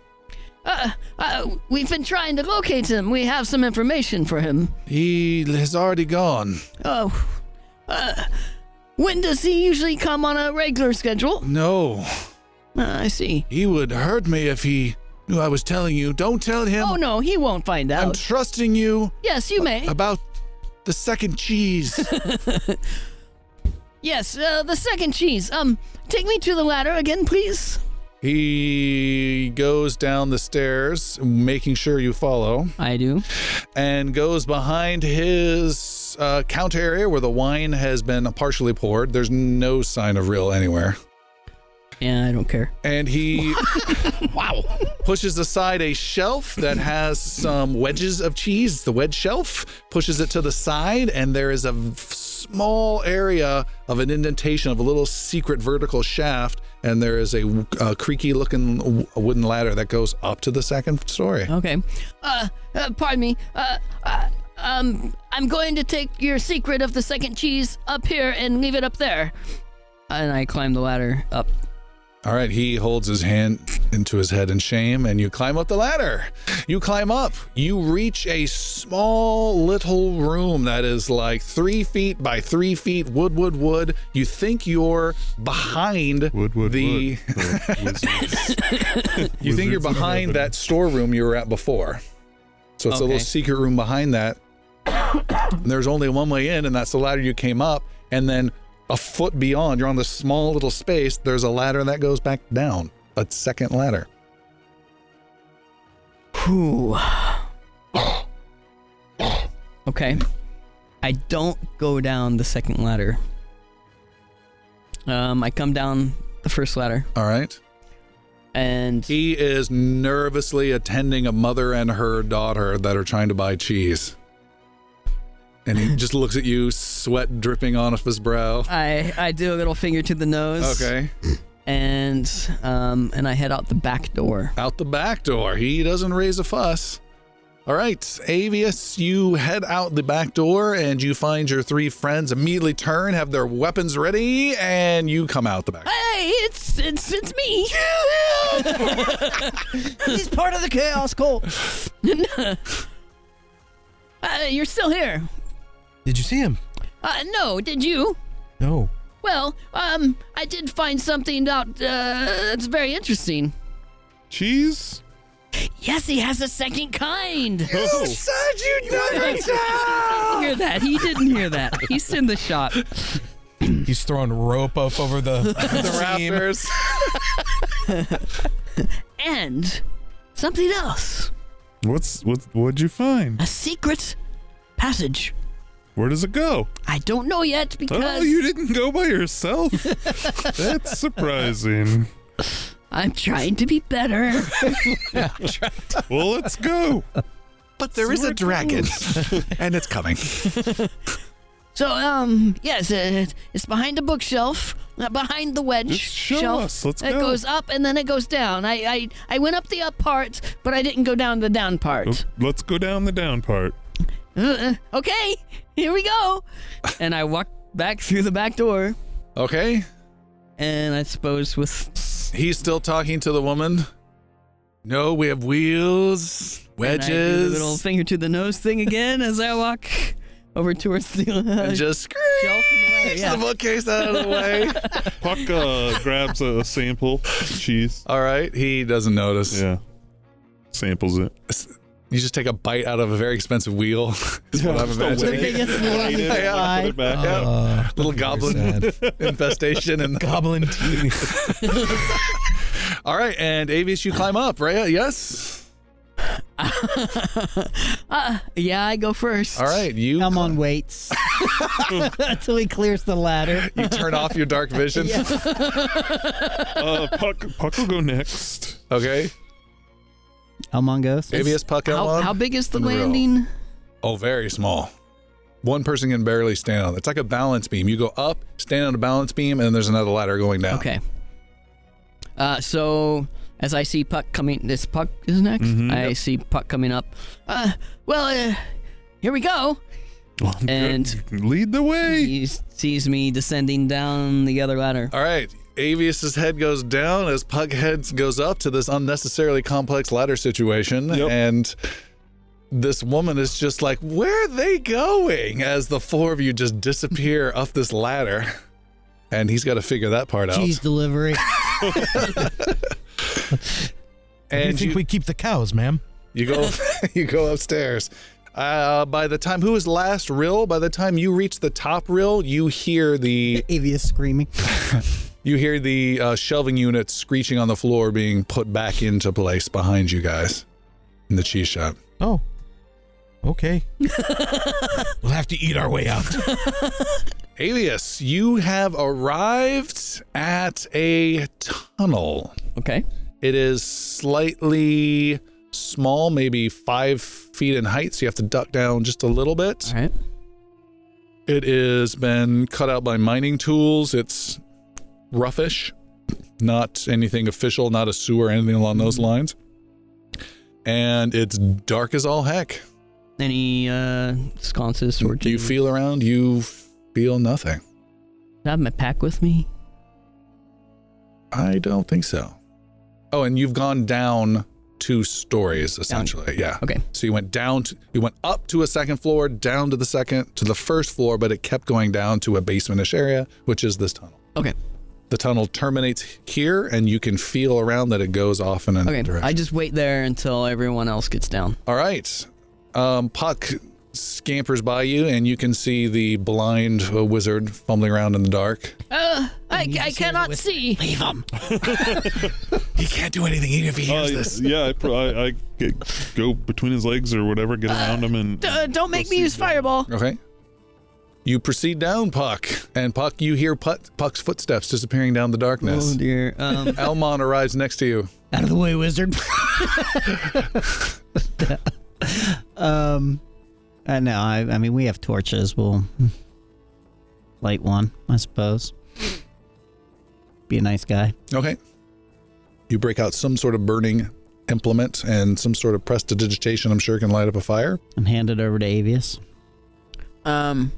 [SPEAKER 2] Uh, uh, we've been trying to locate him. We have some information for him.
[SPEAKER 1] He has already gone.
[SPEAKER 2] Oh, uh, when does he usually come on a regular schedule?
[SPEAKER 1] No.
[SPEAKER 2] Uh, I see.
[SPEAKER 1] He would hurt me if he knew I was telling you. Don't tell him.
[SPEAKER 7] Um,
[SPEAKER 2] Oh no, he won't find
[SPEAKER 1] I'm
[SPEAKER 2] out.
[SPEAKER 1] trusting you
[SPEAKER 2] yes,
[SPEAKER 7] uh,
[SPEAKER 2] you may.
[SPEAKER 1] about the second cheese.
[SPEAKER 2] Yes, uh, the second cheese. Um, take me to the ladder again, please.
[SPEAKER 1] he goes down the stairs, making sure you follow.
[SPEAKER 6] I do.
[SPEAKER 1] and goes behind his uh, counter area where the wine has been partially poured. There's no sign of real anywhere.
[SPEAKER 6] Yeah, I don't care.
[SPEAKER 1] And he wow pushes aside a shelf that has some wedges of cheese, the wedge shelf, pushes it to the side, and there is a v- small area of an indentation of a little secret vertical shaft, and there is a, w- uh creaky looking w- wooden ladder that goes up to the second story.
[SPEAKER 6] Okay.
[SPEAKER 2] Uh, uh pardon me. Uh, uh, um, I'm going to take your secret of the second cheese up here and leave it up there.
[SPEAKER 6] And I climb the ladder up.
[SPEAKER 1] All right, he holds his hand into his head in shame, and you climb up the ladder. You climb up. You reach a small little room that is like three feet by three feet, wood, wood, wood. You think you're behind
[SPEAKER 5] Wood, wood,
[SPEAKER 1] the.
[SPEAKER 5] wood. The wizards.
[SPEAKER 1] You think you're
[SPEAKER 5] Wizards of
[SPEAKER 1] behind
[SPEAKER 5] heaven.
[SPEAKER 1] that storeroom you were at before. So it's a
[SPEAKER 6] Okay.
[SPEAKER 1] little secret room behind that. There's only one way in, and that's the ladder you came up. And then a foot beyond, you're on this small little space. There's a ladder that goes back down, a second ladder.
[SPEAKER 6] Whew. okay. I don't go down the second ladder. Um, I come down the the first ladder.
[SPEAKER 1] All right.
[SPEAKER 6] And
[SPEAKER 1] He is nervously attending a mother and her daughter that are trying to buy cheese. And he just looks at you, sweat dripping on off his brow.
[SPEAKER 6] I, I do a little finger to the nose.
[SPEAKER 1] Okay.
[SPEAKER 6] And um and I head out the back door.
[SPEAKER 1] Out the back door. He doesn't raise a fuss. All right, Avius, you head out the back door and you find your three friends immediately turn, have their weapons ready, and you come out the back.
[SPEAKER 2] Hey, it's it's it's me.
[SPEAKER 7] He's part of the chaos cult.
[SPEAKER 2] Uh, you're still here.
[SPEAKER 3] Did you see him?
[SPEAKER 2] Uh, no, did you?
[SPEAKER 3] No.
[SPEAKER 2] Well, um, I did find something out uh, that's very interesting.
[SPEAKER 5] Cheese?
[SPEAKER 2] Yes, he has a second kind.
[SPEAKER 5] Oh.
[SPEAKER 6] Hear that? He didn't hear that. He's in the shop.
[SPEAKER 3] He's throwing rope up over the, the rafters.
[SPEAKER 2] And something else.
[SPEAKER 5] What's what? What'd you find?
[SPEAKER 2] A secret passage.
[SPEAKER 5] Where does it go?
[SPEAKER 2] I don't know yet because
[SPEAKER 5] Oh, you didn't go by yourself. That's surprising.
[SPEAKER 2] I'm trying to be better.
[SPEAKER 5] Well, let's go.
[SPEAKER 1] But there is a dragon, and it's coming.
[SPEAKER 2] so, um, yes, it, it's behind a bookshelf, uh, behind the wedge
[SPEAKER 5] Just show
[SPEAKER 2] shelf.
[SPEAKER 5] us. Let's
[SPEAKER 2] it
[SPEAKER 5] go.
[SPEAKER 2] goes up and then it goes down. I, I, I went up the up part, but I didn't go down the down part.
[SPEAKER 5] Let's go down the down part.
[SPEAKER 2] Uh, okay, here we go.
[SPEAKER 6] And I walk back through the back door.
[SPEAKER 1] Okay,
[SPEAKER 6] And I suppose with
[SPEAKER 1] He's still talking to the woman. No, we have wheels,
[SPEAKER 6] and I do the
[SPEAKER 1] wedges,
[SPEAKER 6] little finger to the nose thing again as I walk over towards the
[SPEAKER 1] and just
[SPEAKER 6] shelf in the ladder.
[SPEAKER 1] screech
[SPEAKER 6] Yeah.
[SPEAKER 1] the bookcase out of the way.
[SPEAKER 5] Puck uh, grabs a sample of cheese.
[SPEAKER 1] All right, he doesn't notice.
[SPEAKER 5] Yeah, samples it.
[SPEAKER 1] You just take a bite out of a very expensive wheel. is what I'm
[SPEAKER 5] Just a
[SPEAKER 1] imagining.
[SPEAKER 5] wedge. Eat it,
[SPEAKER 1] Yeah.
[SPEAKER 5] put it back up.
[SPEAKER 3] Uh,
[SPEAKER 1] Little goblin
[SPEAKER 3] sad.
[SPEAKER 1] infestation and
[SPEAKER 3] goblin teeth.
[SPEAKER 1] all right, and Avius, you climb up, right? Yes.
[SPEAKER 6] yeah, I go first.
[SPEAKER 1] All right, you
[SPEAKER 4] I'm on waits until he clears the ladder.
[SPEAKER 1] you turn off your dark vision.
[SPEAKER 5] Uh, Puck, Puck will go next.
[SPEAKER 1] Okay,
[SPEAKER 4] Elmon goes.
[SPEAKER 1] Avius Puck
[SPEAKER 6] How,
[SPEAKER 1] Elmon.
[SPEAKER 6] how big is the
[SPEAKER 1] and roll.
[SPEAKER 6] landing?
[SPEAKER 1] Oh, very small. One person can barely stand on it. It's like a balance beam. You go up, stand on a balance beam, and then there's another ladder going down.
[SPEAKER 6] Okay. Uh, so as I see Puck coming, this Puck is next.
[SPEAKER 5] Mhm.
[SPEAKER 6] I
[SPEAKER 5] Yep.
[SPEAKER 6] see Puck coming up,
[SPEAKER 2] Uh, well, uh, here we go.
[SPEAKER 6] and
[SPEAKER 5] Lead the way.
[SPEAKER 6] he sees me descending down the other ladder.
[SPEAKER 1] All right. Avius's head goes down as Pug head goes up to this unnecessarily complex ladder situation,
[SPEAKER 5] Yep.
[SPEAKER 1] and this woman is just like, "Where are they going?" As the four of you just disappear up this ladder, and he's got to figure that part out.
[SPEAKER 4] Cheese delivery.
[SPEAKER 3] Do you
[SPEAKER 1] And
[SPEAKER 3] think
[SPEAKER 1] you-
[SPEAKER 3] we keep the cows, ma'am?
[SPEAKER 1] You go you go upstairs. Uh, by the time who is last rill, by the time you reach the top rill, you hear the
[SPEAKER 4] Avius screaming.
[SPEAKER 1] you hear the uh, shelving unit screeching on the floor being put back into place behind you guys in the cheese shop.
[SPEAKER 3] Oh. Okay. we'll have to eat our way out.
[SPEAKER 1] Alias, you have arrived at a tunnel.
[SPEAKER 6] Okay.
[SPEAKER 1] It is slightly small, maybe five feet in height, so you have to duck down just a little bit.
[SPEAKER 6] All right.
[SPEAKER 1] It has been cut out by mining tools. It's roughish, not anything official, not a sewer, anything along those lines. And it's dark as all heck.
[SPEAKER 6] Any uh, sconces or
[SPEAKER 1] Do you feel around? You feel nothing.
[SPEAKER 6] I have my pack with me?
[SPEAKER 1] I don't think so. Oh, and you've gone down two stories essentially. Yeah.
[SPEAKER 6] Okay.
[SPEAKER 1] So you went down. To, you went up to a second floor, down to the second, to the first floor, but it kept going down to a basementish area, which is this tunnel.
[SPEAKER 6] Okay.
[SPEAKER 1] The tunnel terminates here, and you can feel around that it goes off in another
[SPEAKER 6] Okay.
[SPEAKER 1] direction.
[SPEAKER 6] I just wait there until everyone else gets down.
[SPEAKER 1] All right. Um, Puck scampers by you, and you can see the blind uh, wizard fumbling around in the dark.
[SPEAKER 2] Uh, I, I cannot see.
[SPEAKER 4] Leave him.
[SPEAKER 1] He can't do anything even if he
[SPEAKER 5] Uh, yeah, I, pro- I, I get, go between his legs or whatever,
[SPEAKER 2] Uh,
[SPEAKER 5] get around him, and
[SPEAKER 2] D- uh, don't make me
[SPEAKER 5] see
[SPEAKER 2] use
[SPEAKER 5] that.
[SPEAKER 2] fireball.
[SPEAKER 1] Okay. You proceed down, Puck. And Puck, you hear Put- Puck's footsteps disappearing down the darkness.
[SPEAKER 6] Oh dear. Um,
[SPEAKER 1] Elmon arrives next to you.
[SPEAKER 4] Out of the way, wizard. um, I know. I, I mean, we have torches. We'll light one, I suppose. Be a nice guy.
[SPEAKER 1] Okay. You break out some sort of burning implement and some sort of prestidigitation, I'm sure, can light up a fire.
[SPEAKER 4] I'm handed over to Avius.
[SPEAKER 6] um,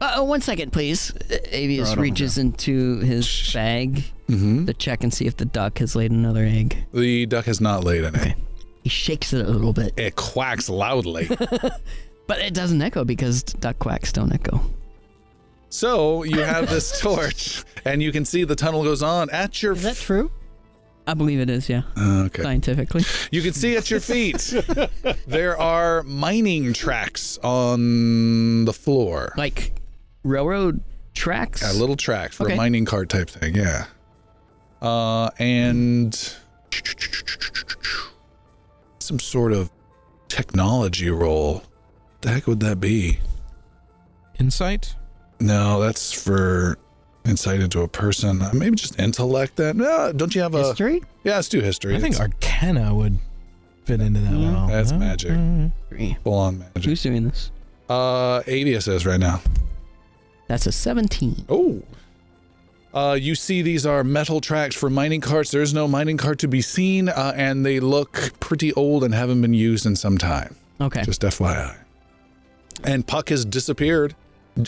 [SPEAKER 6] uh, one second, please. Uh,
[SPEAKER 4] Throw it
[SPEAKER 6] Avius
[SPEAKER 4] on
[SPEAKER 6] reaches into his bag
[SPEAKER 1] Mm-hmm.
[SPEAKER 6] to check and see if the duck has laid another egg.
[SPEAKER 1] The duck has not laid any.
[SPEAKER 6] He shakes it a little bit,
[SPEAKER 1] It quacks loudly.
[SPEAKER 6] but it doesn't echo because duck quacks don't echo.
[SPEAKER 1] so you have this torch, and you can see the tunnel goes on at your.
[SPEAKER 4] Is that true?
[SPEAKER 6] I believe it is, yeah,
[SPEAKER 1] Okay.
[SPEAKER 6] scientifically.
[SPEAKER 1] You can see at your feet there are mining tracks on the floor.
[SPEAKER 6] Like railroad tracks.
[SPEAKER 1] A little track for a
[SPEAKER 6] Okay.
[SPEAKER 1] mining cart type thing, yeah. Uh, and some sort of technology roll. The heck would that be?
[SPEAKER 3] Insight?
[SPEAKER 1] No, that's for insight into a person. Uh, Maybe just intellect. Then no, don't you have a?
[SPEAKER 4] History?
[SPEAKER 1] Yeah, let's do history.
[SPEAKER 3] I think
[SPEAKER 1] It's
[SPEAKER 3] Arcana would fit into that one. all.
[SPEAKER 6] Mm-hmm.
[SPEAKER 1] That's magic.
[SPEAKER 3] Mm.
[SPEAKER 6] Three.
[SPEAKER 1] full on magic.
[SPEAKER 6] Who's doing this?
[SPEAKER 1] Uh, Avius is right now.
[SPEAKER 6] That's a 17.
[SPEAKER 1] Oh. Uh, you see, these are metal tracks for mining carts. There is no mining cart to be seen, uh, and they look pretty old and haven't been used in some time.
[SPEAKER 6] Okay.
[SPEAKER 1] Just FYI. And Puck has disappeared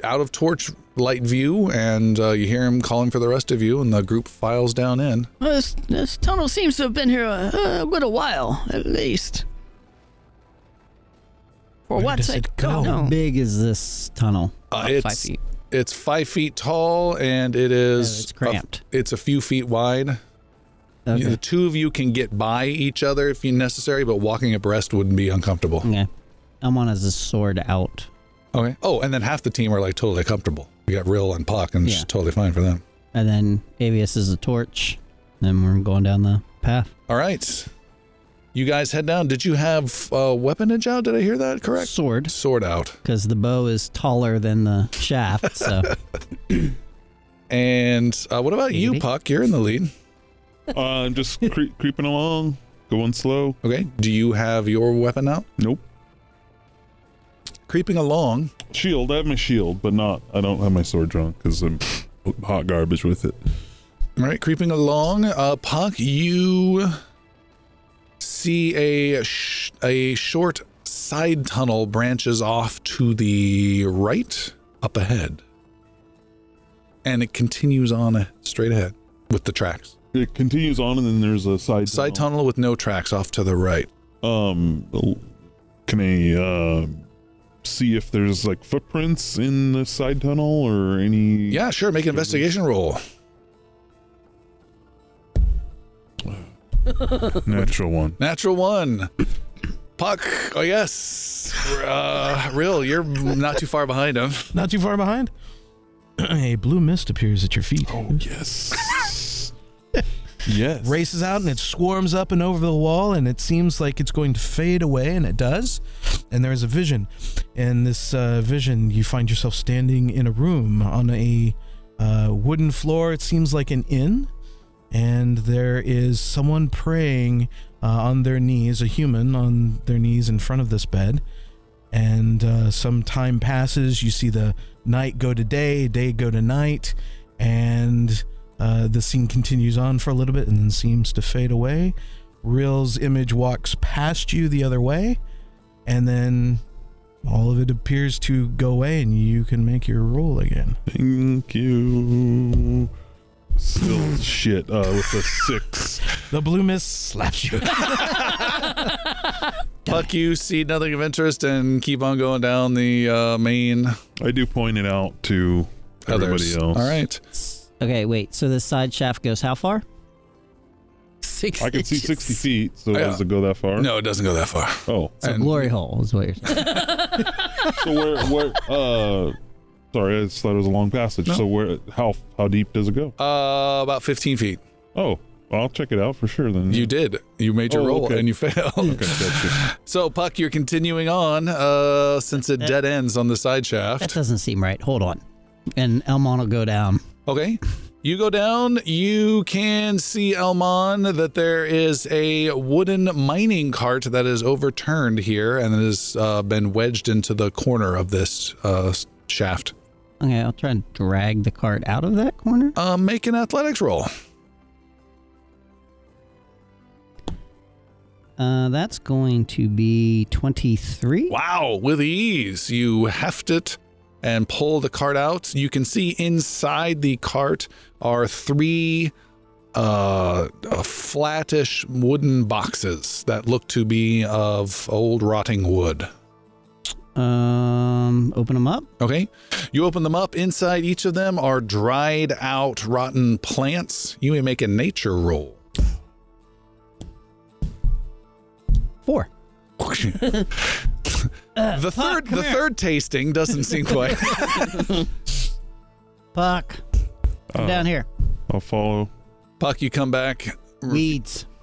[SPEAKER 1] out of torch light view, and uh, you hear him calling for the rest of you, and the group files down in.
[SPEAKER 2] Well, this, this tunnel seems to have been here a, a little while, at least. For
[SPEAKER 3] Where
[SPEAKER 2] what
[SPEAKER 3] does
[SPEAKER 2] I
[SPEAKER 3] it
[SPEAKER 2] don't
[SPEAKER 3] go?
[SPEAKER 2] know.
[SPEAKER 4] Big is this tunnel?
[SPEAKER 1] Uh,
[SPEAKER 6] About
[SPEAKER 1] it's
[SPEAKER 6] Oh, five feet.
[SPEAKER 1] it's five feet tall, and it
[SPEAKER 4] Oh,
[SPEAKER 1] is
[SPEAKER 4] it's cramped.
[SPEAKER 1] A, it's a few feet wide. You-
[SPEAKER 4] Okay.
[SPEAKER 1] the two of you can get by each other if necessary, but walking abreast wouldn't be uncomfortable.
[SPEAKER 4] Okay. I'm on as a sword out.
[SPEAKER 1] Okay. Oh, and then half the team are like totally comfortable. We got Rill and Puck, and it's
[SPEAKER 4] Yeah.
[SPEAKER 1] totally fine for them.
[SPEAKER 4] And then Avius is a torch. And we're going down the path.
[SPEAKER 1] All right. You guys head down. Did you have uh, weaponage out? Did I hear that correct?
[SPEAKER 4] Sword.
[SPEAKER 1] Sword out.
[SPEAKER 4] Because the bow is taller than the shaft. So
[SPEAKER 1] And uh, what about you,
[SPEAKER 4] Maybe.
[SPEAKER 1] Puck? You're in the lead.
[SPEAKER 5] Uh, I'm just cre- creeping along, going slow.
[SPEAKER 1] Okay. Do you have your weapon out?
[SPEAKER 5] Nope.
[SPEAKER 1] Creeping along.
[SPEAKER 5] Shield. I have my shield, but not. I don't have my sword drawn because I'm hot garbage with it.
[SPEAKER 1] All right. Creeping along. Uh, Puck, you see a sh- a short side tunnel branches off to the right up ahead. And it continues on uh, straight ahead with the tracks.
[SPEAKER 5] It continues on, and then there's a side
[SPEAKER 1] Side tunnel with no tracks off to the right.
[SPEAKER 5] Um, l- can I uh, see if there's like footprints in the side tunnel or any?
[SPEAKER 1] Yeah, sure. Make an investigation roll.
[SPEAKER 5] natural one.
[SPEAKER 1] Natural one. Puck. Oh, yes. Uh, Real, you're not too far behind him.
[SPEAKER 3] Not too far behind. a blue mist appears at your feet.
[SPEAKER 5] Oh. Yes. yes.
[SPEAKER 3] races out and it swarms up and over the wall and it seems like it's going to fade away and it does and there is a vision and this uh, vision you find yourself standing in a room on a uh, wooden floor it seems like an inn and there is someone praying uh, on their knees a human on their knees in front of this bed and uh, some time passes you see the night go to day day go to night and uh, the scene continues on for a little bit and then seems to fade away. Real's image walks past you the other way, and then all of it appears to go away, and you can make your roll again.
[SPEAKER 5] Thank you. Still shit uh, with a six.
[SPEAKER 3] The blue mist slaps you.
[SPEAKER 1] Puck, you see nothing of interest and keep on going down the uh, main
[SPEAKER 5] I do point it out to everybody
[SPEAKER 1] others.
[SPEAKER 5] else.
[SPEAKER 1] All right.
[SPEAKER 4] okay, wait. So the side shaft goes how far?
[SPEAKER 6] Six
[SPEAKER 5] I can see
[SPEAKER 6] inches.
[SPEAKER 5] 60 feet, so
[SPEAKER 1] Yeah.
[SPEAKER 5] does it go that far?
[SPEAKER 1] No, it doesn't go that far.
[SPEAKER 5] Oh,
[SPEAKER 4] So
[SPEAKER 1] And-
[SPEAKER 4] glory hole is what you're saying.
[SPEAKER 5] so where, where, uh, sorry, I just thought it was a long passage.
[SPEAKER 1] No.
[SPEAKER 5] So where, how, how deep does it go?
[SPEAKER 1] Uh, about 15 feet.
[SPEAKER 5] Oh, I'll check it out for sure then.
[SPEAKER 1] You did. You made your
[SPEAKER 5] Oh,
[SPEAKER 1] roll
[SPEAKER 5] okay.
[SPEAKER 1] and you failed.
[SPEAKER 5] Okay, gotcha.
[SPEAKER 1] So, Puck, you're continuing on uh, since it dead ends on the side
[SPEAKER 4] That
[SPEAKER 1] shaft.
[SPEAKER 4] doesn't seem right. Hold on. and Elmon will go down.
[SPEAKER 1] Okay. You go down, you can see Elmon that there is a wooden mining cart that is overturned here and has uh, been wedged into the corner of this uh, shaft.
[SPEAKER 4] Okay, I'll try and drag the cart out of that corner.
[SPEAKER 1] Uh, make an athletics roll.
[SPEAKER 4] Uh, that's going to be 23.
[SPEAKER 1] Wow, with ease, you heft it and pull the cart out. You can see inside the cart are three uh, uh, flattish wooden boxes that look to be of old rotting wood.
[SPEAKER 4] Um, open them up.
[SPEAKER 1] Okay. You open them up. Inside each of them are dried out, rotten plants. You may make a nature roll.
[SPEAKER 4] Four.
[SPEAKER 1] the third, the third tasting doesn't seem quite.
[SPEAKER 4] Puck, come
[SPEAKER 5] Uh,
[SPEAKER 4] down here.
[SPEAKER 5] I'll follow.
[SPEAKER 1] Puck, you come back.
[SPEAKER 4] Weeds.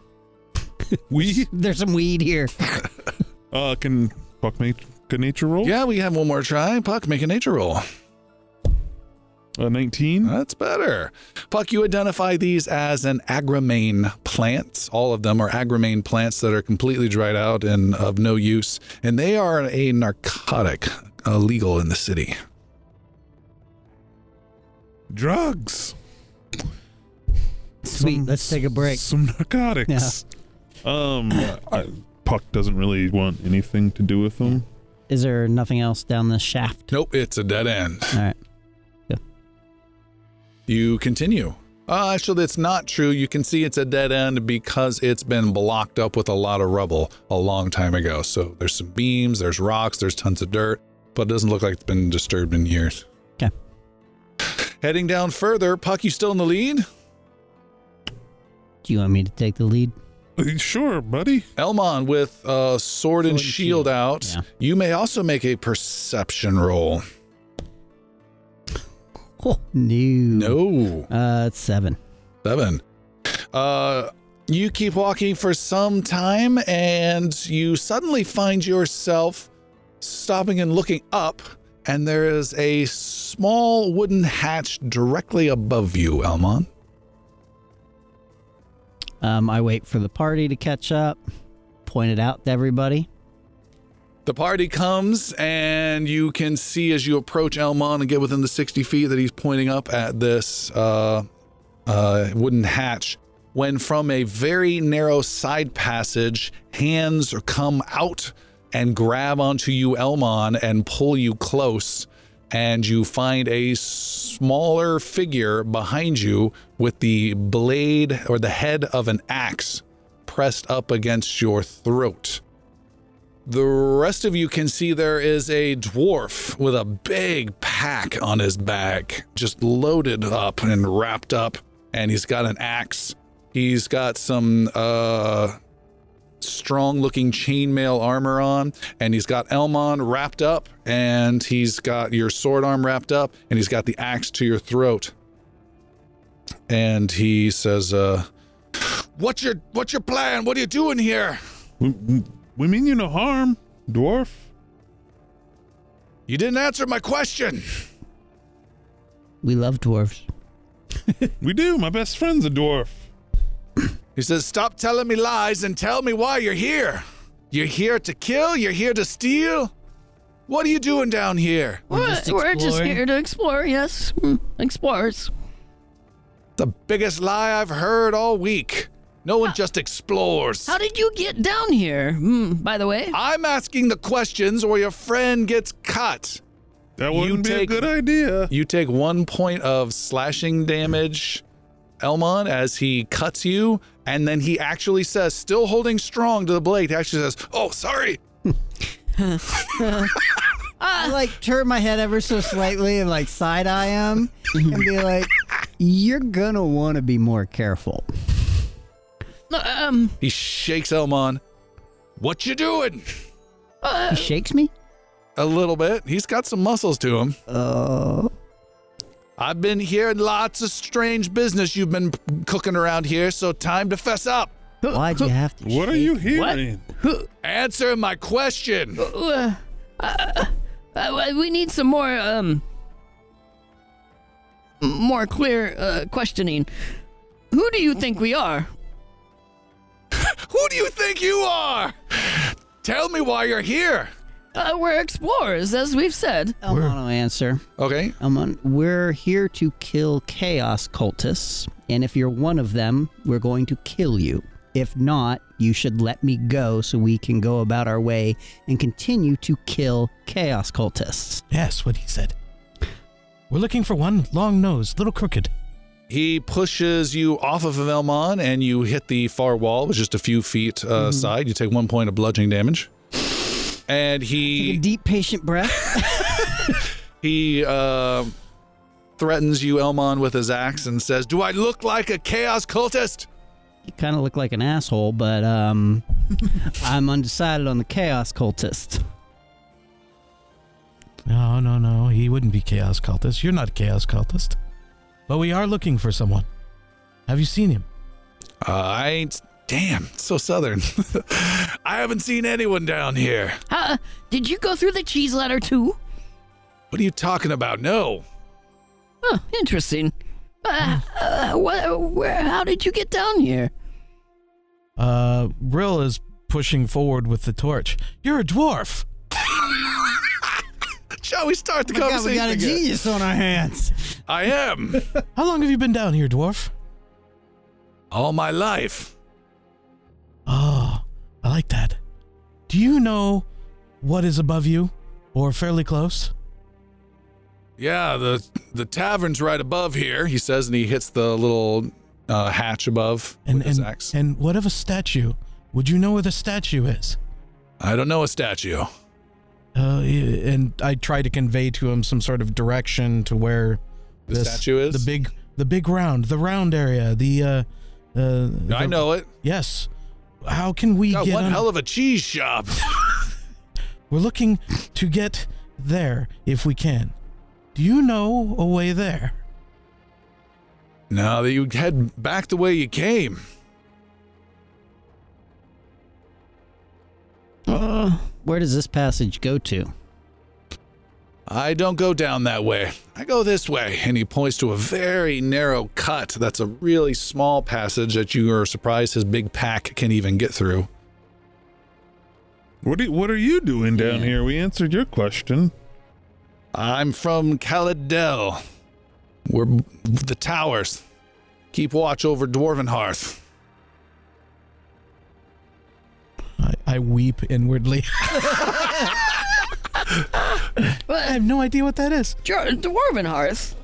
[SPEAKER 5] We
[SPEAKER 4] There's some weed here.
[SPEAKER 5] uh can fuck make good nature roll.
[SPEAKER 1] Yeah, we have one more try. Puck, make a nature roll.
[SPEAKER 5] Uh, Nineteen.
[SPEAKER 1] That's better. Puck, you identify these as an agramane plant. All of them are agramane plants that are completely dried out and of no use, and they are a narcotic uh, legal in the city.
[SPEAKER 5] Drugs.
[SPEAKER 4] Sweet.
[SPEAKER 5] Some-
[SPEAKER 4] Let's take a break.
[SPEAKER 5] Some narcotics. Um, I, Puck doesn't really want anything to do with them.
[SPEAKER 4] Is there nothing else down the shaft?
[SPEAKER 1] Nope, it's a dead end.
[SPEAKER 4] All right.
[SPEAKER 1] You continue. Uh, actually, that's not true. You can see it's a dead end because it's been blocked up with a lot of rubble a long time ago. So there's some beams, there's rocks, there's tons of dirt, but it doesn't look like it's been disturbed in years.
[SPEAKER 4] 'Kay.
[SPEAKER 1] Heading down further, Puck, you still in the lead?
[SPEAKER 4] Do you want me to take the lead?
[SPEAKER 5] Uh, Sure, buddy.
[SPEAKER 1] Elmon with uh, sword, and
[SPEAKER 4] and
[SPEAKER 1] shield,
[SPEAKER 4] shield.
[SPEAKER 1] out.
[SPEAKER 4] Yeah.
[SPEAKER 1] You may also make a perception roll.
[SPEAKER 4] Oh, no.
[SPEAKER 1] No.
[SPEAKER 4] Uh, it's seven.
[SPEAKER 1] Seven. Uh, you keep walking for some time, and you suddenly find yourself stopping and looking up, and there is a small wooden hatch directly above you, Elmon.
[SPEAKER 4] Um, I wait for the party to catch up, point it out to everybody.
[SPEAKER 1] The party comes, and you can see as you approach Elmon and get within the 60 feet that he's pointing up at this uh, uh, wooden hatch. When from a very narrow side passage, hands come out and grab onto you, Elmon, and pull you close. And you find a smaller figure behind you with the blade or the head of an axe pressed up against your throat. The rest of you can see there is a dwarf with a big pack on his back, just loaded up and wrapped up, and he's got an axe. He's got some uh strong looking chainmail armor on, and he's got Elmon wrapped up, and he's got your sword arm wrapped up, and he's got the axe to your throat. And he says, uh What's your what's your plan? What are you doing here?
[SPEAKER 5] We, we- we mean you no harm, dwarf.
[SPEAKER 1] You didn't answer my question.
[SPEAKER 4] We love dwarves.
[SPEAKER 5] We do. My best friend's a dwarf.
[SPEAKER 1] He says, Stop telling me lies and tell me why you're here. You're here to kill? You're here to steal? What are you doing down here?
[SPEAKER 2] We're,
[SPEAKER 4] just
[SPEAKER 2] we're just
[SPEAKER 4] exploring.
[SPEAKER 2] here to explore, yes. Mm, Explorers.
[SPEAKER 1] The biggest lie I've heard all week. No one just explores.
[SPEAKER 2] How did you get down here, mm, by the way?
[SPEAKER 1] I'm asking the questions or your friend gets cut.
[SPEAKER 5] That
[SPEAKER 1] You
[SPEAKER 5] wouldn't be a
[SPEAKER 1] take-
[SPEAKER 5] good idea.
[SPEAKER 1] You take one point of slashing damage, Elmon, as he cuts you, and then he actually says, still holding strong to the blade, he actually says, Oh, sorry.
[SPEAKER 7] I like turn my head ever so slightly and like side eye him and be like,
[SPEAKER 4] You're gonna want to be more careful.
[SPEAKER 2] Um,
[SPEAKER 1] He shakes Elmon. What you doing?
[SPEAKER 4] He shakes me.
[SPEAKER 1] A little bit. He's got some muscles to him. Uh.
[SPEAKER 4] Oh,
[SPEAKER 1] I've been hearing lots of strange business you've been cooking around here, so time to fess up.
[SPEAKER 4] why'd you have to?
[SPEAKER 5] What are
[SPEAKER 4] shake
[SPEAKER 5] you
[SPEAKER 4] me?
[SPEAKER 5] hearing?
[SPEAKER 1] Answer my question.
[SPEAKER 2] uh, uh, uh, we need some more, um, more clear uh, questioning. Who do you think we are?
[SPEAKER 1] Who do you think you are? Tell me why you're here.
[SPEAKER 2] Uh, we're explorers, as we've said.
[SPEAKER 4] I'm going to answer.
[SPEAKER 1] Okay.
[SPEAKER 4] I'm on, we're here to kill chaos cultists, and if you're one of them, we're going to kill you. If not, you should let me go so we can go about our way and continue to kill chaos cultists.
[SPEAKER 3] Yes, what he said. We're looking for one long nose, little crooked.
[SPEAKER 1] He pushes you off of Velmon and you hit the far wall, which is just a few feet uh, side. You take one point of bludgeoning damage. And
[SPEAKER 4] Take a
[SPEAKER 1] he
[SPEAKER 4] deep, patient breath.
[SPEAKER 1] he uh, threatens you, Elmon, with his axe and says, Do I look like a chaos cultist?
[SPEAKER 4] you kind of look like an asshole, but um, I'm undecided on the chaos cultist.
[SPEAKER 3] No, no, no. He wouldn't be chaos cultist. You're not a chaos cultist. But we are looking for someone. Have you seen him?
[SPEAKER 1] Uh, I ain't. Damn, so southern. I haven't seen anyone down here.
[SPEAKER 2] Uh, did you go through the cheese ladder too?
[SPEAKER 1] What are you talking about? No.
[SPEAKER 2] Huh, interesting. Uh, uh, wha- where, how did you get down here?
[SPEAKER 3] Uh, Rill is pushing forward with the torch. You're a dwarf.
[SPEAKER 1] Shall we start the
[SPEAKER 7] Oh My God, we
[SPEAKER 1] conversation?
[SPEAKER 7] got a
[SPEAKER 1] again?
[SPEAKER 7] genius on our hands.
[SPEAKER 1] I am.
[SPEAKER 3] How long have you been down here, dwarf?
[SPEAKER 1] All my life.
[SPEAKER 3] Oh, I like that. Do you know what is above you or fairly close?
[SPEAKER 1] Yeah, the the tavern's right above here, he says, and he hits the little uh, hatch above
[SPEAKER 3] And
[SPEAKER 1] with his
[SPEAKER 3] and,
[SPEAKER 1] axe.
[SPEAKER 3] and what of a statue? Would you know where the statue is?
[SPEAKER 1] I don't know a statue.
[SPEAKER 3] Uh, i- and I try to convey to him some sort of direction to where
[SPEAKER 1] The
[SPEAKER 3] this-
[SPEAKER 1] statue is?
[SPEAKER 3] the big, the big round, the round area, the. Uh, uh,
[SPEAKER 1] I
[SPEAKER 3] the-
[SPEAKER 1] know it.
[SPEAKER 3] Yes. How can we
[SPEAKER 1] Got
[SPEAKER 3] get?
[SPEAKER 1] one
[SPEAKER 3] on-
[SPEAKER 1] hell of a cheese shop.
[SPEAKER 3] We're looking to get there if we can. Do you know a way there?
[SPEAKER 1] now that you head back the way you came.
[SPEAKER 4] Uh, where does this passage go to?
[SPEAKER 1] I don't go down that way. I go this way. And he points to a very narrow cut that's a really small passage that you are surprised his big pack can even get through.
[SPEAKER 5] What are, what are you doing down
[SPEAKER 4] Yeah.
[SPEAKER 5] here? We answered your question.
[SPEAKER 1] I'm from Caladel. We're b- the towers. Keep watch over Dwarvenhearth.
[SPEAKER 3] I, I weep inwardly. I
[SPEAKER 2] Uh,
[SPEAKER 3] have no idea what that is.
[SPEAKER 2] Dwar- Dwarven hearth.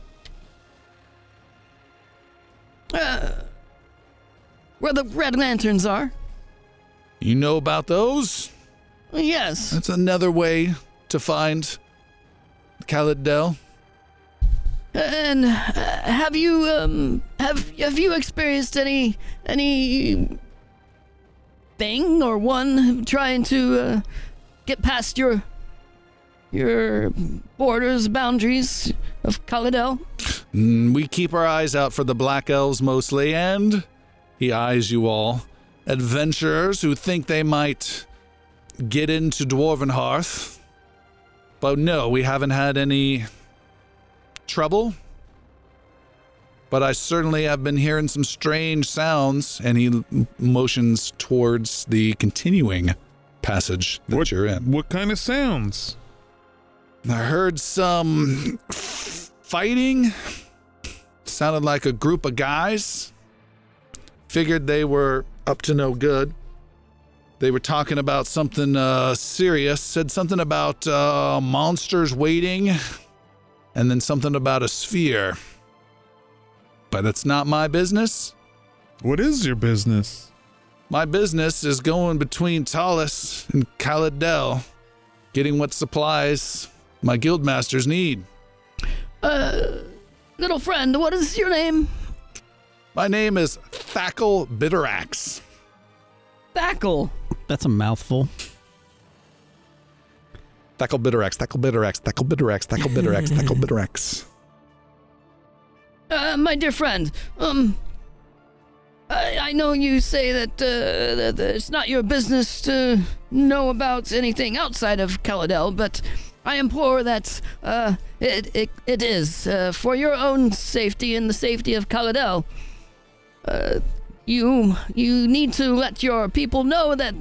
[SPEAKER 2] Uh, where the red lanterns are?
[SPEAKER 1] You know about those?
[SPEAKER 2] Yes.
[SPEAKER 1] That's another way to find Caladel.
[SPEAKER 2] And uh, have you um have have you experienced any any thing or one trying to uh, get past your your borders boundaries of Calidel?
[SPEAKER 1] Mm, We keep our eyes out for the black elves mostly, and he eyes you all. Adventurers who think they might get into Dwarvenhearth. But no, we haven't had any trouble. But I certainly have been hearing some strange sounds, and he m- motions towards the continuing passage that
[SPEAKER 5] What
[SPEAKER 1] you're in.
[SPEAKER 5] What kind of sounds?
[SPEAKER 1] I heard some f- fighting. Sounded like a group of guys. Figured they were up to no good. They were talking about something uh, serious. Said something about uh, monsters waiting, and then something about a sphere. But it's not my business.
[SPEAKER 5] What is your business?
[SPEAKER 1] My business is going between Tallis and Caladel, getting what supplies my guildmasters need.
[SPEAKER 2] Uh, little friend, what is your name?
[SPEAKER 1] My name is Thackle Bitteraxe.
[SPEAKER 2] Thackle.
[SPEAKER 4] That's a mouthful.
[SPEAKER 1] Thackle Bitteraxe, Thackle Bitteraxe, Thackle Bitteraxe, Thackle Bitteraxe, Thackle Bitteraxe.
[SPEAKER 2] Uh, my dear friend, um, I, I know you say that, uh, that that it's not your business to know about anything outside of Caladel, but I implore that uh, it, it, it is, uh, for your own safety and the safety of Caladel, uh, you, you need to let your people know that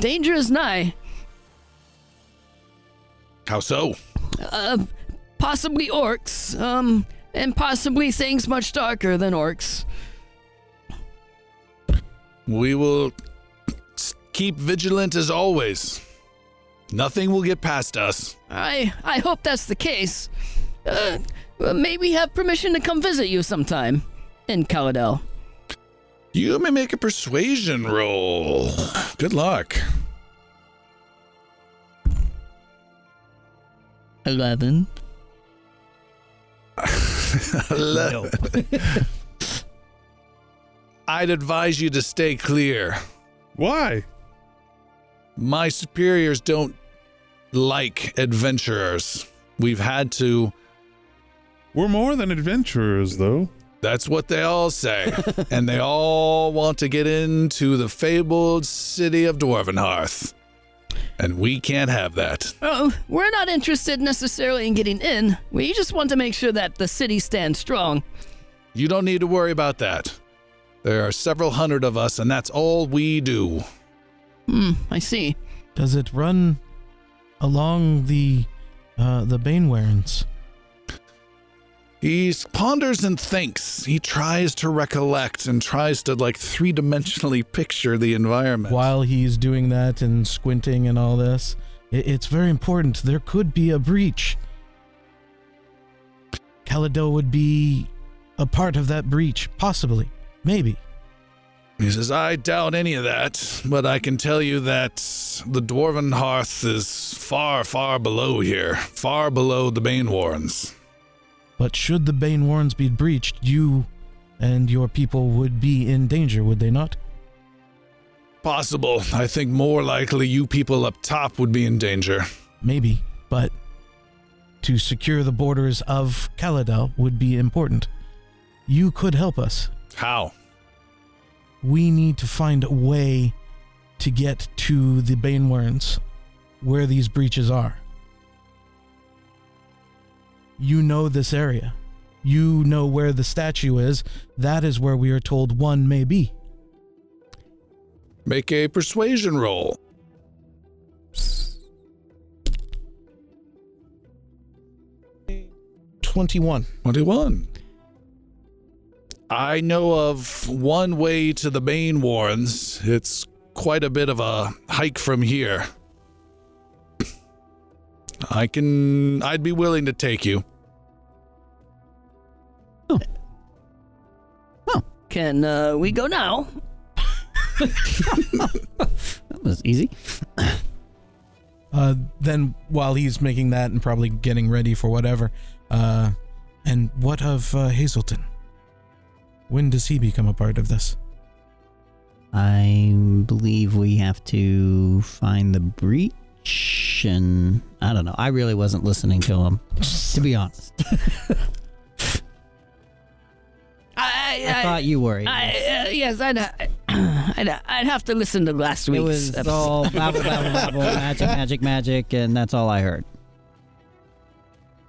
[SPEAKER 2] danger is nigh.
[SPEAKER 1] How so?
[SPEAKER 2] Uh, possibly orcs, um, and possibly things much darker than orcs.
[SPEAKER 1] We will keep vigilant as always. Nothing will get past us.
[SPEAKER 2] I I hope that's the case. Uh, uh, maybe have permission to come visit you sometime in Caladel.
[SPEAKER 1] You may make a persuasion roll. Good luck.
[SPEAKER 6] Eleven.
[SPEAKER 1] I'd advise you to stay clear.
[SPEAKER 5] Why?
[SPEAKER 1] My superiors don't like adventurers. We've had to.
[SPEAKER 5] We're more than adventurers, though.
[SPEAKER 1] That's what they all say. and they all want to get into the fabled city of Dwarvenhearth. And we can't have that.
[SPEAKER 2] Oh, we're not interested necessarily in getting in. We just want to make sure that the city stands strong.
[SPEAKER 1] You don't need to worry about that. There are several hundred of us, and that's all we do.
[SPEAKER 2] Hmm, I see.
[SPEAKER 3] Does it run along the uh, the Banewarens?
[SPEAKER 1] He ponders and thinks. He tries to recollect and tries to like three dimensionally picture the environment.
[SPEAKER 3] While he's doing that and squinting and all this, it, it's very important. There could be a breach. Calido would be a part of that breach, possibly, maybe.
[SPEAKER 1] He says, I doubt any of that, but I can tell you that the Dwarven Hearth is far, far below here, far below the Bane Warrens.
[SPEAKER 3] But should the Banewarens be breached, you and your people would be in danger, would they not?
[SPEAKER 1] Possible. I think more likely you people up top would be in danger.
[SPEAKER 3] Maybe, but to secure the borders of Calidel would be important. You could help us.
[SPEAKER 1] How?
[SPEAKER 3] We need to find a way to get to the Banewarens where these breaches are. You know this area. You know where the statue is. That is where we are told one may be.
[SPEAKER 1] Make a persuasion roll.
[SPEAKER 3] Twenty-one.
[SPEAKER 1] 21. I know of one way to the Bane Warrens. It's quite a bit of a hike from here. I can. I'd be willing to take you.
[SPEAKER 2] Can uh, we go now?
[SPEAKER 4] That was easy.
[SPEAKER 3] Uh, then while he's making that and probably getting ready for whatever, uh, and what of uh, Hazelton? When does he become a part of this?
[SPEAKER 4] I believe we have to find the breach, and I don't know. I really wasn't listening to him, to be honest.
[SPEAKER 2] I
[SPEAKER 4] I
[SPEAKER 2] I,
[SPEAKER 4] thought you were. Ian.
[SPEAKER 2] I, uh, yes, I'd, I'd I'd have to listen to last
[SPEAKER 4] it
[SPEAKER 2] week's
[SPEAKER 4] was
[SPEAKER 2] episode.
[SPEAKER 4] all blah, blah, blah, blah, blah, magic, magic, magic, and that's all I heard.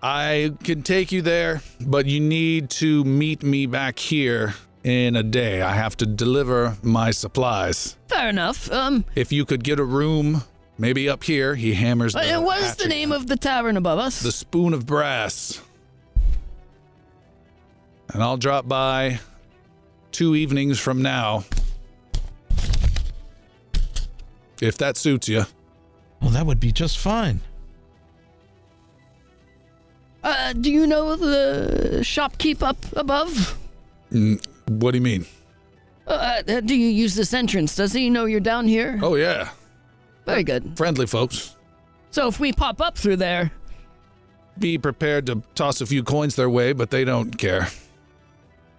[SPEAKER 1] I can take you there, but you need to meet me back here in a day. I have to deliver my supplies.
[SPEAKER 2] Fair enough. Um,
[SPEAKER 1] If you could get a room, maybe up here. He hammers. The
[SPEAKER 2] uh, what is the
[SPEAKER 1] hatchet.
[SPEAKER 2] name of the tavern above us?
[SPEAKER 1] the spoon of brass. And I'll drop by two evenings from now. If that suits you.
[SPEAKER 3] Well, that would be just fine.
[SPEAKER 2] Uh, do you know the shopkeep up above?
[SPEAKER 1] Mm, What do you mean?
[SPEAKER 2] Uh, uh, do you use this entrance? Does he know you're down here?
[SPEAKER 1] Oh, yeah.
[SPEAKER 2] Very good.
[SPEAKER 1] Friendly folks.
[SPEAKER 2] So if we pop up through there,
[SPEAKER 1] Be prepared to toss a few coins their way, but they don't care.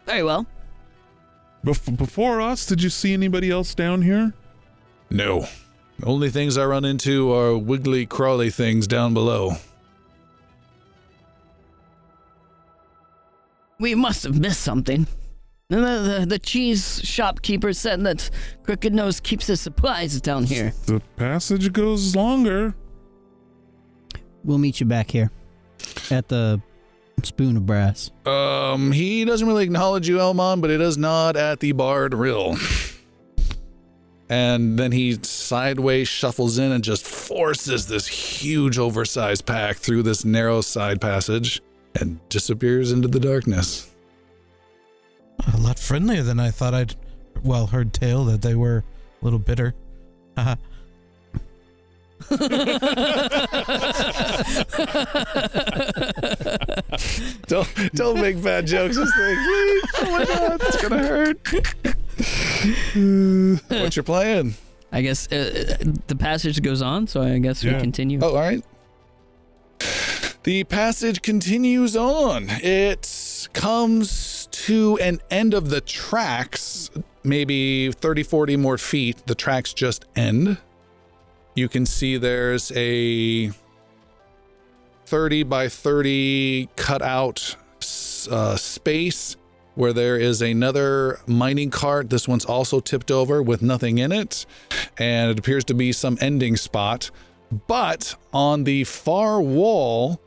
[SPEAKER 2] very well.
[SPEAKER 5] Bef- before us, did you see anybody else down here?
[SPEAKER 1] No. The only things I run into are wiggly crawly things down below.
[SPEAKER 2] We must have missed something. The, the, the cheese shopkeeper said that Crooked Nose keeps his supplies down here.
[SPEAKER 5] The passage goes longer.
[SPEAKER 4] We'll meet you back here at the Spoon of Brass.
[SPEAKER 1] Um, he doesn't really acknowledge you, Elmon, but he does nod at the barred rill. And then he sideways shuffles in and just forces this huge, oversized pack through this narrow side passage and disappears into the darkness.
[SPEAKER 3] A lot friendlier than I thought I'd. Well, heard tale that they were a little bitter. Uh-huh. Haha.
[SPEAKER 1] Don't don't make bad jokes. It's like, "Please, oh my god, it's gonna hurt. What's your plan?
[SPEAKER 6] I guess uh, uh, the passage goes on, so I guess
[SPEAKER 5] Yeah.
[SPEAKER 6] we continue.
[SPEAKER 1] Oh, all right. The passage continues on. It comes to an end of the tracks, maybe 30, 40 more feet. The tracks just end. You can see there's a 30 by 30 cutout s- uh, space where there is another mining cart. This one's also tipped over with nothing in it, and it appears to be some ending spot. But on the far wall,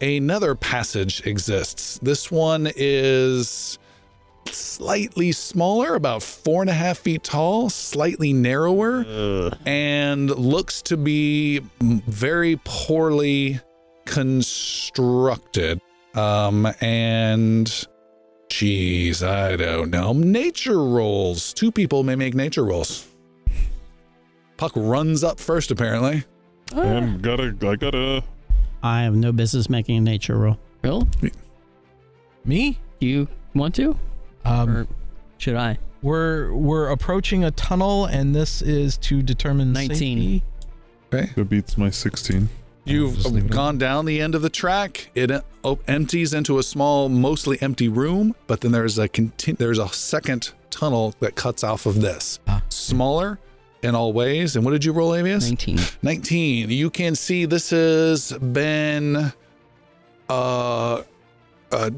[SPEAKER 1] another passage exists. This one is slightly smaller, about four and a half feet tall, slightly narrower, and looks to be m- very poorly constructed. Um, and geez, I don't know. Nature rolls. Two people may make nature rolls. Puck runs up first, apparently.
[SPEAKER 5] I'm gotta, I gotta.
[SPEAKER 4] I have no business making a nature roll.
[SPEAKER 6] Bill,
[SPEAKER 3] Me?
[SPEAKER 6] do you want to?
[SPEAKER 3] Um,
[SPEAKER 6] Or should I?
[SPEAKER 3] we're we're approaching a tunnel, and this is to determine
[SPEAKER 6] 19.
[SPEAKER 3] safety.
[SPEAKER 5] That beats my 16.
[SPEAKER 1] You've
[SPEAKER 3] just leave it
[SPEAKER 1] gone down the end of the track. It uh, op- empties into a small, mostly empty room, but then there's a conti- there's a second tunnel that cuts off of this.
[SPEAKER 3] Ah.
[SPEAKER 1] Smaller in all ways. And what did you roll, Avius?
[SPEAKER 6] 19.
[SPEAKER 1] 19. You can see this has been uh, uh,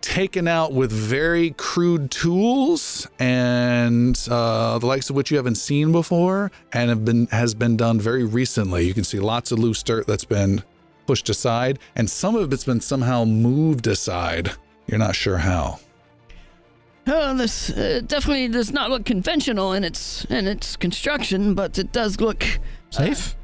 [SPEAKER 1] taken out with very crude tools and uh, the likes of which you haven't seen before and have been has been done very recently. You can see lots of loose dirt that's been pushed aside and some of it's been somehow moved aside. You're not sure how.
[SPEAKER 2] Oh, this uh, definitely does not look conventional in its in its construction, but it does look
[SPEAKER 3] Safe?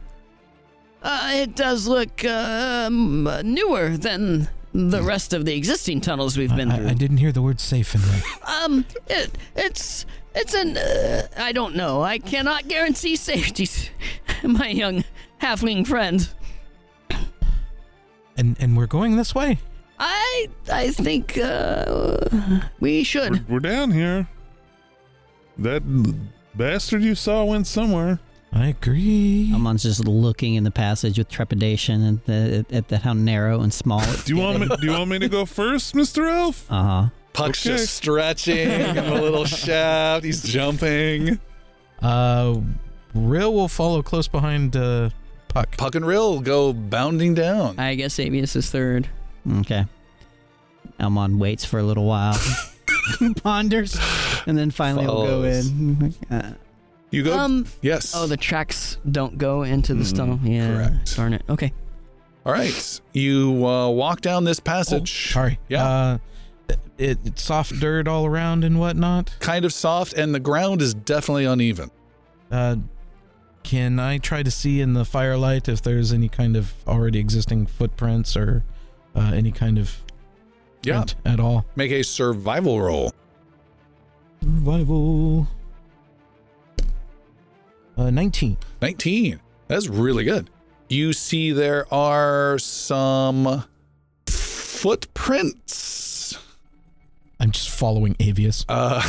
[SPEAKER 2] uh, it does look um, newer than the rest of the existing tunnels we've been
[SPEAKER 3] I-
[SPEAKER 2] through.
[SPEAKER 3] I, I didn't hear the word safe in there.
[SPEAKER 2] Um, it, it's it's an uh, I don't know. I cannot guarantee safety, my young halfling friend.
[SPEAKER 3] and and we're going this way.
[SPEAKER 2] I I think uh, we should.
[SPEAKER 5] We're, we're down here. That bastard you saw went somewhere.
[SPEAKER 3] I agree.
[SPEAKER 4] Amon's just looking in the passage with trepidation and the, at the, how narrow and small it's
[SPEAKER 5] Do you want me? Do you want me to go first, Mister Elf?
[SPEAKER 4] Uh huh.
[SPEAKER 1] Puck's
[SPEAKER 5] Okay.
[SPEAKER 1] just stretching in a little shaft. He's jumping.
[SPEAKER 3] Uh, Rill will follow close behind uh, Puck.
[SPEAKER 1] Puck and Rill go bounding down.
[SPEAKER 6] I guess Avius is third.
[SPEAKER 4] Okay. Elmon waits for a little while, ponders, and then finally will go
[SPEAKER 1] Follows.
[SPEAKER 4] in. Uh,
[SPEAKER 1] You go.
[SPEAKER 6] Um.
[SPEAKER 1] yes.
[SPEAKER 6] Oh, the tracks don't go into this
[SPEAKER 5] Mm,
[SPEAKER 6] tunnel. Yeah.
[SPEAKER 1] correct.
[SPEAKER 6] Darn it. Okay.
[SPEAKER 1] All right. You uh, walk down this passage,
[SPEAKER 3] Sorry.
[SPEAKER 1] Yeah.
[SPEAKER 3] Uh, it, it's soft dirt all around and whatnot.
[SPEAKER 1] kind of soft, and the ground is definitely uneven.
[SPEAKER 3] Uh, can I try to see in the firelight if there's any kind of already existing footprints or uh, any kind of
[SPEAKER 1] Yeah.
[SPEAKER 3] print at all?
[SPEAKER 1] Make a survival roll.
[SPEAKER 3] Survival. Uh, 19.
[SPEAKER 1] 19. That's really good. You see, there are some footprints.
[SPEAKER 3] I'm just following Avius.
[SPEAKER 1] Uh,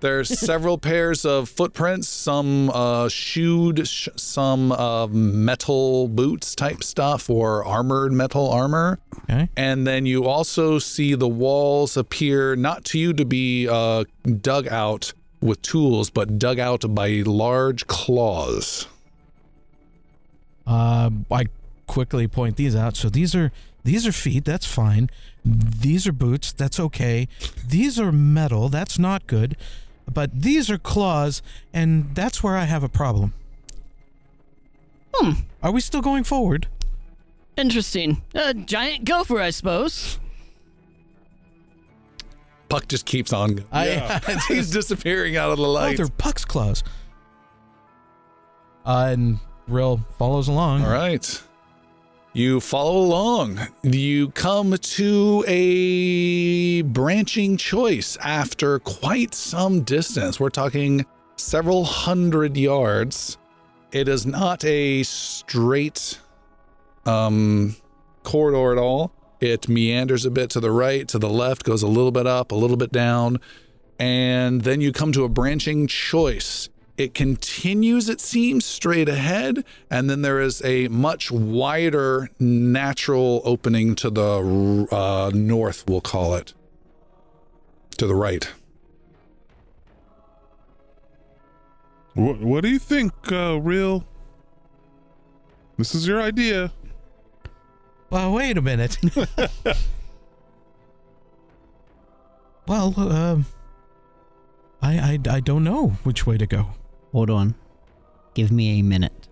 [SPEAKER 1] there's several pairs of footprints, some uh, shoed, sh- some uh, metal boots type stuff, or armored metal armor.
[SPEAKER 3] Okay.
[SPEAKER 1] And then you also see the walls appear not to you to be uh, dug out with tools, but dug out by large claws.
[SPEAKER 3] Uh, I quickly point these out. So these are these are feet. That's fine. These are boots. That's okay. These are metal. That's not good. But these are claws, and that's where I have a problem. Are we still going forward?
[SPEAKER 2] Interesting. A giant gopher, I suppose.
[SPEAKER 1] Puck just keeps on. going.
[SPEAKER 3] I,
[SPEAKER 1] He's disappearing out of the
[SPEAKER 3] Oh,
[SPEAKER 1] light.
[SPEAKER 3] they're Puck's claws. Uh, and Rill follows along.
[SPEAKER 1] All right. You follow along. You come to a branching choice after quite some distance. We're talking several hundred yards. It is not a straight um, corridor at all. It meanders a bit to the right, to the left, goes a little bit up, a little bit down, and then you come to a branching choice. It continues, it seems, straight ahead, and then there is a much wider natural opening to the uh, north, we'll call it, to the right.
[SPEAKER 5] What, what do you think, uh, real? This is your idea.
[SPEAKER 3] Well, wait a minute. well, um, I, I, I don't know which way to go.
[SPEAKER 4] Hold on. Give me a minute.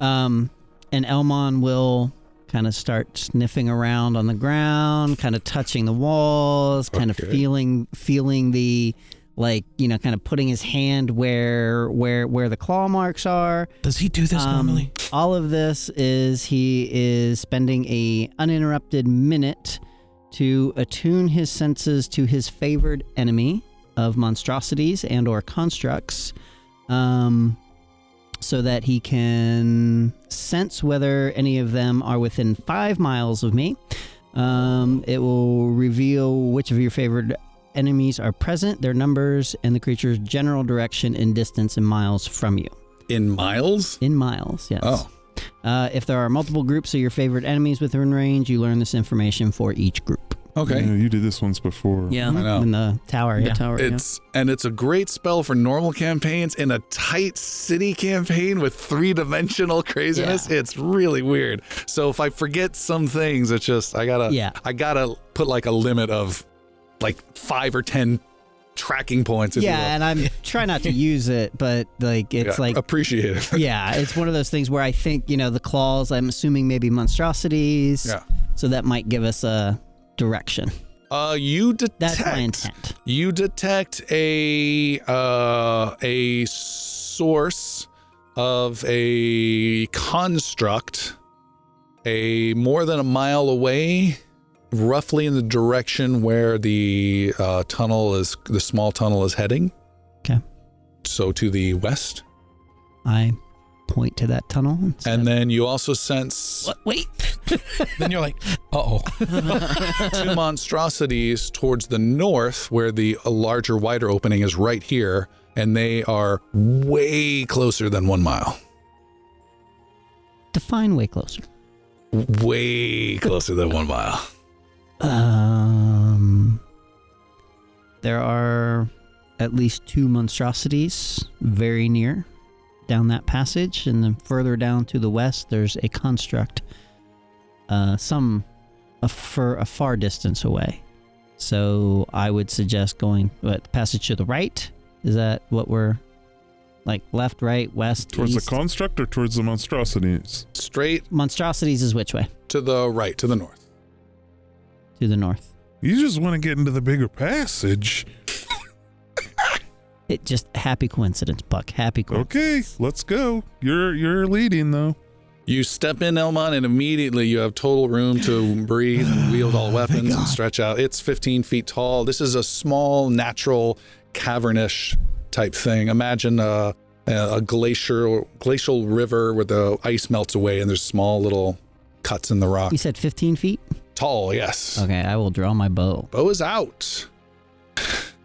[SPEAKER 4] Um, and Elmon will kind of start sniffing around on the ground, kind of touching the walls, kind
[SPEAKER 1] Okay.
[SPEAKER 4] of feeling feeling the like, you know, kind of putting his hand where where where the claw marks are.
[SPEAKER 3] Does he do this
[SPEAKER 4] Um,
[SPEAKER 3] normally?
[SPEAKER 4] All of this is he is spending a uninterrupted minute to attune his senses to his favored enemy of monstrosities and or constructs, um, so that he can sense whether any of them are within five miles of me. Um, it will reveal which of your favored enemies are present, their numbers, and the creature's general direction and distance in miles from you.
[SPEAKER 1] In miles?
[SPEAKER 4] In miles, yes.
[SPEAKER 1] Oh.
[SPEAKER 4] Uh, if there are multiple groups of your favorite enemies within range, you learn this information for each group.
[SPEAKER 1] Okay.
[SPEAKER 5] Yeah, you did this once before.
[SPEAKER 6] Yeah.
[SPEAKER 2] Mm-hmm.
[SPEAKER 1] I know.
[SPEAKER 4] In the tower,
[SPEAKER 6] The
[SPEAKER 4] yeah.
[SPEAKER 6] tower. yeah.
[SPEAKER 1] It's and it's a great spell for normal campaigns in a tight city campaign with three dimensional craziness. It's really weird. So if I forget some things, it's just I gotta
[SPEAKER 4] Yeah.
[SPEAKER 1] I gotta put like a limit of like five or ten tracking points. If
[SPEAKER 4] Yeah, and I'm trying not to use it, but like
[SPEAKER 1] you will.
[SPEAKER 4] it's
[SPEAKER 1] Yeah,
[SPEAKER 4] like
[SPEAKER 1] appreciate it.
[SPEAKER 4] yeah, it's one of those things where I think you know the claws. I'm assuming maybe monstrosities.
[SPEAKER 1] Yeah.
[SPEAKER 4] So that might give us a direction.
[SPEAKER 1] Uh, you detect.
[SPEAKER 4] That's my intent.
[SPEAKER 1] You detect a uh, a source of a construct a more than a mile away, roughly in the direction where the uh, tunnel is the small tunnel is heading.
[SPEAKER 4] Okay.
[SPEAKER 1] So to the west,
[SPEAKER 4] I point to that tunnel. And, say,
[SPEAKER 1] and then you also sense
[SPEAKER 2] What? Wait.
[SPEAKER 3] then you're like, uh oh.
[SPEAKER 1] two monstrosities towards the north, where the larger, wider opening is right here, and they are way closer than one mile.
[SPEAKER 4] define way closer.
[SPEAKER 1] way closer than one mile.
[SPEAKER 4] Um, there are at least two monstrosities very near down that passage, and then further down to the west, there's a construct. Uh, some a fur a far distance away. So I would suggest going what the passage to the right. Is that what we're like left, right, west,
[SPEAKER 5] Towards
[SPEAKER 4] east?
[SPEAKER 5] the construct or towards the monstrosities?
[SPEAKER 1] Straight
[SPEAKER 4] monstrosities is which way?
[SPEAKER 1] to the right, to the north.
[SPEAKER 4] To the north.
[SPEAKER 5] You just want to get into the bigger passage.
[SPEAKER 4] It just happy coincidence, Buck. Happy coincidence.
[SPEAKER 5] Okay, let's go. You're you're leading though.
[SPEAKER 1] You step in, Elmon, and immediately you have total room to breathe and wield all weapons and stretch out. It's 15 feet tall. This is a small, natural, cavernish type thing. Imagine a, a glacier, glacial river where the ice melts away and there's small little cuts in the rock.
[SPEAKER 4] You said 15 feet?
[SPEAKER 1] Tall, yes.
[SPEAKER 4] Okay, I will draw my bow.
[SPEAKER 1] Bow is out.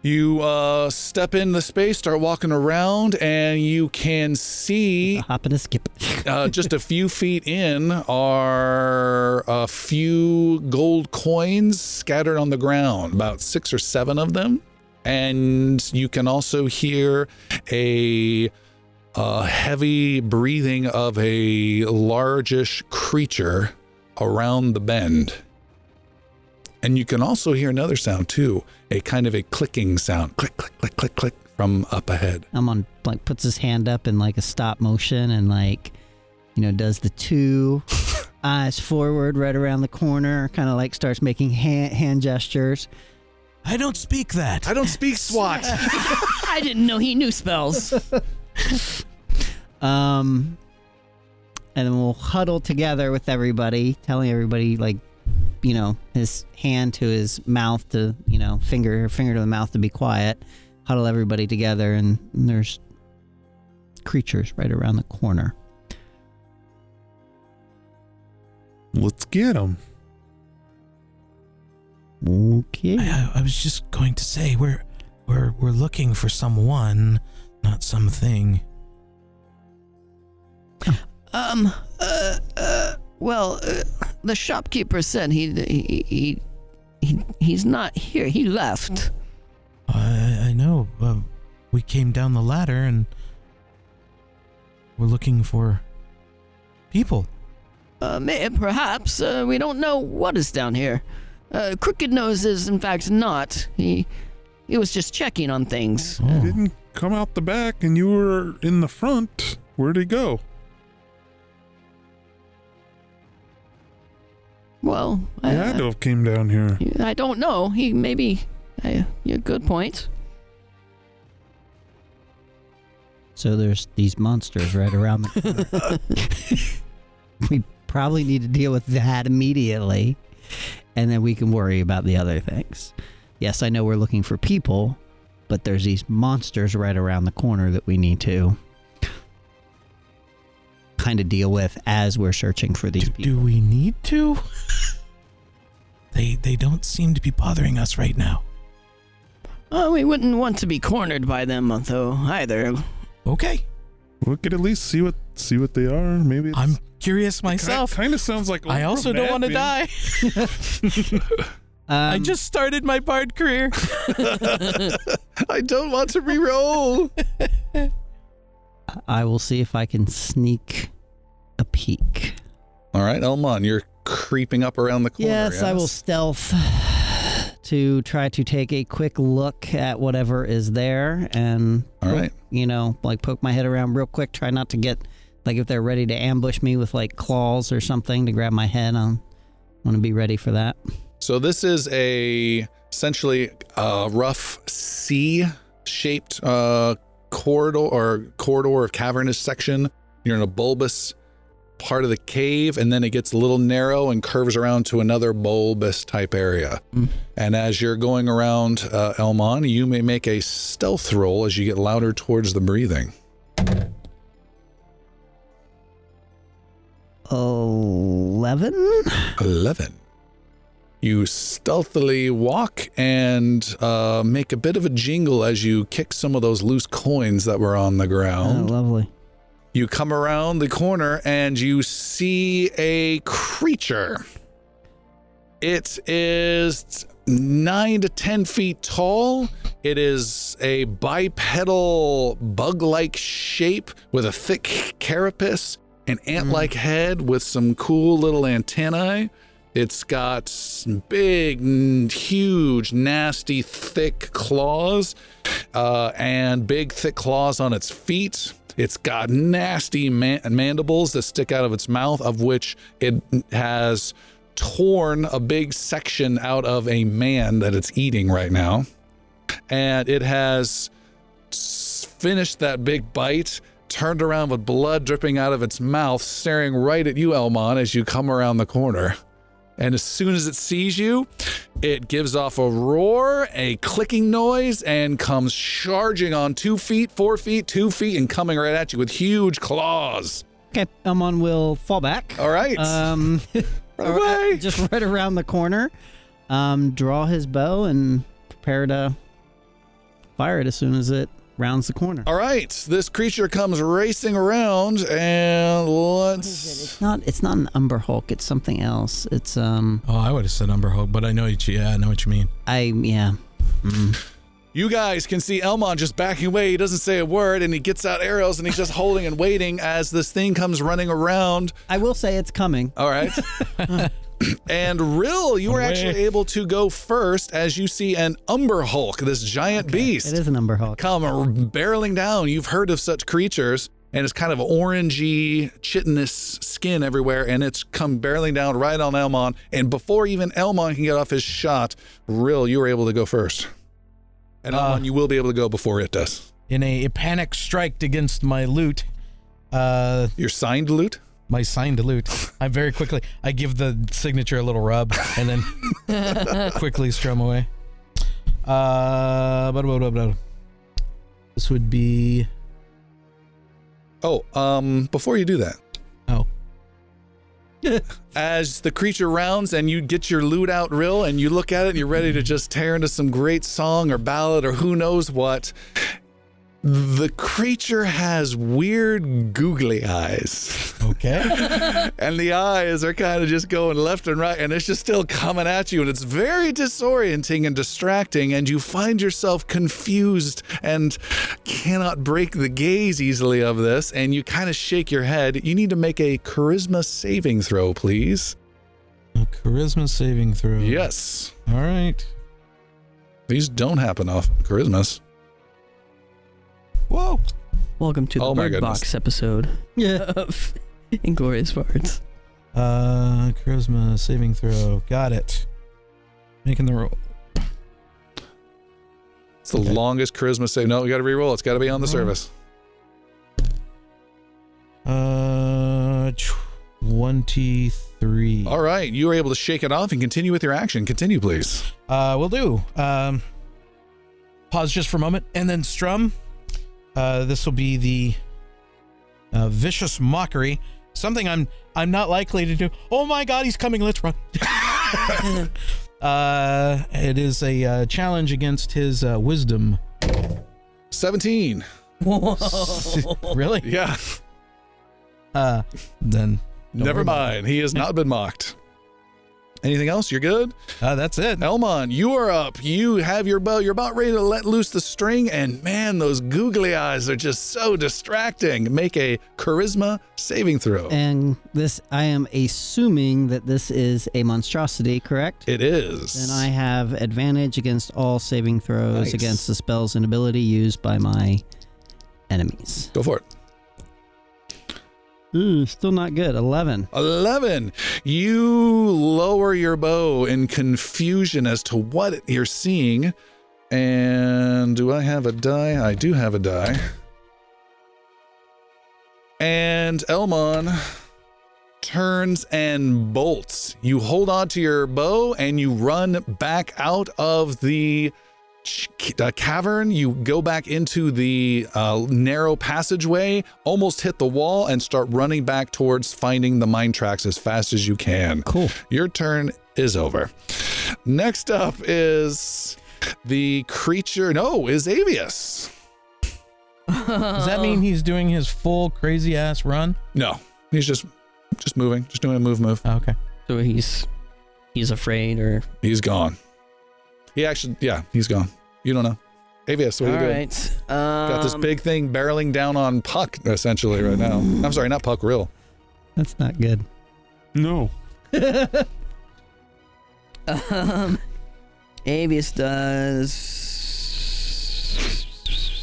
[SPEAKER 1] You uh, step in the space, start walking around, and you can see
[SPEAKER 4] A hop and a skip.
[SPEAKER 1] uh, just a few feet in are a few gold coins scattered on the ground, about six or seven of them. And you can also hear a, uh heavy breathing of a largish creature around the bend. And you can also hear another sound too, a kind of a clicking sound click, click, click, click, click from up ahead.
[SPEAKER 4] I'm on like puts his hand up in like a stop motion and like you know, does the two eyes forward right around the corner, kind of like starts making hand, hand gestures.
[SPEAKER 3] I don't speak that.
[SPEAKER 1] I don't speak SWAT.
[SPEAKER 2] I didn't know he knew spells.
[SPEAKER 4] Um, and then we'll huddle together with everybody, telling everybody like, you know, his hand to his mouth to, you know, finger finger to the mouth to be quiet. Huddle everybody together, and there's creatures right around the corner.
[SPEAKER 5] Let's get them.
[SPEAKER 4] Okay.
[SPEAKER 3] I, I was just going to say we're we're we're looking for someone, not something.
[SPEAKER 2] Um, uh, uh, well, uh, the shopkeeper said he, he, he, he, he's not here. He left.
[SPEAKER 3] I I- I know. Uh, we came down the ladder and we're looking for people.
[SPEAKER 2] Uh, may, perhaps. Uh, we don't know what is down here. Uh, Crooked Nose is, in fact, not. He, he was just checking on things.
[SPEAKER 5] I
[SPEAKER 3] Oh.
[SPEAKER 5] didn't come out the back and you were in the front. Where'd he go?
[SPEAKER 2] Well,
[SPEAKER 5] He
[SPEAKER 2] I,
[SPEAKER 5] had to have came down here.
[SPEAKER 2] I, I don't know. He maybe. I, yeah, good point.
[SPEAKER 4] So there's these monsters right around the corner. we probably need to deal with that immediately, and then we can worry about the other things. Yes, I know we're looking for people, but there's these monsters right around the corner that we need to kind of deal with as we're searching for these
[SPEAKER 3] Do,
[SPEAKER 4] people.
[SPEAKER 3] do we need to? they they don't seem to be bothering us right now.
[SPEAKER 2] Uh, we wouldn't want to be cornered by them, though, either.
[SPEAKER 3] Okay,
[SPEAKER 5] We could at least see what see what they are. Maybe it's,
[SPEAKER 3] I'm curious myself.
[SPEAKER 5] Kind of sounds like
[SPEAKER 3] I also don't want to die. I
[SPEAKER 4] Um,
[SPEAKER 3] just started my bard career.
[SPEAKER 1] I don't want to reroll.
[SPEAKER 4] Um, I will see if I can sneak a peek.
[SPEAKER 1] All right, Elmon, you're creeping up around the corner.
[SPEAKER 4] yes, I will stealth to try to take a quick look at whatever is there and
[SPEAKER 1] All right.
[SPEAKER 4] you know, like poke my head around real quick, try not to get like if they're ready to ambush me with like claws or something to grab my head on. Want to be ready for that.
[SPEAKER 1] So this is a essentially a rough C-shaped uh, corridor or corridor or cavernous section. You're in a bulbous part of the cave, and then it gets a little narrow and curves around to another bulbous type area.
[SPEAKER 4] Mm.
[SPEAKER 1] And as you're going around uh, Elmon, you may make a stealth roll as you get louder towards the breathing.
[SPEAKER 4] Eleven. Oh,
[SPEAKER 1] 11. You stealthily walk and uh, make a bit of a jingle as you kick some of those loose coins that were on the
[SPEAKER 4] Oh,
[SPEAKER 1] ground.
[SPEAKER 4] lovely.
[SPEAKER 1] you come around the corner and you see a creature. It is nine to 10 feet tall. It is a bipedal bug like shape with a thick carapace, an ant like head with some cool little antennae. It's got s- big, n- huge, nasty, thick claws uh, and big, thick claws on its feet. It's got nasty man- mandibles that stick out of its mouth, of which it has torn a big section out of a man that it's eating right now. And it has s- finished that big bite, turned around with blood dripping out of its mouth, staring right at you, Elmon, as you come around the corner. And as soon as it sees you, it gives off a roar, a clicking noise, and comes charging on two feet, four feet, two feet, and coming right at you with huge claws.
[SPEAKER 4] Okay, Elmon will fall back.
[SPEAKER 1] All right.
[SPEAKER 4] Um,
[SPEAKER 1] Run away.
[SPEAKER 4] just right around the corner. Um, draw his bow and prepare to fire it as soon as it rounds the corner.
[SPEAKER 1] All right. This creature comes racing around, and let's.
[SPEAKER 4] It's not. It's not an Umber Hulk. It's something else. It's um.
[SPEAKER 3] Oh, I would have said Umber Hulk, but I know you. Yeah, I know what you mean.
[SPEAKER 4] I yeah.
[SPEAKER 1] You guys can see Elmon just backing away. He doesn't say a word, and he gets out arrows, and he's just holding and waiting as this thing comes running around.
[SPEAKER 4] I will say it's coming.
[SPEAKER 1] All right. and Rill, you were actually able to go first as you see an Umber Hulk, this giant beast,
[SPEAKER 4] It is an Umber Hulk.
[SPEAKER 1] come barreling down. You've heard of such creatures. and it's kind of orangey, chitinous skin everywhere, and it's come barreling down right on Elmon. And before even Elmon can get off his shot, Rill, you were able to go first. And Elmon,
[SPEAKER 4] Uh.
[SPEAKER 1] you will be able to go before it does.
[SPEAKER 3] In a panic strike against my loot, uh,
[SPEAKER 1] Your signed loot?
[SPEAKER 3] my signed loot, I very quickly I give the signature a little rub and then quickly strum away. Uh, blah, blah, blah, blah. this would be
[SPEAKER 1] Oh, um, before you do that.
[SPEAKER 3] Oh.
[SPEAKER 1] As the creature rounds and you get your loot out, Rill, and you look at it and you're ready to just tear into some great song or ballad or who knows what, the creature has weird googly eyes.
[SPEAKER 3] okay.
[SPEAKER 1] and the eyes are kind of just going left and right, and it's just still coming at you, and it's very disorienting and distracting, and you find yourself confused and cannot break the gaze easily of this, and you kind of shake your head. You need to make a charisma saving throw, please.
[SPEAKER 3] A charisma saving throw.
[SPEAKER 1] Yes,
[SPEAKER 3] All right.
[SPEAKER 1] these don't happen off charismas.
[SPEAKER 3] Whoa.
[SPEAKER 6] Welcome to the
[SPEAKER 1] Oh my
[SPEAKER 6] Bird
[SPEAKER 1] goodness.
[SPEAKER 6] Box episode
[SPEAKER 4] Yeah.
[SPEAKER 6] of Inglorious Bards.
[SPEAKER 3] Uh, charisma saving throw. Got it. Making the roll.
[SPEAKER 1] It's the longest charisma save. No, you got to reroll. It's got to be on the
[SPEAKER 3] Mhm.
[SPEAKER 1] service.
[SPEAKER 3] Uh, twenty-three.
[SPEAKER 1] All right, you are able to shake it off and continue with your action. Continue, please.
[SPEAKER 3] Uh, we'll do. Um, pause just for a moment and then strum. Uh, this will be the uh, vicious mockery. Something I'm I'm not likely to do. Oh my God, he's coming! Let's run. uh, it is a uh, challenge against his uh, wisdom.
[SPEAKER 1] 17.
[SPEAKER 3] really?
[SPEAKER 1] Yeah.
[SPEAKER 3] Uh, then don't worry
[SPEAKER 1] Never
[SPEAKER 3] about
[SPEAKER 1] mind. He has not been mocked. Anything else? You're good?
[SPEAKER 3] it. Uh, that's it.
[SPEAKER 1] Elmon, you are up. You have your bow. You're about ready to let loose the string. And man, those googly eyes are just so distracting. Make a charisma saving throw.
[SPEAKER 4] And this, I am assuming that this is a monstrosity, correct?
[SPEAKER 1] it is.
[SPEAKER 4] Then I have advantage against all saving throws
[SPEAKER 1] Nice.
[SPEAKER 4] against the spells and ability used by my enemies.
[SPEAKER 1] Go for it.
[SPEAKER 4] Ooh, still not good. 11.
[SPEAKER 1] 11. You lower your bow in confusion as to what you're seeing. And do I have a die? I do have a die. And Elmon turns and bolts. You hold on to your bow and you run back out of the ch- uh, cavern. You go back into the uh, narrow passageway, almost hit the wall, and start running back towards finding the mine tracks as fast as you can.
[SPEAKER 4] Cool.
[SPEAKER 1] Your turn is over. Next up is the creature. No, is Avius.
[SPEAKER 3] Does that mean he's doing his full crazy ass run?
[SPEAKER 1] No, he's just just moving, just doing a move, move.
[SPEAKER 3] Okay.
[SPEAKER 6] So he's he's afraid or
[SPEAKER 1] He's gone. He actually, yeah, he's gone. You don't know. Avius, what are you doing?
[SPEAKER 6] right. Um,
[SPEAKER 1] Got this big thing barreling down on Puck essentially right now. I'm sorry, not Puck, Rill.
[SPEAKER 4] That's not good.
[SPEAKER 5] No.
[SPEAKER 6] Um, Avius does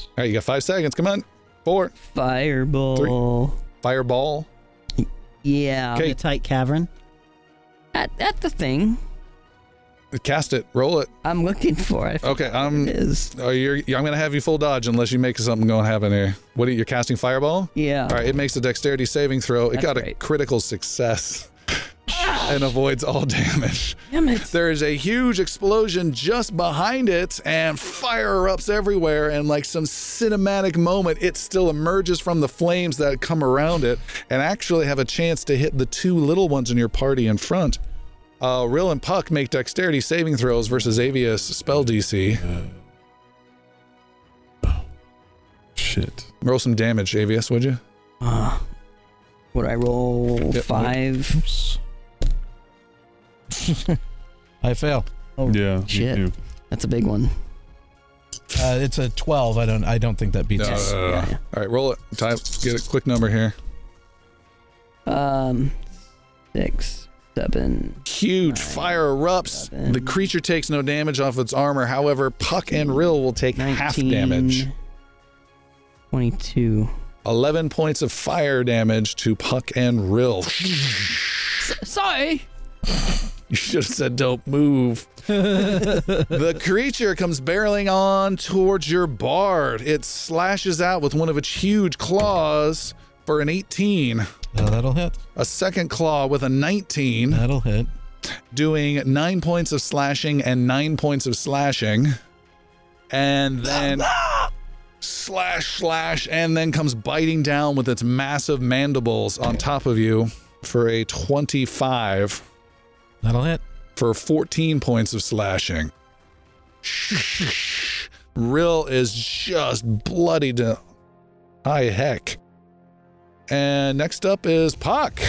[SPEAKER 1] All right, you got five seconds. Come on. Four.
[SPEAKER 6] fireball.
[SPEAKER 1] Fireball.
[SPEAKER 6] Yeah,
[SPEAKER 1] Okay.
[SPEAKER 4] The tight cavern.
[SPEAKER 6] at, at the thing
[SPEAKER 1] Cast it. Roll it.
[SPEAKER 6] I'm looking for. I forget
[SPEAKER 1] Okay.
[SPEAKER 6] what
[SPEAKER 1] I'm.
[SPEAKER 6] it is.
[SPEAKER 1] Oh, you're, I'm gonna have you full dodge unless you make something going to happen here. What are you, you're casting fireball?
[SPEAKER 6] Yeah.
[SPEAKER 1] All right, it makes a dexterity saving throw. It
[SPEAKER 6] That's
[SPEAKER 1] got a
[SPEAKER 6] right.
[SPEAKER 1] critical success and avoids all damage.
[SPEAKER 6] Damn it.
[SPEAKER 1] There is a huge explosion just behind it, and fire erupts everywhere. And like some cinematic moment, it still emerges from the flames that come around it, and actually have a chance to hit the two little ones in your party in front. Uh, Rill and Puck make dexterity saving throws versus Avius spell DC.
[SPEAKER 5] Shit.
[SPEAKER 1] Roll some damage, Avius, would you?
[SPEAKER 6] Uh, would I roll
[SPEAKER 1] Yep.
[SPEAKER 6] five?
[SPEAKER 3] I fail.
[SPEAKER 1] Oh,
[SPEAKER 5] Yeah. me
[SPEAKER 6] Shit.
[SPEAKER 5] too.
[SPEAKER 6] That's a big one.
[SPEAKER 3] Uh, it's a twelve. I don't. I don't think that beats.
[SPEAKER 1] No,
[SPEAKER 3] it.
[SPEAKER 1] no, no, no.
[SPEAKER 6] Yeah,
[SPEAKER 1] All right, roll it. Time. Get a quick number here.
[SPEAKER 6] Um, six, seven.
[SPEAKER 1] Huge
[SPEAKER 6] Nine,
[SPEAKER 1] fire erupts.
[SPEAKER 6] seven.
[SPEAKER 1] The creature takes no damage off its armor. However, Puck and Rill will take half
[SPEAKER 6] 19,
[SPEAKER 1] damage.
[SPEAKER 6] 22.
[SPEAKER 1] 11 points of fire damage to Puck and Rill.
[SPEAKER 2] Sorry.
[SPEAKER 1] You should have said, don't move. the creature comes barreling on towards your bard. It slashes out with one of its huge claws for an 18,
[SPEAKER 3] Uh, that'll hit.
[SPEAKER 1] a second claw with a 19,
[SPEAKER 3] That'll hit.
[SPEAKER 1] doing nine points of slashing and nine points of slashing. And then slash, slash, and then comes biting down with its massive mandibles on top of you for a 25
[SPEAKER 3] That'll hit.
[SPEAKER 1] for 14 points of slashing. Rill is just bloody to high heck. And next up is Puck.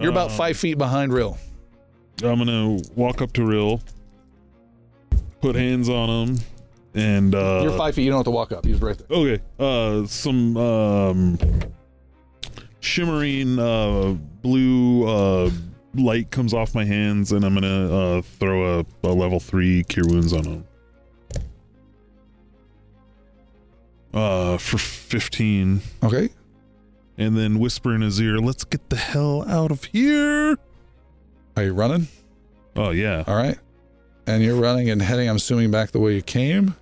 [SPEAKER 1] You're about
[SPEAKER 5] Um,
[SPEAKER 1] five feet behind Rill.
[SPEAKER 5] I'm gonna walk up to Rill, put hands on him, and uh,
[SPEAKER 1] You're five feet. You don't have to walk up. He's right there.
[SPEAKER 5] Okay. Uh, some um, shimmering uh, blue uh, light comes off my hands, and I'm gonna uh, throw a, a level three cure wounds on him. Uh, for fifteen,
[SPEAKER 1] Okay.
[SPEAKER 5] and then whisper in his ear, "Let's get the hell out of here."
[SPEAKER 1] Are you running?
[SPEAKER 5] Oh yeah.
[SPEAKER 1] All right. And you're running and heading, I'm assuming, back the way you came.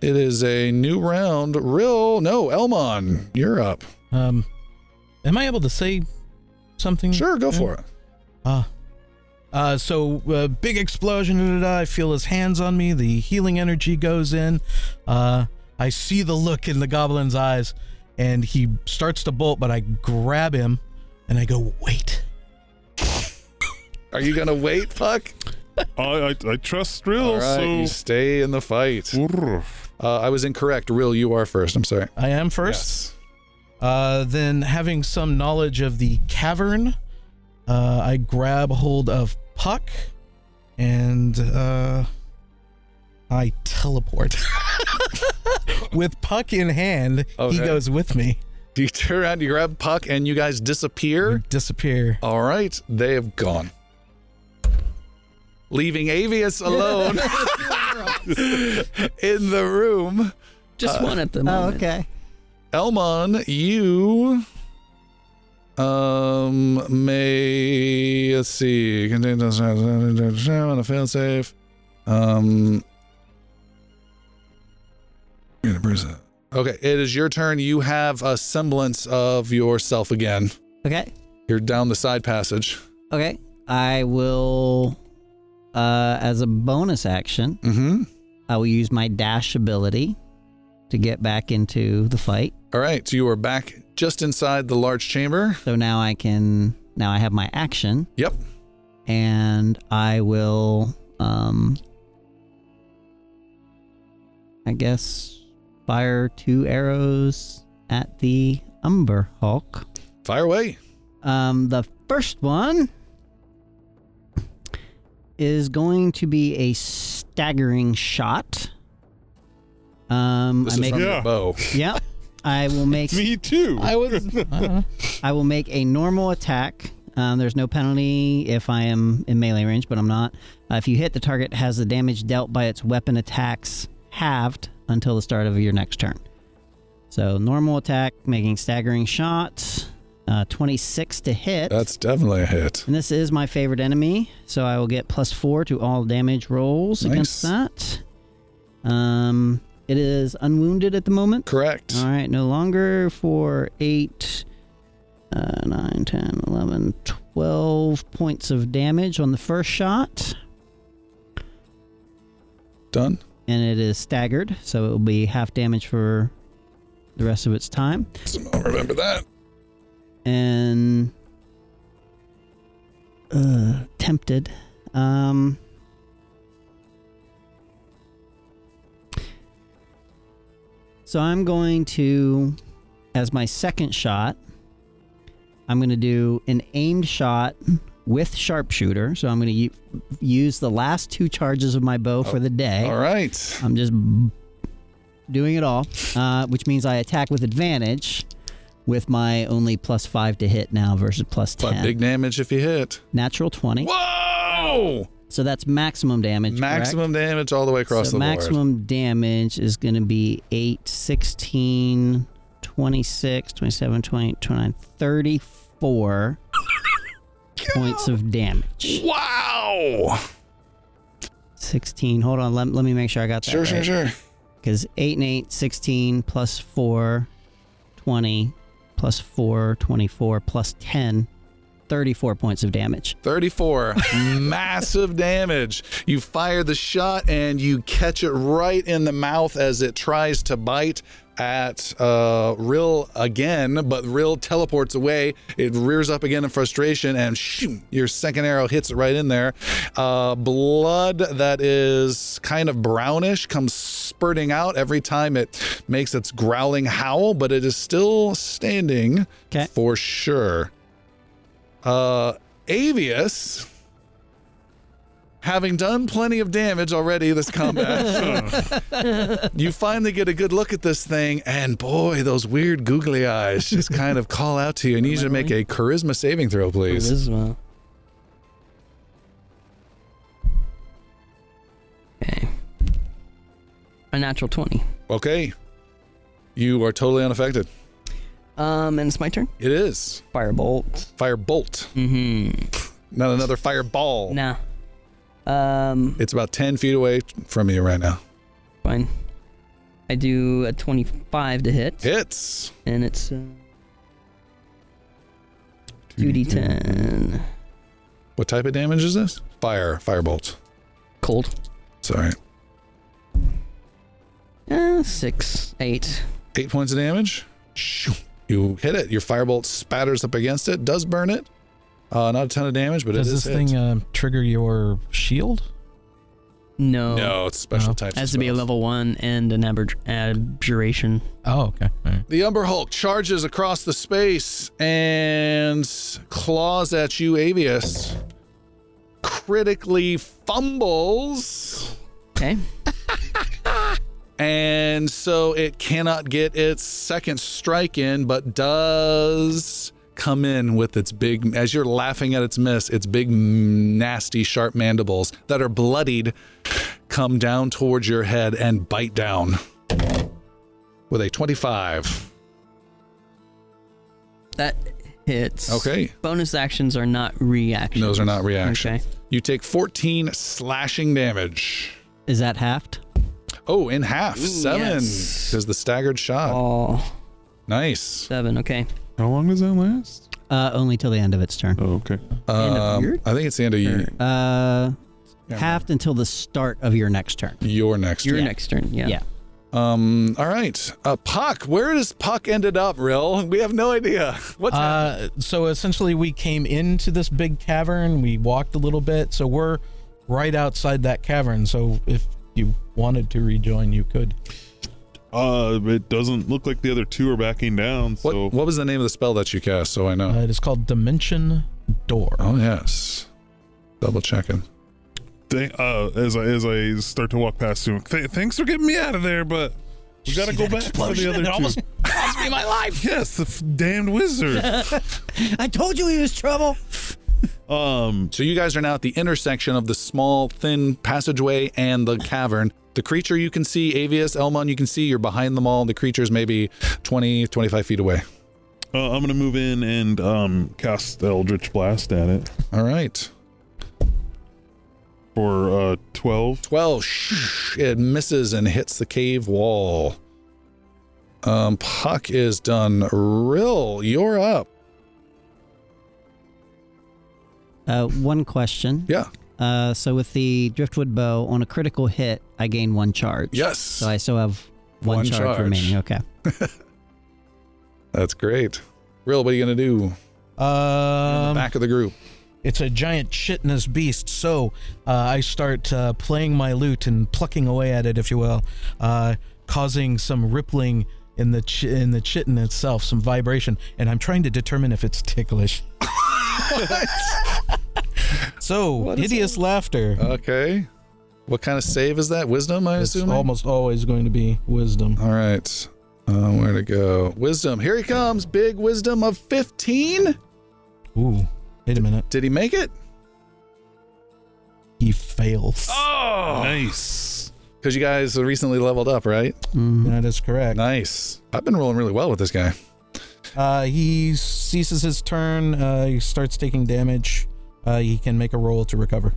[SPEAKER 1] It is a new round. Rill, no, Elmon, you're up.
[SPEAKER 3] Um, am I able to say something?
[SPEAKER 1] Sure, go
[SPEAKER 3] Yeah.
[SPEAKER 1] for it.
[SPEAKER 3] Ah. Uh, so, uh, big explosion. Da, da, da, I feel his hands on me. The healing energy goes in. Uh, I see the look in the goblin's eyes, and he starts to bolt, but I grab him and I go, wait.
[SPEAKER 1] Are you gonna wait, Puck?
[SPEAKER 5] I I, I trust Rill.
[SPEAKER 1] All right, you
[SPEAKER 5] So.
[SPEAKER 1] stay in the fight. Uh, I was incorrect. Real, you are first. I'm sorry.
[SPEAKER 3] I am first. Uh, then, having some knowledge of the cavern, uh, I grab hold of Puck and uh, I teleport. with Puck in hand,
[SPEAKER 1] Okay.
[SPEAKER 3] he goes with me.
[SPEAKER 1] Do you turn around, you grab Puck, and you guys disappear?
[SPEAKER 3] We disappear.
[SPEAKER 1] All right, they have gone. Leaving Avius alone in the room.
[SPEAKER 6] Just one at the
[SPEAKER 7] Oh,
[SPEAKER 6] moment.
[SPEAKER 7] okay.
[SPEAKER 1] Elmon, you um may let's see. Contain on a fail safe. Um Okay, it is your turn. You have a semblance of yourself again.
[SPEAKER 4] Okay.
[SPEAKER 1] You're down the side passage.
[SPEAKER 4] Okay. I will, uh, as a bonus action,
[SPEAKER 1] Mm-hmm.
[SPEAKER 4] I will use my dash ability to get back into the fight.
[SPEAKER 1] All right, so you are back just inside the large chamber.
[SPEAKER 4] So now I can. Now I have my action.
[SPEAKER 1] Yep.
[SPEAKER 4] And I will. Um. I guess fire two arrows at the Umber Hulk.
[SPEAKER 1] Fire away.
[SPEAKER 4] Um, the first one is going to be a staggering shot. Um,
[SPEAKER 1] This
[SPEAKER 4] I
[SPEAKER 1] is
[SPEAKER 4] make,
[SPEAKER 1] from your
[SPEAKER 5] Yeah.
[SPEAKER 1] bow.
[SPEAKER 4] yeah, I will make
[SPEAKER 5] Me too.
[SPEAKER 3] I was.
[SPEAKER 4] I will make a normal attack. Um, there's no penalty if I am in melee range, but I'm not. Uh, if you hit the target, has the damage dealt by its weapon attacks halved until the start of your next turn. So normal attack, making staggering shots, uh, 26 to hit.
[SPEAKER 1] That's definitely a hit.
[SPEAKER 4] And this is my favorite enemy, so I will get plus four to all damage rolls against that. Um, it is unwounded at the moment.
[SPEAKER 1] Correct.
[SPEAKER 4] All right, no longer for eight, uh, nine, 10, 11, 12 points of damage on the first shot.
[SPEAKER 1] Done.
[SPEAKER 4] And it is staggered, so it will be half damage for the rest of its time.
[SPEAKER 1] Somehow remember that.
[SPEAKER 4] and uh, tempted. Um, so I'm going to, as my second shot, I'm going to do an aimed shot with sharpshooter. So I'm going to u- use the last two charges of my bow for the day.
[SPEAKER 1] All right.
[SPEAKER 4] I'm just doing it all, uh, which means I attack with advantage with my only plus five to hit now versus plus
[SPEAKER 1] But
[SPEAKER 4] 10.
[SPEAKER 1] big damage if you hit.
[SPEAKER 4] Natural 20.
[SPEAKER 1] Whoa!
[SPEAKER 4] So that's maximum damage.
[SPEAKER 1] Maximum damage all the way
[SPEAKER 4] correct?
[SPEAKER 1] across
[SPEAKER 4] so
[SPEAKER 1] the board.
[SPEAKER 4] maximum damage is going to be 8, 16, 26, 27, 28, 29, 34 points of damage.
[SPEAKER 1] Wow.
[SPEAKER 4] 16. Hold on. Let, let me make sure I got that.
[SPEAKER 1] Sure, sure, sure.
[SPEAKER 4] Because 8 and 8, 16, plus 4, 20, plus 4, 24, plus 10, 34 points of damage.
[SPEAKER 1] 34. Massive damage. You fire the shot and you catch it right in the mouth as it tries to bite at uh, Rill again, but Rill teleports away. It rears up again in frustration and shoo, your second arrow hits it right in there. Uh, blood that is kind of brownish comes spurting out every time it makes its growling howl, but it is still standing
[SPEAKER 4] Okay.
[SPEAKER 1] for sure. Uh, Avius, having done plenty of damage already this combat, you finally get a good look at this thing, and boy, those weird googly eyes just kind of call out to you. I need you to make a charisma saving throw, please.
[SPEAKER 6] Charisma. Okay. A natural 20.
[SPEAKER 1] Okay. You are totally unaffected.
[SPEAKER 6] Um, and it's my turn.
[SPEAKER 1] It is.
[SPEAKER 6] Firebolt.
[SPEAKER 1] Fire bolt,
[SPEAKER 6] Mm-hmm.
[SPEAKER 1] not another fireball.
[SPEAKER 6] Nah. Um,
[SPEAKER 1] It's about 10 feet away from you right now.
[SPEAKER 6] fine. I do a 25 to hit,
[SPEAKER 1] Hits.
[SPEAKER 6] and it's uh, 2d10.
[SPEAKER 1] What type of damage is this? Fire, firebolt.
[SPEAKER 6] Cold.
[SPEAKER 1] Sorry.
[SPEAKER 7] Eh,
[SPEAKER 6] Uh, 6, 8.
[SPEAKER 1] Eight points of damage. Shoo. You hit it. Your firebolt spatters up against it, does burn it. Uh, not a ton of damage, but
[SPEAKER 3] Does
[SPEAKER 1] it is
[SPEAKER 3] this
[SPEAKER 1] hit.
[SPEAKER 3] thing uh, trigger your shield?
[SPEAKER 6] No.
[SPEAKER 1] no, it's special
[SPEAKER 3] No.
[SPEAKER 1] types. of
[SPEAKER 6] uh, Has to be a
[SPEAKER 1] spells.
[SPEAKER 6] level 1 and an abjur- abjuration.
[SPEAKER 3] Oh, okay. All right.
[SPEAKER 1] The Umber Hulk charges across the space and claws at you, Avius. Critically fumbles.
[SPEAKER 6] Okay.
[SPEAKER 1] And so it cannot get its second strike in, but does come in with its big, as you're laughing at its miss, its big, nasty, sharp mandibles that are bloodied come down towards your head and bite down with a 25.
[SPEAKER 6] That hits.
[SPEAKER 1] Okay.
[SPEAKER 6] Bonus actions are not reactions.
[SPEAKER 1] Those are not reactions.
[SPEAKER 6] Okay.
[SPEAKER 1] You take 14 slashing damage.
[SPEAKER 4] Is that halved?
[SPEAKER 1] Oh, in half, seven.
[SPEAKER 6] yes.
[SPEAKER 1] Because the staggered shot.
[SPEAKER 6] Oh,
[SPEAKER 1] Nice.
[SPEAKER 6] seven. Okay.
[SPEAKER 5] How long does that last?
[SPEAKER 4] Uh, only till the end of its turn.
[SPEAKER 5] Oh, okay.
[SPEAKER 6] end of
[SPEAKER 1] Um,
[SPEAKER 6] your
[SPEAKER 1] I think it's the end of y-
[SPEAKER 4] Uh,
[SPEAKER 1] Yeah.
[SPEAKER 4] halved until the start of your next turn.
[SPEAKER 1] your next
[SPEAKER 6] Your
[SPEAKER 1] turn.
[SPEAKER 6] next turn. Yeah.
[SPEAKER 4] Yeah.
[SPEAKER 1] Um. All right. Uh, Puck. Where does Puck ended up, Rill? We have no idea. What's happening?
[SPEAKER 3] Uh, so essentially, we came into this big cavern. We walked a little bit, so we're right outside that cavern. So if you wanted to rejoin, you could.
[SPEAKER 5] Uh, it doesn't look like the other two are backing down.
[SPEAKER 1] What,
[SPEAKER 5] So
[SPEAKER 1] what was the name of the spell that you cast? So I know.
[SPEAKER 3] Uh, it is called Dimension Door.
[SPEAKER 1] oh yes. Double checking.
[SPEAKER 5] Th- uh, as I as I start to walk past him, th- thanks for getting me out of there, but we gotta go back to the other two.
[SPEAKER 8] cost me my life.
[SPEAKER 5] yes, the f- damned wizard.
[SPEAKER 7] I told you he was trouble.
[SPEAKER 5] um,
[SPEAKER 1] So you guys are now at the intersection of the small, thin passageway and the cavern. The creature you can see, Avius, Elmon, you can see, you're behind them all. The creature's maybe 20, 25 feet away.
[SPEAKER 5] uh, I'm gonna move in and um cast Eldritch Blast at it
[SPEAKER 1] All right.
[SPEAKER 5] for uh twelve.
[SPEAKER 1] 12. Shh, it misses and hits the cave wall. Um, Puck is done. Rill, you're up.
[SPEAKER 4] Uh, one question.
[SPEAKER 1] Yeah.
[SPEAKER 4] Uh, so with the driftwood bow, on a critical hit, I gain one charge.
[SPEAKER 1] Yes.
[SPEAKER 4] So I still have one,
[SPEAKER 1] One
[SPEAKER 4] charge,
[SPEAKER 1] charge.
[SPEAKER 4] remaining. Okay.
[SPEAKER 1] That's great. Rill, what are you going to do?
[SPEAKER 3] Um,
[SPEAKER 1] Back of the group.
[SPEAKER 3] It's a giant chitinous beast, so uh, I start uh, playing my lute and plucking away at it, if you will, uh, causing some rippling in the ch- in the chitin itself, some vibration, and I'm trying to determine if it's ticklish. so hideous laughter.
[SPEAKER 1] Okay. What kind of save is that? Wisdom, I
[SPEAKER 3] It's
[SPEAKER 1] assume?
[SPEAKER 3] almost always going to be wisdom.
[SPEAKER 1] All right. Uh, where to go? Wisdom. Here he comes. Big wisdom of 15.
[SPEAKER 3] Ooh, wait a minute.
[SPEAKER 1] Did he make it?
[SPEAKER 3] He fails.
[SPEAKER 5] Oh. Nice.
[SPEAKER 1] Because you guys recently leveled up, right?
[SPEAKER 3] That is correct.
[SPEAKER 1] Nice. I've been rolling really well with this guy.
[SPEAKER 3] Uh, he ceases his turn. Uh, he starts taking damage. Uh, he can make a roll to recover.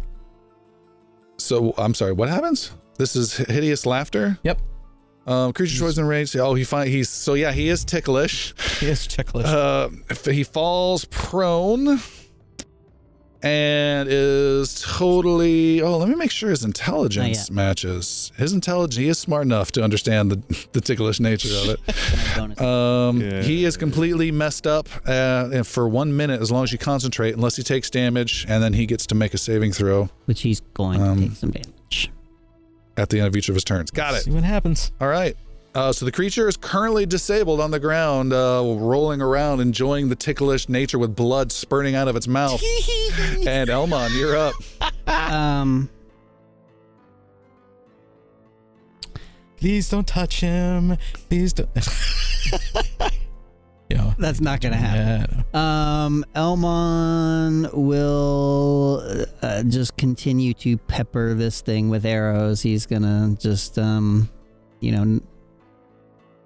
[SPEAKER 1] So I'm sorry. What happens? This is hideous laughter.
[SPEAKER 3] Yep.
[SPEAKER 1] Um, creature choice and rage. Oh, he fine. He's so yeah. He is ticklish.
[SPEAKER 3] He has checklist.
[SPEAKER 1] Uh, f- he falls prone and is totally. Oh, let me make sure his intelligence
[SPEAKER 4] yet.
[SPEAKER 1] matches. His intelligence. He is smart enough to understand the, the ticklish nature of it.
[SPEAKER 4] bonus.
[SPEAKER 1] Um, He is completely messed up uh, and for one minute as long as you concentrate, unless he takes damage, and then he gets to make a saving throw
[SPEAKER 4] which he's going
[SPEAKER 1] um,
[SPEAKER 4] to take some damage.
[SPEAKER 1] at the end of each of his turns. Got it.
[SPEAKER 3] See what happens.
[SPEAKER 1] All right. Uh, so the creature is currently disabled on the ground, uh, rolling around, enjoying the ticklish nature with blood spurting out of its mouth. and Elmon, you're up.
[SPEAKER 4] Um,
[SPEAKER 3] Please don't touch him. Please don't. you know,
[SPEAKER 4] that's not gonna happen.
[SPEAKER 3] yeah, I know.
[SPEAKER 4] Um, Elmon will uh, just continue to pepper this thing with arrows. He's gonna just, um, you know, n-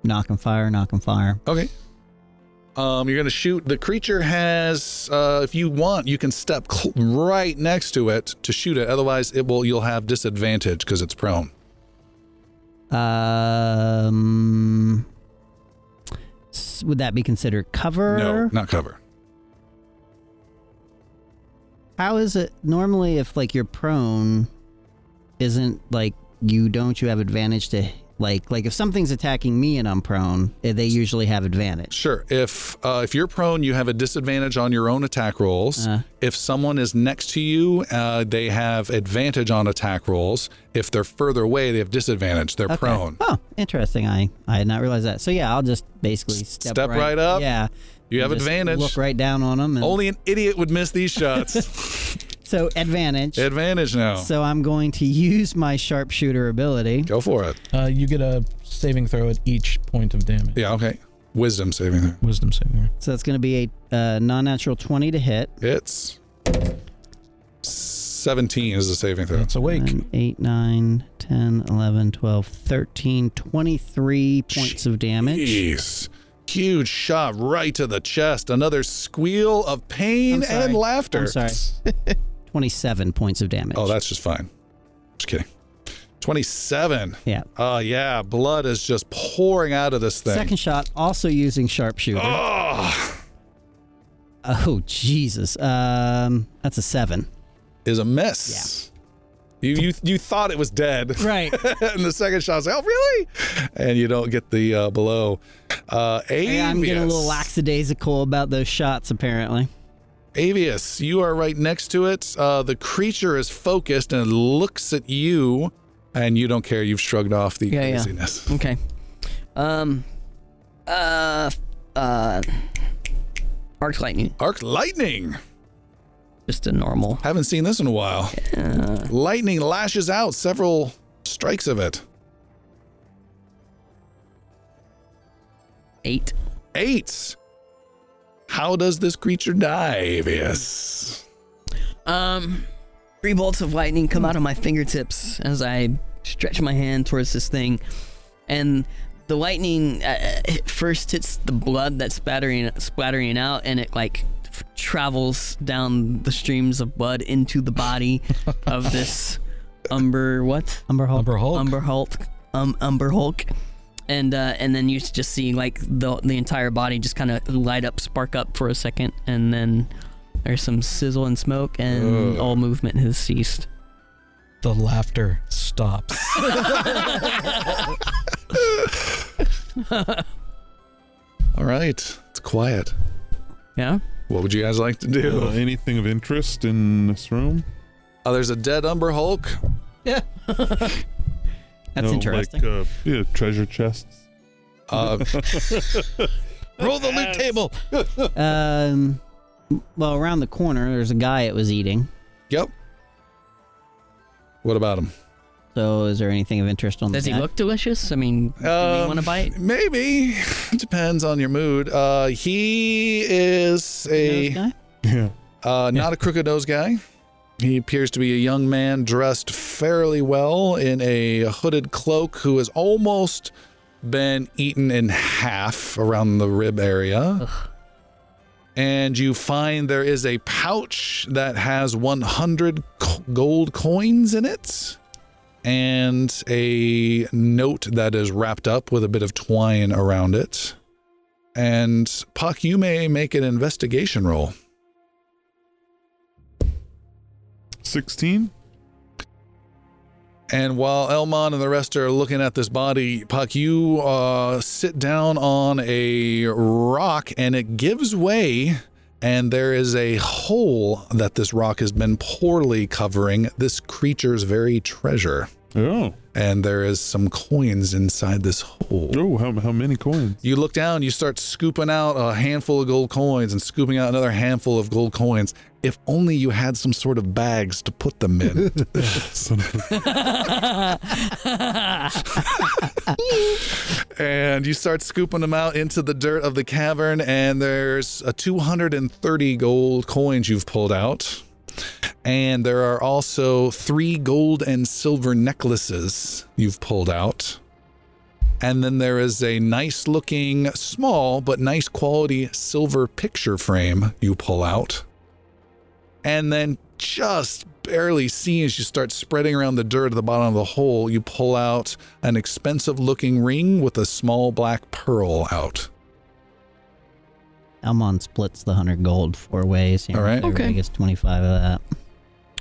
[SPEAKER 4] knock and fire, knock and fire.
[SPEAKER 1] Okay. Um, you're gonna shoot. The creature has, uh, if you want, you can step cl- right next to it to shoot it. Otherwise, it will. You'll have disadvantage because it's prone.
[SPEAKER 4] Um, s- would that be considered cover?
[SPEAKER 1] No, not cover.
[SPEAKER 4] How is it normally if like you're prone? Isn't like you don't you have advantage to like like if something's attacking me and I'm prone, eh, they usually have advantage.
[SPEAKER 1] Sure. If uh, if you're prone, you have a disadvantage on your own attack rolls.
[SPEAKER 4] Uh.
[SPEAKER 1] If someone is next to you, uh, they have advantage on attack rolls. If they're further away, they have disadvantage. They're prone.
[SPEAKER 4] Oh, interesting. I I had not realized that. So yeah, I'll just basically
[SPEAKER 1] S-
[SPEAKER 4] step,
[SPEAKER 1] step right up.
[SPEAKER 4] Yeah,
[SPEAKER 1] You have
[SPEAKER 4] and just
[SPEAKER 1] advantage.
[SPEAKER 4] Look right down on them. And,
[SPEAKER 1] Only an idiot would miss these shots.
[SPEAKER 4] so advantage.
[SPEAKER 1] advantage now.
[SPEAKER 4] So I'm going to use my sharpshooter ability.
[SPEAKER 1] Go for it.
[SPEAKER 3] Uh, you get a saving throw at each point of damage.
[SPEAKER 1] Yeah. Okay. Wisdom saving throw.
[SPEAKER 3] Wisdom saving
[SPEAKER 4] So that's going to be a uh, non-natural twenty to hit.
[SPEAKER 1] It's seventeen is the saving
[SPEAKER 3] throw.
[SPEAKER 1] throw.
[SPEAKER 3] It's awake.
[SPEAKER 4] Nine, 8, 9, 10, 11, 12, 13, 23 points of damage.
[SPEAKER 1] Jeez. Huge shot right to the chest. Another squeal of pain
[SPEAKER 4] I'm sorry.
[SPEAKER 1] and laughter.
[SPEAKER 4] I'm sorry. 27 points of damage.
[SPEAKER 1] Oh, that's just fine. Just kidding. 27.
[SPEAKER 4] Yeah.
[SPEAKER 1] Oh, yeah. Blood is just pouring out of this thing. Ah,
[SPEAKER 4] Second shot, also using sharpshooter. Oh,
[SPEAKER 1] Ugh.
[SPEAKER 4] Jesus. Um, that's a 7.
[SPEAKER 1] is a miss. You, you you thought it was dead.
[SPEAKER 4] Right.
[SPEAKER 1] and the second shot's like, oh, really? And you don't get the uh, below. Uh, Avius.
[SPEAKER 4] Yeah, I'm getting a little lackadaisical about those shots, apparently.
[SPEAKER 1] Avius, you are right next to it. Uh, the creature is focused and it looks at you, and you don't care. You've shrugged off the
[SPEAKER 6] Yeah, yeah.
[SPEAKER 1] craziness.
[SPEAKER 6] Okay. Um. Uh. Uh. Arc lightning.
[SPEAKER 1] Arc lightning.
[SPEAKER 6] Just a normal.
[SPEAKER 1] Haven't seen this in a while.
[SPEAKER 6] Uh,
[SPEAKER 1] Lightning lashes out several strikes of it.
[SPEAKER 6] eight.
[SPEAKER 1] Eight. How does this creature die, Avius?
[SPEAKER 6] Um. Three bolts of lightning come out of my fingertips as I stretch my hand towards this thing, and the lightning uh, it first hits the blood that's spattering splattering out, and it like f- travels down the streams of blood into the body of this umber what
[SPEAKER 4] Umber Hulk.
[SPEAKER 3] Umber Hulk.
[SPEAKER 6] Umber Hulk, um, Umber Hulk, and uh, and then you just see like the the entire body just kind of light up, spark up for a second, and then there's some sizzle and smoke, and
[SPEAKER 1] Ugh.
[SPEAKER 6] all movement has ceased.
[SPEAKER 3] The laughter stops.
[SPEAKER 1] All right, it's quiet.
[SPEAKER 6] Yeah.
[SPEAKER 1] What would you guys like to
[SPEAKER 5] Uh,
[SPEAKER 1] do?
[SPEAKER 5] anything of interest in this room?
[SPEAKER 1] Oh, there's a dead Umber Hulk.
[SPEAKER 4] That's
[SPEAKER 5] No,
[SPEAKER 4] interesting.
[SPEAKER 5] Like, uh, yeah, treasure chests.
[SPEAKER 1] Uh,
[SPEAKER 3] Roll the loot table.
[SPEAKER 4] um, well, around the corner, there's a guy it was eating.
[SPEAKER 1] yep. What about him?
[SPEAKER 4] So is there anything of interest on
[SPEAKER 6] Does
[SPEAKER 4] the
[SPEAKER 6] he
[SPEAKER 4] guy?
[SPEAKER 6] look delicious? I mean, do
[SPEAKER 1] Um,
[SPEAKER 6] you want to bite?
[SPEAKER 1] Maybe depends on your mood. Uh, he is
[SPEAKER 4] Nose
[SPEAKER 1] a
[SPEAKER 4] guy?
[SPEAKER 5] Yeah.
[SPEAKER 1] uh, not a crooked nose guy. He appears to be a young man dressed fairly well in a hooded cloak who has almost been eaten in half around the rib area. And you find there is a pouch that has 100 co- gold coins in it and a note that is wrapped up with a bit of twine around it. And Puck, you may make an investigation roll.
[SPEAKER 5] 16?
[SPEAKER 1] And while Elmon and the rest are looking at this body, Puck, you uh, sit down on a rock and it gives way. And there is a hole that this rock has been poorly covering this creature's very treasure.
[SPEAKER 5] Oh.
[SPEAKER 1] And there is some coins inside this hole.
[SPEAKER 5] Oh, how, how many coins?
[SPEAKER 1] You look down, you start scooping out a handful of gold coins and scooping out another handful of gold coins. If only you had some sort of bags to put them in.
[SPEAKER 5] Son of a-
[SPEAKER 1] and you start scooping them out into the dirt of the cavern and there's a 230 gold coins you've pulled out and there are also three gold and silver necklaces you've pulled out and then there is a nice looking small but nice quality silver picture frame you pull out and then just barely seeing as you start spreading around the dirt at the bottom of the hole, you pull out an expensive looking ring with a small black pearl out.
[SPEAKER 4] Elmon splits the hundred gold four ways. You know,
[SPEAKER 1] All right.
[SPEAKER 4] Everybody
[SPEAKER 2] Okay.
[SPEAKER 4] gets twenty five of that.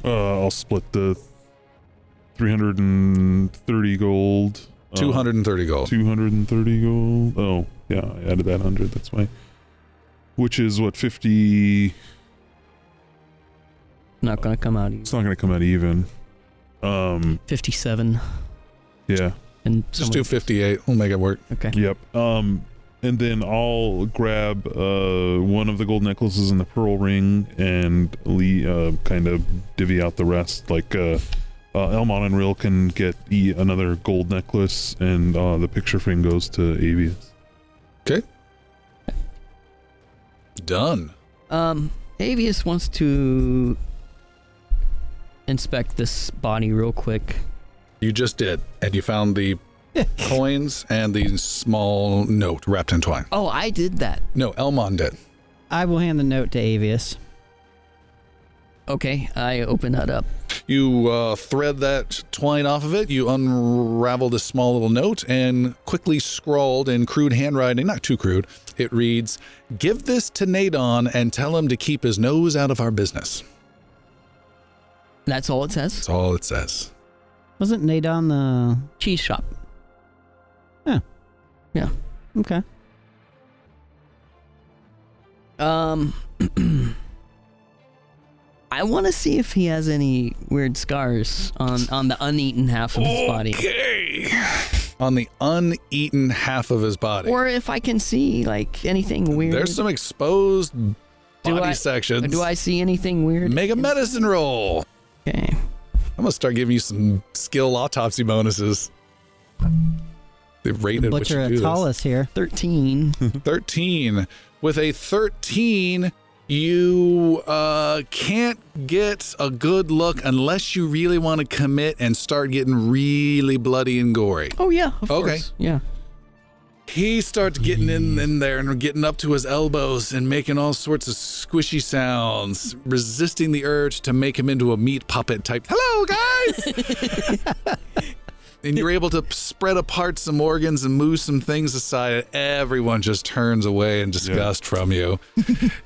[SPEAKER 5] Uh, I'll split the 330 gold. uh,
[SPEAKER 1] 230 gold.
[SPEAKER 5] 230 gold. Oh, yeah, I added that 100. That's why. Which is what, 50.
[SPEAKER 6] Not gonna come out even.
[SPEAKER 5] It's not going to come out even. Um,
[SPEAKER 6] 57
[SPEAKER 5] yeah.
[SPEAKER 6] and
[SPEAKER 1] Just
[SPEAKER 6] someone-
[SPEAKER 1] do 58. We'll make it work.
[SPEAKER 6] Okay.
[SPEAKER 5] Yep. Um, and then I'll grab uh, one of the gold necklaces and the pearl ring, and Lee uh, kind of divvy out the rest. Like uh, uh, Elmon and Ril can get e- another gold necklace, and uh, the picture frame goes to Avius.
[SPEAKER 1] Done.
[SPEAKER 6] Um, Avius wants to inspect this body real quick.
[SPEAKER 1] You just did. And you found the coins and the small note wrapped in twine.
[SPEAKER 6] Oh, I did that.
[SPEAKER 1] No, Elmon did.
[SPEAKER 4] I will hand the note to Avius.
[SPEAKER 6] Okay, I open that up.
[SPEAKER 1] You uh, thread that twine off of it. You unravel this small little note and quickly scrawled in crude handwriting, not too crude, it reads Give this to Nadon and tell him to keep his nose out of our business.
[SPEAKER 6] That's all it says.
[SPEAKER 1] That's all it says.
[SPEAKER 4] Wasn't Nadon the
[SPEAKER 6] Cheese shop.
[SPEAKER 4] okay?
[SPEAKER 6] Um, I want to see if he has any weird scars on on the uneaten half of
[SPEAKER 1] Oh,
[SPEAKER 6] his body,
[SPEAKER 1] Okay. On the uneaten half of his body.
[SPEAKER 6] or if I can see like anything weird.
[SPEAKER 1] There's some exposed body
[SPEAKER 6] I-
[SPEAKER 1] sections.
[SPEAKER 6] Do I see anything weird?
[SPEAKER 1] Make a medicine roll.
[SPEAKER 6] Okay.
[SPEAKER 1] I'm gonna start giving you some skill autopsy bonuses. The rate at which
[SPEAKER 4] Butcher
[SPEAKER 1] you do this.
[SPEAKER 4] Atalis here.
[SPEAKER 6] 13.
[SPEAKER 1] Hmm. 13 with a 13 you uh, can't get a good look unless you really want to commit and start getting really bloody and gory
[SPEAKER 6] Oh, yeah. Of
[SPEAKER 1] Okay.
[SPEAKER 6] Course. Yeah.
[SPEAKER 1] he starts getting in, in there and getting up to his elbows and making all sorts of squishy sounds resisting the urge to make him into a meat puppet type hello guys and you're able to spread apart some organs and move some things aside and everyone just turns away in disgust from you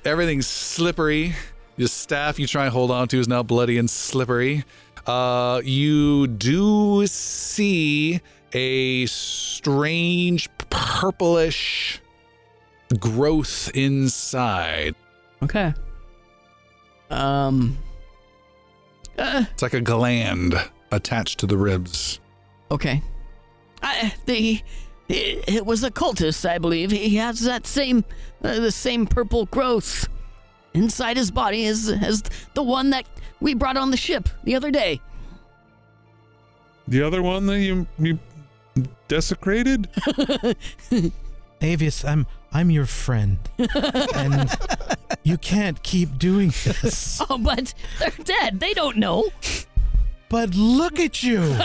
[SPEAKER 1] everything's slippery your staff you try and hold on to is now bloody and slippery uh, you do see a strange purplish growth inside.
[SPEAKER 6] Okay. Um, uh,
[SPEAKER 1] It's like a gland attached to the ribs.
[SPEAKER 6] okay.
[SPEAKER 2] I, the it, it was a cultist, I believe. He has that same uh, the same purple growth inside his body as as the one that we brought on the ship the other day.
[SPEAKER 5] The other one that you you desecrated?
[SPEAKER 3] Avius, I'm I'm your friend, and You can't keep doing this.
[SPEAKER 2] Oh, but they're dead. They don't know.
[SPEAKER 3] But look at you.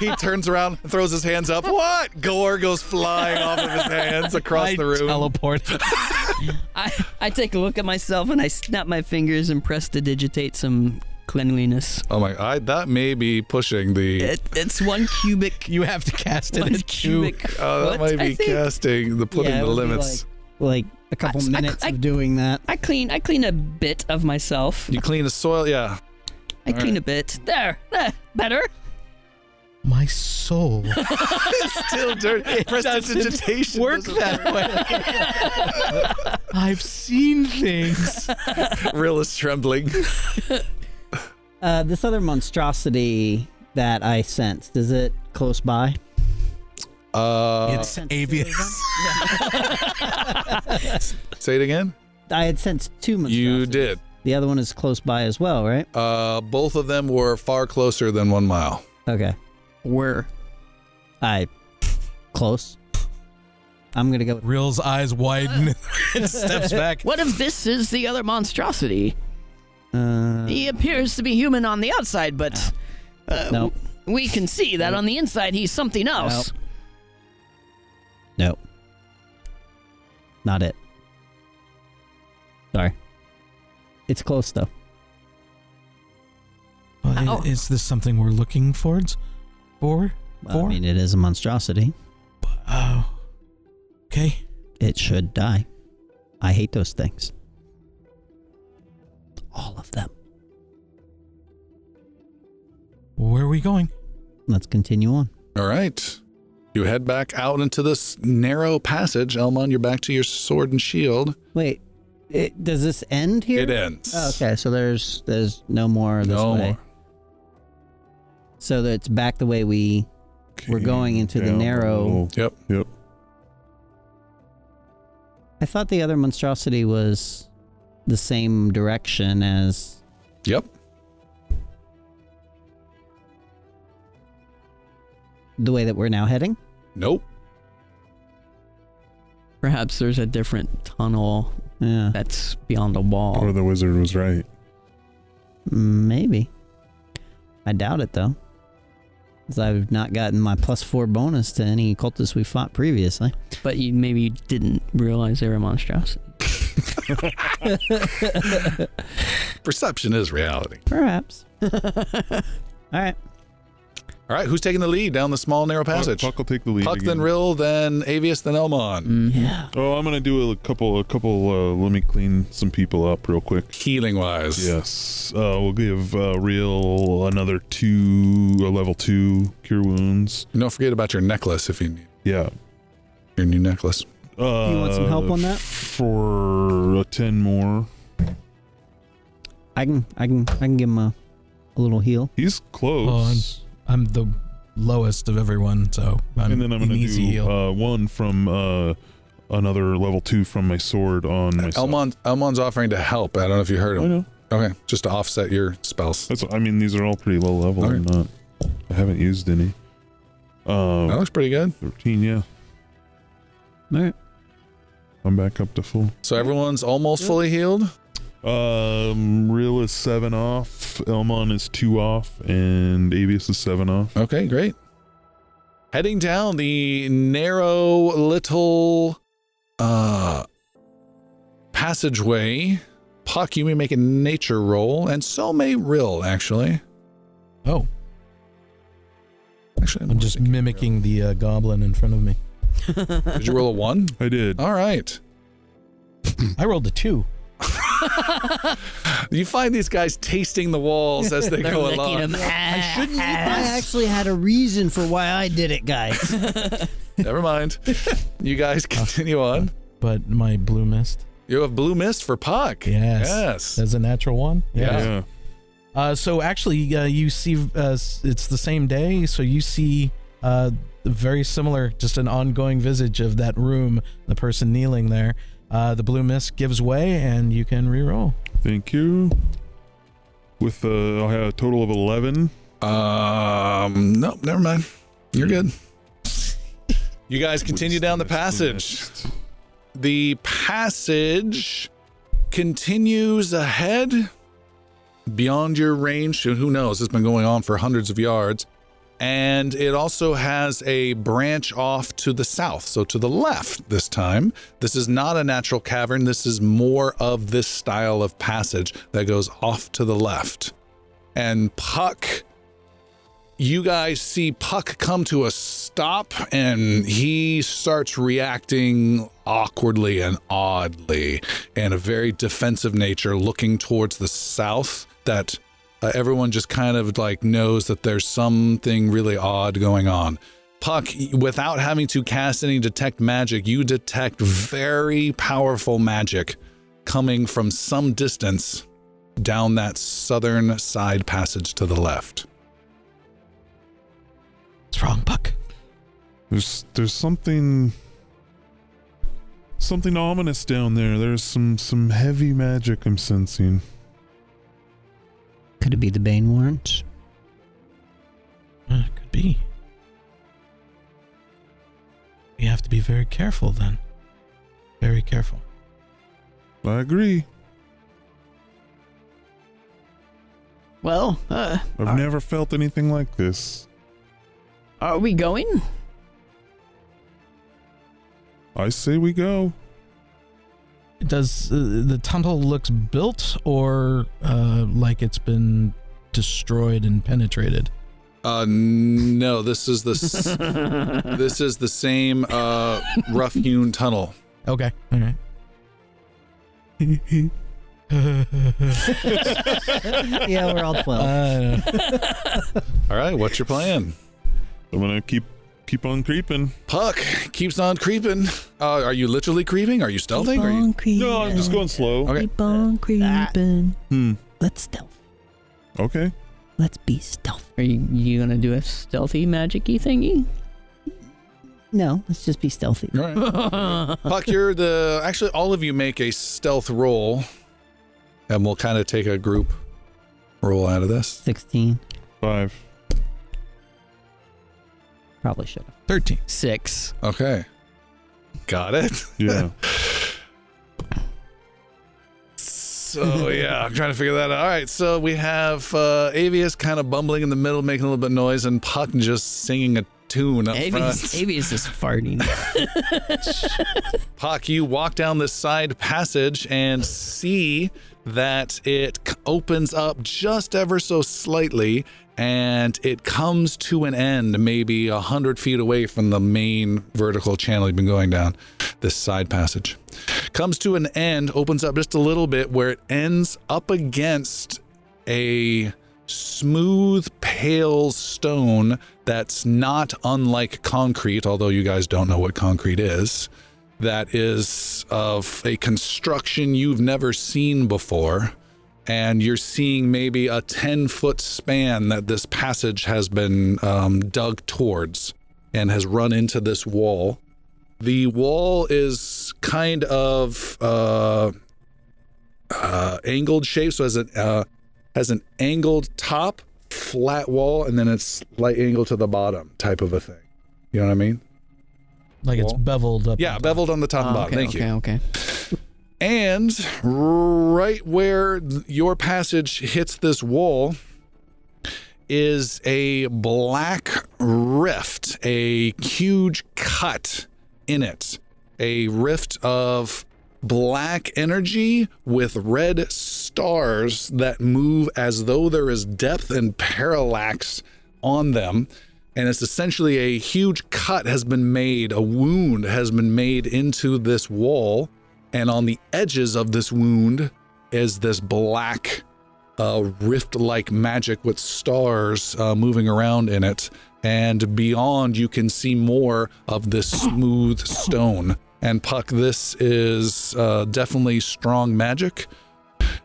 [SPEAKER 1] He turns around, and throws his hands up. What? Gore goes flying off of his hands across
[SPEAKER 3] I
[SPEAKER 1] the room.
[SPEAKER 3] Teleport.
[SPEAKER 6] I, I take a look at myself and I snap my fingers and press to digitate some cleanliness.
[SPEAKER 1] oh my! I, that may be pushing the.
[SPEAKER 6] It, it's one cubic.
[SPEAKER 3] You have to cast it
[SPEAKER 6] one
[SPEAKER 3] at two.
[SPEAKER 6] cubic foot,
[SPEAKER 1] Uh, that might
[SPEAKER 6] I
[SPEAKER 1] be
[SPEAKER 6] think.
[SPEAKER 1] casting the putting
[SPEAKER 4] Yeah, it
[SPEAKER 1] the
[SPEAKER 4] would be
[SPEAKER 1] limits.
[SPEAKER 4] Like, like a couple
[SPEAKER 6] I- I-
[SPEAKER 4] minutes
[SPEAKER 6] I-
[SPEAKER 4] of doing that.
[SPEAKER 6] I clean. I clean a bit of myself.
[SPEAKER 1] You clean the soil, yeah.
[SPEAKER 6] I
[SPEAKER 1] all
[SPEAKER 6] clean a bit. There, there, better.
[SPEAKER 3] My soul.
[SPEAKER 1] Still dirty. Prestidigitation.
[SPEAKER 3] Work
[SPEAKER 1] doesn't
[SPEAKER 3] that way. I've seen things.
[SPEAKER 1] Rill is trembling.
[SPEAKER 4] Uh, this other monstrosity that I sensed, is it close by?
[SPEAKER 1] Uh,
[SPEAKER 3] it's avius.
[SPEAKER 1] say it again.
[SPEAKER 4] I had sensed two monstrosities.
[SPEAKER 1] You did.
[SPEAKER 4] The other one is close by as well, right?
[SPEAKER 1] Uh, both of them were far closer than one mile.
[SPEAKER 4] Okay.
[SPEAKER 6] Were.
[SPEAKER 4] I. Close. I'm going to go with. uh,
[SPEAKER 3] Rill's eyes widen and steps back.
[SPEAKER 2] What if this is the other monstrosity?
[SPEAKER 4] Uh,
[SPEAKER 2] He appears to be human on the outside, but uh,
[SPEAKER 4] Nope.
[SPEAKER 2] we can see that on the inside he's something else.
[SPEAKER 4] Nope. Not it. Sorry. It's close though.
[SPEAKER 3] Well, i-
[SPEAKER 2] Ow.
[SPEAKER 3] Is this something we're looking forwards for?
[SPEAKER 4] Well,
[SPEAKER 3] Four?
[SPEAKER 4] I mean, it is a monstrosity.
[SPEAKER 3] Oh. Okay.
[SPEAKER 4] It should die. I hate those things. All of them.
[SPEAKER 3] Where are we going?
[SPEAKER 4] Let's continue on.
[SPEAKER 1] All right. You head back out into this narrow passage. Elmon, you're back to your sword and shield.
[SPEAKER 4] Wait, it, does this end here?
[SPEAKER 1] It ends.
[SPEAKER 4] Oh, okay, so there's there's no more this
[SPEAKER 1] No
[SPEAKER 4] way.
[SPEAKER 1] more.
[SPEAKER 4] So that it's back the way we. We're going into the
[SPEAKER 5] Down
[SPEAKER 4] narrow-
[SPEAKER 5] below.
[SPEAKER 1] Yep.
[SPEAKER 5] Yep.
[SPEAKER 4] I thought the other monstrosity was the same direction as.
[SPEAKER 1] Yep.
[SPEAKER 4] The way that we're now heading.
[SPEAKER 1] Nope.
[SPEAKER 6] Perhaps there's a different tunnel
[SPEAKER 4] Yeah,
[SPEAKER 6] that's beyond a wall.
[SPEAKER 5] Or the wizard was right.
[SPEAKER 4] maybe. I doubt it though, because I've not gotten my plus four bonus to any cultists we fought previously.
[SPEAKER 6] But you maybe didn't realize they were a monstrosity.
[SPEAKER 1] Perception is reality.
[SPEAKER 4] Perhaps. All right.
[SPEAKER 1] All right. Who's taking the lead down the small narrow passage?
[SPEAKER 5] Puck will take the lead.
[SPEAKER 1] Puck,
[SPEAKER 5] again.
[SPEAKER 1] then Rill, then Avius, then Elmon.
[SPEAKER 2] Mm-hmm.
[SPEAKER 6] Yeah.
[SPEAKER 5] Oh, I'm gonna do a couple. A couple. Uh, let me clean some people up real quick.
[SPEAKER 1] Healing wise.
[SPEAKER 5] Yes. Uh, we'll give uh, real another two, a level two cure wounds.
[SPEAKER 1] Don't forget about your necklace if you need
[SPEAKER 5] Yeah.
[SPEAKER 1] your new necklace.
[SPEAKER 5] Uh,
[SPEAKER 4] want some help on that?
[SPEAKER 5] For uh, ten more.
[SPEAKER 4] I can I can I can give him a, a little heal.
[SPEAKER 5] He's close.
[SPEAKER 3] Oh, I'm the lowest of everyone, so I'm
[SPEAKER 5] and then I'm
[SPEAKER 3] an
[SPEAKER 5] gonna
[SPEAKER 3] easy
[SPEAKER 5] do
[SPEAKER 3] heal.
[SPEAKER 5] uh, one from uh, another level two from my sword on myself.
[SPEAKER 1] Elmon, Elmon's offering to help. I don't know if you heard
[SPEAKER 5] I
[SPEAKER 3] Mm.
[SPEAKER 1] him.
[SPEAKER 5] know.
[SPEAKER 1] Okay. Just to offset your spells.
[SPEAKER 5] That's. I mean, these are all pretty low level. I'm
[SPEAKER 1] Alright.
[SPEAKER 5] not. I haven't used any.
[SPEAKER 3] Mm.
[SPEAKER 5] Uh,
[SPEAKER 1] That looks pretty good.
[SPEAKER 5] thirteen. Yeah,
[SPEAKER 4] All right.
[SPEAKER 5] I'm back up to full.
[SPEAKER 1] So everyone's almost fully healed.
[SPEAKER 5] Um, Real is seven off, Elmon is two off, and Avius is seven off.
[SPEAKER 1] Okay, great. Heading down the narrow little uh passageway. Puck, you may make a nature roll, and so may Rill, actually.
[SPEAKER 3] oh,
[SPEAKER 1] Actually,
[SPEAKER 3] I'm just mimicking the uh, goblin in front of me.
[SPEAKER 1] Did you roll a one?
[SPEAKER 5] I did.
[SPEAKER 1] All right.
[SPEAKER 5] Hmm.
[SPEAKER 3] I rolled a two.
[SPEAKER 1] You find these guys tasting the walls as they
[SPEAKER 5] Oh,
[SPEAKER 1] go along.
[SPEAKER 4] I shouldn't. I actually had a reason for why I did it, guys.
[SPEAKER 1] Never mind. You guys continue on.
[SPEAKER 3] But my blue mist.
[SPEAKER 1] You have blue mist for Puck.
[SPEAKER 3] Yes.
[SPEAKER 1] Yes.
[SPEAKER 3] That's a natural one.
[SPEAKER 1] Yeah.
[SPEAKER 5] Yeah.
[SPEAKER 3] Uh, so actually, uh, you see, uh, s- it's the same day. So you see, uh, very similar, just an ongoing visage of that room, the person kneeling there. Uh, the blue mist gives way, and you can re-roll.
[SPEAKER 5] Thank you. With uh, I had a total of eleven.
[SPEAKER 1] Um, nope, never mind. You're good. You guys continue
[SPEAKER 5] What's
[SPEAKER 1] down the
[SPEAKER 5] next?
[SPEAKER 1] passage. The passage continues ahead beyond your range. Who knows? It's been going on for hundreds of yards. And it also has a branch off to the south, so to the left this time. This is not a natural cavern. This is more of this style of passage that goes off to the left. And Puck, you guys see Puck come to a stop and he starts reacting awkwardly and oddly in a very defensive nature, looking towards the south that uh, everyone just kind of like knows that there's something really odd going on. Puck, without having to cast any detect magic, you detect very powerful magic coming from some distance down that southern side passage to the left.
[SPEAKER 3] What's wrong, Puck?
[SPEAKER 5] There's there's something something ominous down there. There's some some heavy magic I'm sensing.
[SPEAKER 4] Could it be the Bane warrant?
[SPEAKER 3] Uh, could be. We have to be very careful then. Very careful.
[SPEAKER 5] I agree.
[SPEAKER 2] Well, uh,
[SPEAKER 5] I've
[SPEAKER 2] Alright.
[SPEAKER 5] never felt anything like this.
[SPEAKER 2] are we going?
[SPEAKER 5] I say we go.
[SPEAKER 3] Does uh, the tunnel looks built or uh, like it's been destroyed and penetrated?
[SPEAKER 1] Uh, no, this is the s- this is the same uh, rough-hewn tunnel.
[SPEAKER 3] Okay. All right.
[SPEAKER 4] yeah, we're all 12.
[SPEAKER 3] Uh,
[SPEAKER 1] All right, what's your plan?
[SPEAKER 5] I'm gonna keep keep on creeping.
[SPEAKER 1] Puck keeps on creeping. Uh, are you literally creeping? Are you stealthing? Are you?
[SPEAKER 5] No, I'm just going slow.
[SPEAKER 1] Okay.
[SPEAKER 6] Keep
[SPEAKER 2] Uh,
[SPEAKER 6] on creeping.
[SPEAKER 5] Hmm.
[SPEAKER 4] Let's stealth.
[SPEAKER 5] Okay.
[SPEAKER 4] Let's be stealth.
[SPEAKER 6] Are you, you gonna do a stealthy magicy thingy?
[SPEAKER 4] No, let's just be stealthy.
[SPEAKER 1] All right. Puck, you're the actually all of you make a stealth roll, and we'll kind of take a group roll out of this.
[SPEAKER 4] 16.
[SPEAKER 5] Five.
[SPEAKER 4] Probably should have.
[SPEAKER 3] 13.
[SPEAKER 2] Six.
[SPEAKER 1] Okay, got it.
[SPEAKER 5] Yeah.
[SPEAKER 1] So yeah, I'm trying to figure that out. All right, so we have uh, Avius kind of bumbling in the middle, making a little bit of noise, and Puck just singing a tune up front.
[SPEAKER 6] Avi's, Avi's is farting.
[SPEAKER 1] Puck, you walk down this side passage and see that it c- opens up just ever so slightly and it comes to an end maybe a hundred feet away from the main vertical channel you've been going down this side passage comes to an end opens up just a little bit where it ends up against a smooth, pale stone that's not unlike concrete, although you guys don't know what concrete is, that is of a construction you've never seen before. And you're seeing maybe a 10 foot span that this passage has been um, dug towards and has run into this wall. The wall is kind of uh, uh, angled shape, so as an uh, has an angled top, flat wall, and then it's slight angle to the bottom type of a thing. You know what I mean?
[SPEAKER 3] Like it's
[SPEAKER 1] Well,
[SPEAKER 3] beveled up.
[SPEAKER 1] Yeah, beveled on the top and bottom.
[SPEAKER 6] Ah, okay,
[SPEAKER 1] Thank
[SPEAKER 6] okay,
[SPEAKER 1] you.
[SPEAKER 6] okay.
[SPEAKER 1] And right where th- your passage hits this wall is a black rift, a huge cut in it, a rift of black energy with red stars that move as though there is depth and parallax on them. And it's essentially a huge cut has been made, a wound has been made into this wall and on the edges of this wound is this black uh, rift-like magic with stars uh, moving around in it and beyond you can see more of this smooth stone and puck this is uh, definitely strong magic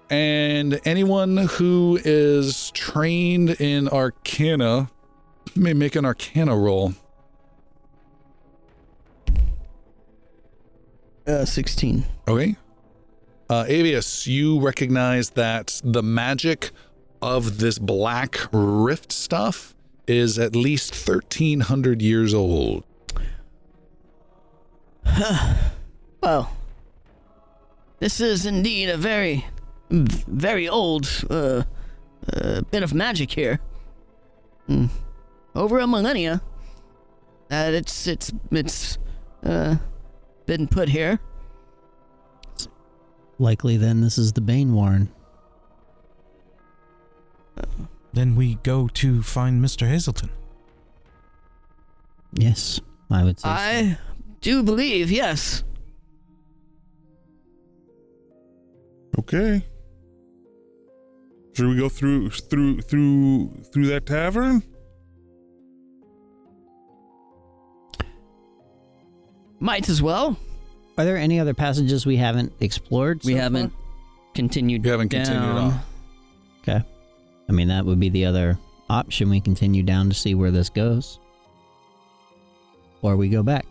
[SPEAKER 1] and anyone who is trained in arcana may make an arcana roll
[SPEAKER 6] Uh, 16.
[SPEAKER 1] Okay. Uh, Avius, you recognize that the magic of this black rift stuff is at least 1300 years old.
[SPEAKER 6] Well,
[SPEAKER 2] This is indeed a very, very old uh, uh, bit of magic here. Hmm. Over a millennia, that it's it's it's uh, been put here.
[SPEAKER 4] Likely then this is the Bane Warren.
[SPEAKER 3] Then we go to find Mr. Hazelton.
[SPEAKER 4] Yes, I would say. so.
[SPEAKER 2] I do believe, yes.
[SPEAKER 5] Okay. Should we go through through through through that tavern?
[SPEAKER 2] Might as well.
[SPEAKER 4] Are there any other passages we haven't explored?
[SPEAKER 6] we
[SPEAKER 4] so
[SPEAKER 6] haven't continued.
[SPEAKER 1] You haven't continued
[SPEAKER 6] down.
[SPEAKER 1] on.
[SPEAKER 4] far? I mean, that would be the other option. We continue down to see where this goes, or we go back.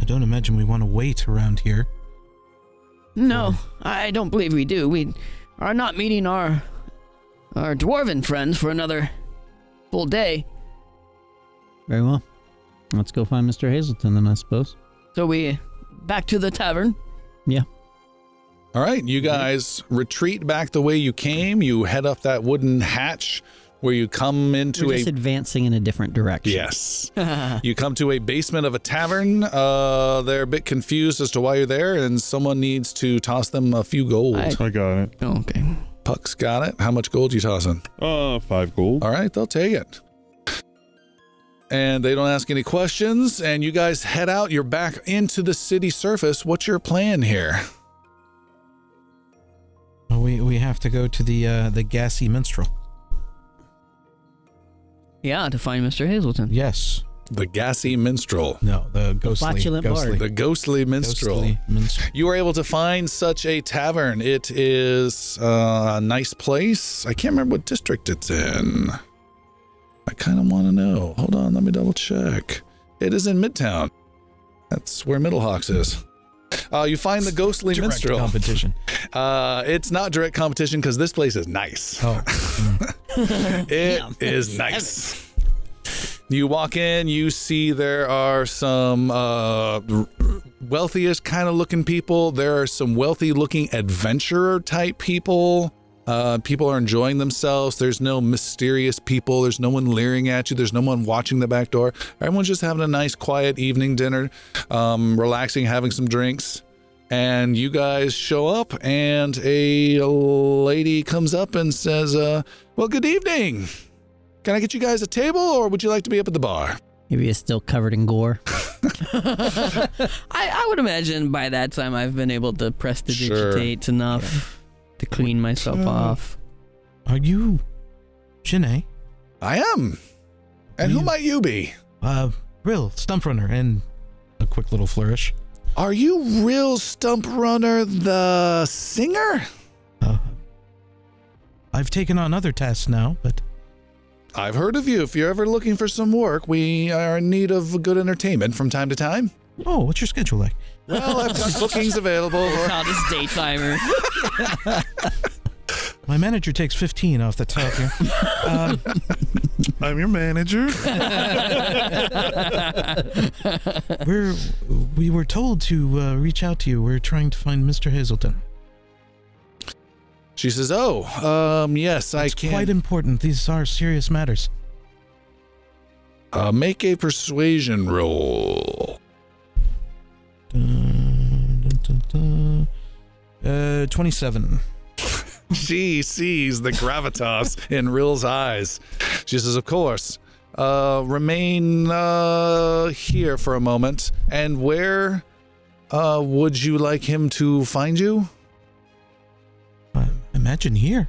[SPEAKER 3] I don't imagine we want to wait around here.
[SPEAKER 2] No, I don't believe we do. We are not meeting our our dwarven friends for another full day.
[SPEAKER 4] Very well. Let's go find Mr. Hazelton then, I suppose.
[SPEAKER 2] So we back to the tavern.
[SPEAKER 1] All right, you guys retreat back the way you came. You head up that wooden hatch where you come into
[SPEAKER 4] We're
[SPEAKER 1] a
[SPEAKER 4] just advancing in a different direction.
[SPEAKER 1] Yes. you come to a basement of a tavern. Uh, they're a bit confused as to why you're there, and someone needs to toss them a few gold.
[SPEAKER 2] I-
[SPEAKER 5] I got it.
[SPEAKER 2] Okay.
[SPEAKER 1] Puck's got it. How much gold you tossing?
[SPEAKER 5] Uh, five gold.
[SPEAKER 1] All right, they'll take it. And they don't ask any questions, and you guys head out. You're back into the city surface. What's your plan here?
[SPEAKER 3] Oh, We we have to go to the uh, the gassy minstrel.
[SPEAKER 6] Yeah, to find Mr. Hazelton.
[SPEAKER 3] Yes.
[SPEAKER 1] The gassy minstrel,
[SPEAKER 3] No. The ghostly.
[SPEAKER 4] flatulent
[SPEAKER 3] ghostly,
[SPEAKER 1] the ghostly minstrel.
[SPEAKER 3] ghostly minstrel.
[SPEAKER 1] you were able to find such a tavern. It is uh, a nice place. I can't remember what district it's in. I kind of want to know. Hold on, let me double check. It is in Midtown. That's where Middlehawks is. Uh, you find the ghostly
[SPEAKER 3] Direct
[SPEAKER 1] minstrel.
[SPEAKER 3] competition.
[SPEAKER 1] Uh, it's not direct competition because this place is nice.
[SPEAKER 3] Oh.
[SPEAKER 1] It is nice. You walk in, you see there are some uh, r- wealthiest kind of looking people. There are some wealthy looking adventurer type people. Uh, people are enjoying themselves. There's no mysterious people. There's no one leering at you. There's no one watching the back door. Everyone's just having a nice, quiet evening dinner, um, relaxing, having some drinks. And you guys show up, and a lady comes up and says, uh, Well, good evening. Can I get you guys a table, or would you like to be up at the bar?
[SPEAKER 4] Maybe it's still covered in gore.
[SPEAKER 6] I, I would imagine by that time I've been able to prestidigitate enough to clean myself
[SPEAKER 2] Mm.
[SPEAKER 3] Uh,
[SPEAKER 6] off.
[SPEAKER 3] Are you, Shanae?
[SPEAKER 1] I am. And who
[SPEAKER 3] You-
[SPEAKER 1] might you be?
[SPEAKER 3] Uh, Rill, stump runner, and a quick little flourish.
[SPEAKER 1] Are you real Stump Runner the singer?
[SPEAKER 3] Uh, I've taken on other tasks now, but
[SPEAKER 1] I've heard of you. If you're ever looking for some work, we are in need of good entertainment from time to time.
[SPEAKER 3] oh, what's your schedule like?
[SPEAKER 1] Well, I've got bookings available. or-
[SPEAKER 6] How this daytimer.
[SPEAKER 2] Uh,
[SPEAKER 3] My manager takes fifteen off the top here. um,
[SPEAKER 5] I'm your manager.
[SPEAKER 3] we're we were told to uh, reach out to you. We're trying to find Mr. Hazelton.
[SPEAKER 1] She says, "Oh, um, yes, I
[SPEAKER 3] It's
[SPEAKER 1] can."
[SPEAKER 3] quite important. These are serious matters.
[SPEAKER 1] Uh, make a persuasion roll.
[SPEAKER 3] Dun, dun, dun, dun. Uh, twenty-seven.
[SPEAKER 1] she sees the gravitas in Rill's eyes. She says, Of course. Uh, remain uh, here for a moment. And where uh, would you like him to find you?
[SPEAKER 3] I imagine here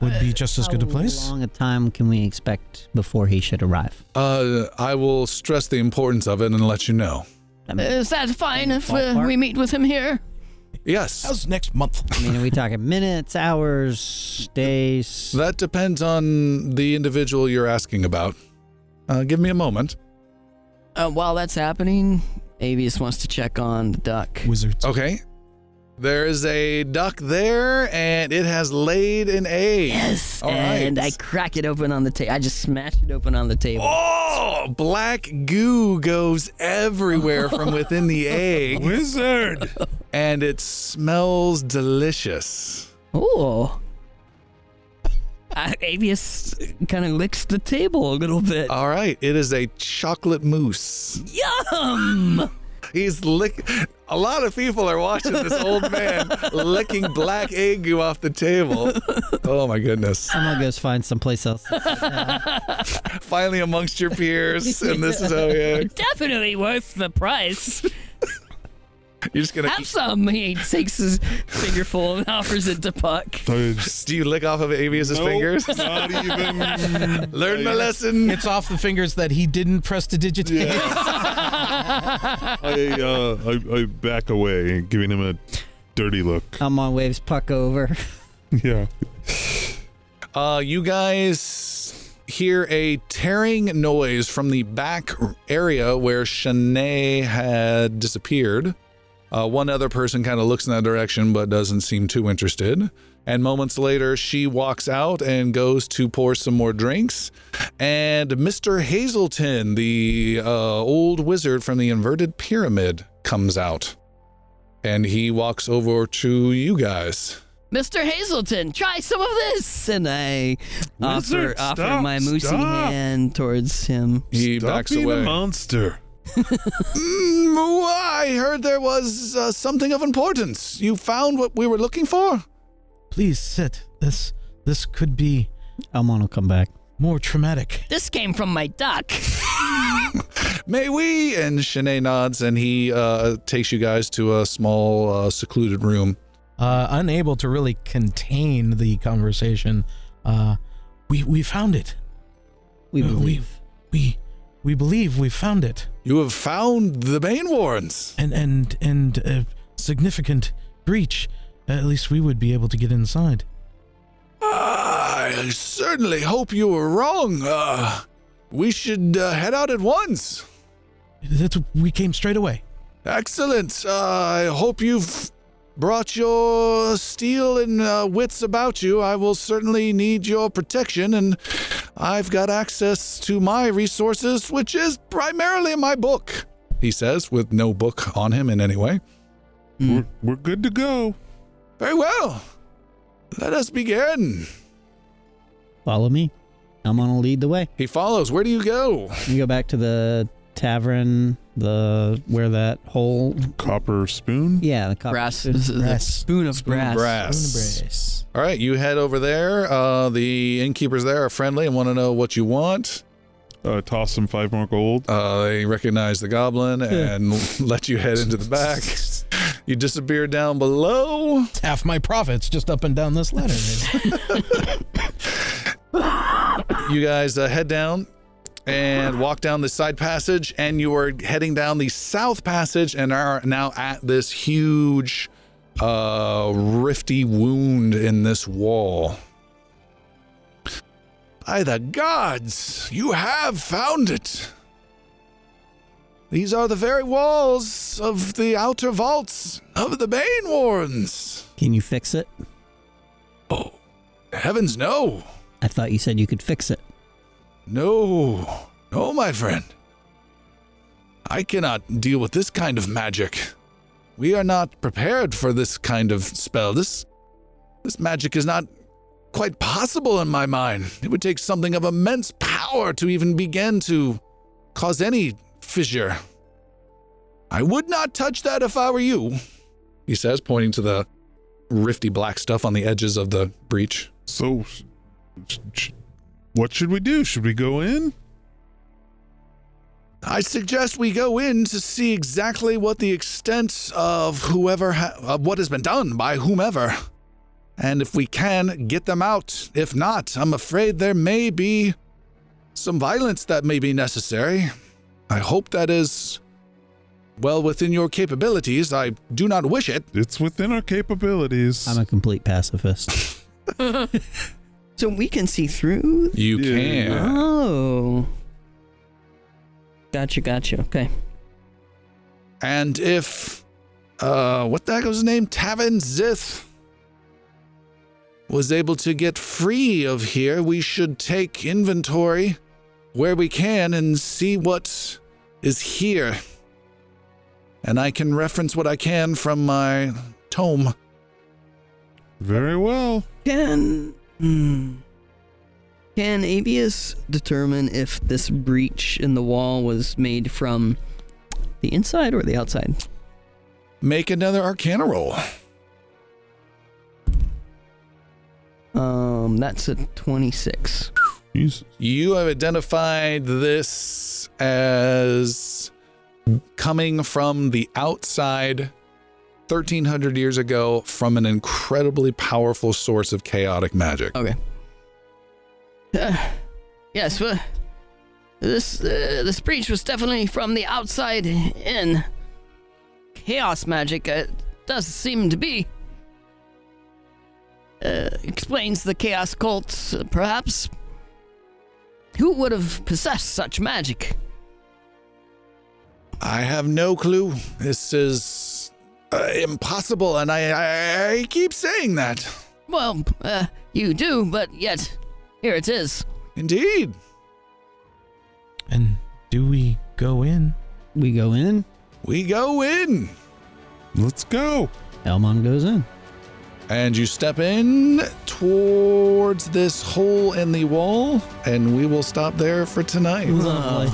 [SPEAKER 3] would be just as good a place.
[SPEAKER 4] How long a time can we expect before he should arrive?
[SPEAKER 1] Uh, I will stress the importance of it and let you know.
[SPEAKER 4] I mean,
[SPEAKER 2] Is that fine if uh,
[SPEAKER 4] Ballpark?
[SPEAKER 2] we meet with him here?
[SPEAKER 1] Yes.
[SPEAKER 3] next month?
[SPEAKER 4] I mean, are we talking minutes, hours, days?
[SPEAKER 1] That depends on the individual you're asking about. Uh, give me a moment.
[SPEAKER 6] uh, while that's happening, Avius wants to check on the duck.
[SPEAKER 3] Oh, Wizards.
[SPEAKER 1] Okay. There's a duck there, and it has laid an egg.
[SPEAKER 6] Yes,
[SPEAKER 1] All right.
[SPEAKER 6] and I crack it open on the table. I just smash it open on the table.
[SPEAKER 1] Oh, black goo goes everywhere from within the egg,
[SPEAKER 5] Wizard.
[SPEAKER 1] and it smells delicious.
[SPEAKER 6] Oh. Uh, Avius kind of licks the table a little
[SPEAKER 5] Uh,
[SPEAKER 6] bit.
[SPEAKER 1] All right, it is a chocolate mousse.
[SPEAKER 6] Yum!
[SPEAKER 1] He's lick. A lot of people are watching this old man licking black egg goo off the table. Oh my goodness!
[SPEAKER 4] I'm gonna go find someplace else.
[SPEAKER 1] Finally, amongst your peers, and this is how yeah,
[SPEAKER 6] Definitely worth the price.
[SPEAKER 1] you're just gonna.
[SPEAKER 6] Have some. He takes his finger full and offers it to Puck.
[SPEAKER 1] Do you lick off of Avius's
[SPEAKER 5] Nope,
[SPEAKER 1] fingers?
[SPEAKER 5] Not even.
[SPEAKER 1] Learn my
[SPEAKER 5] I-
[SPEAKER 1] lesson.
[SPEAKER 3] It's off the fingers that he didn't press to digitate.
[SPEAKER 5] I, uh, I I back away, giving him a dirty look.
[SPEAKER 1] Oh.
[SPEAKER 4] I'm on waves puck over.
[SPEAKER 5] Yeah.
[SPEAKER 1] Uh, you guys hear a tearing noise from the back area where Shanae had disappeared. Uh, one other person kind of looks in that direction but doesn't seem too interested. And moments later, she walks out and goes to pour some more drinks. And Mr. Hazelton, the uh, old wizard from the inverted pyramid, comes out. And he walks over to you guys.
[SPEAKER 2] Mr. Hazelton, try some of this.
[SPEAKER 6] And I offer,
[SPEAKER 5] Wizard,
[SPEAKER 6] offer
[SPEAKER 5] stop,
[SPEAKER 6] my moosey
[SPEAKER 5] stop.
[SPEAKER 6] hand towards him.
[SPEAKER 1] He
[SPEAKER 5] Stop
[SPEAKER 1] backs
[SPEAKER 5] being
[SPEAKER 1] away.
[SPEAKER 5] a monster.
[SPEAKER 1] Mm, oh, I heard there was uh, something of importance. You found what we were looking for?
[SPEAKER 3] Please sit. This this could be
[SPEAKER 4] Elmon will come back.
[SPEAKER 3] more traumatic.
[SPEAKER 2] This came from my duck.
[SPEAKER 1] May we? And Shanae nods and he uh, takes you guys to a small, uh, secluded room.
[SPEAKER 3] Uh, unable to really contain the conversation, uh, we we found it.
[SPEAKER 4] We
[SPEAKER 3] Uh,
[SPEAKER 4] believe.
[SPEAKER 3] we we we believe we found it,
[SPEAKER 1] You have found the Bane Warrens.
[SPEAKER 3] and and and a significant breach. At least we would be able to get inside.
[SPEAKER 1] Ah, I certainly hope you were wrong. Uh, we should uh, head out at once.
[SPEAKER 3] That's we came straight away.
[SPEAKER 1] Excellent. Uh, I hope you've brought your steel and uh, wits about you. I will certainly need your protection, and I've got access to my resources, which is primarily my book, he says, with no book on him in any way. Hmm.
[SPEAKER 5] We're, we're good to go.
[SPEAKER 1] Very well. Let us begin.
[SPEAKER 4] Follow me. Elmon will lead the way.
[SPEAKER 1] He follows. Where do you go?
[SPEAKER 4] We go back to the tavern, the where that whole
[SPEAKER 5] Copper spoon.
[SPEAKER 4] yeah the copper
[SPEAKER 6] Brass.
[SPEAKER 4] spoon-
[SPEAKER 6] The spoon of brass.
[SPEAKER 3] Brace.
[SPEAKER 1] All right, you head over there. Uh, the innkeepers there are friendly and want to know what you want.
[SPEAKER 5] Uh, toss him five more gold.
[SPEAKER 1] Uh, they recognize the goblin and let you head into the back. You disappear down below.
[SPEAKER 3] Half my profits just up and down this ladder.
[SPEAKER 1] You guys uh, head down and walk down the side passage, and you are heading down the south passage and are now at this huge, uh, rifty wound in this wall. By the gods, you have found it. These are the very walls of the outer vaults of the Bane Warrens.
[SPEAKER 4] Can you fix it?
[SPEAKER 1] Oh, heavens no.
[SPEAKER 4] I thought you said you could fix it.
[SPEAKER 1] No, no, my friend. I cannot deal with this kind of magic. We are not prepared for this kind of spell. This this magic is not quite possible in my mind. It would take something of immense power to even begin to cause any fissure. I would not touch that if I were you, he says, pointing to the rifty black stuff on the edges of the breach.
[SPEAKER 5] So, sh- sh- what should we do? Should we go in?
[SPEAKER 1] I suggest we go in to see exactly what the extent of whoever ha- of what has been done by whomever. And if we can, get them out. If not, I'm afraid there may be some violence that may be necessary. I hope that is well within your capabilities. I do not wish it.
[SPEAKER 5] It's within our capabilities.
[SPEAKER 4] I'm a complete pacifist.
[SPEAKER 6] So we can see through?
[SPEAKER 1] You
[SPEAKER 5] Yeah. can.
[SPEAKER 6] Oh. Gotcha, gotcha. Okay.
[SPEAKER 1] And if uh, what the heck was his name? Tavin Zith was able to get free of here, we should take inventory where we can and see what is here. And I can reference what I can from my tome.
[SPEAKER 5] Very well.
[SPEAKER 6] Can hmm. can Abius determine if this breach in the wall was made from the inside or the outside?
[SPEAKER 1] Make another arcana roll.
[SPEAKER 6] Um, that's a twenty-six.
[SPEAKER 5] He's
[SPEAKER 1] You have identified this as coming from the outside 1300 years ago from an incredibly powerful source of chaotic magic.
[SPEAKER 6] Okay.
[SPEAKER 2] Uh, yes, but this uh, this breach was definitely from the outside in. Chaos magic uh, does seem to be. Uh, explains the chaos cults, uh, perhaps. Who would have possessed such magic?
[SPEAKER 1] I have no clue. This is uh, impossible, and I, I, I keep saying that.
[SPEAKER 2] Well, uh, you do, but yet, here it is.
[SPEAKER 1] Indeed.
[SPEAKER 3] And do we go in?
[SPEAKER 4] We go in.
[SPEAKER 1] We go in.
[SPEAKER 5] let's go.
[SPEAKER 4] Elmon goes in.
[SPEAKER 1] And you step in towards this hole in the wall, and we will stop there for tonight.
[SPEAKER 4] Lovely.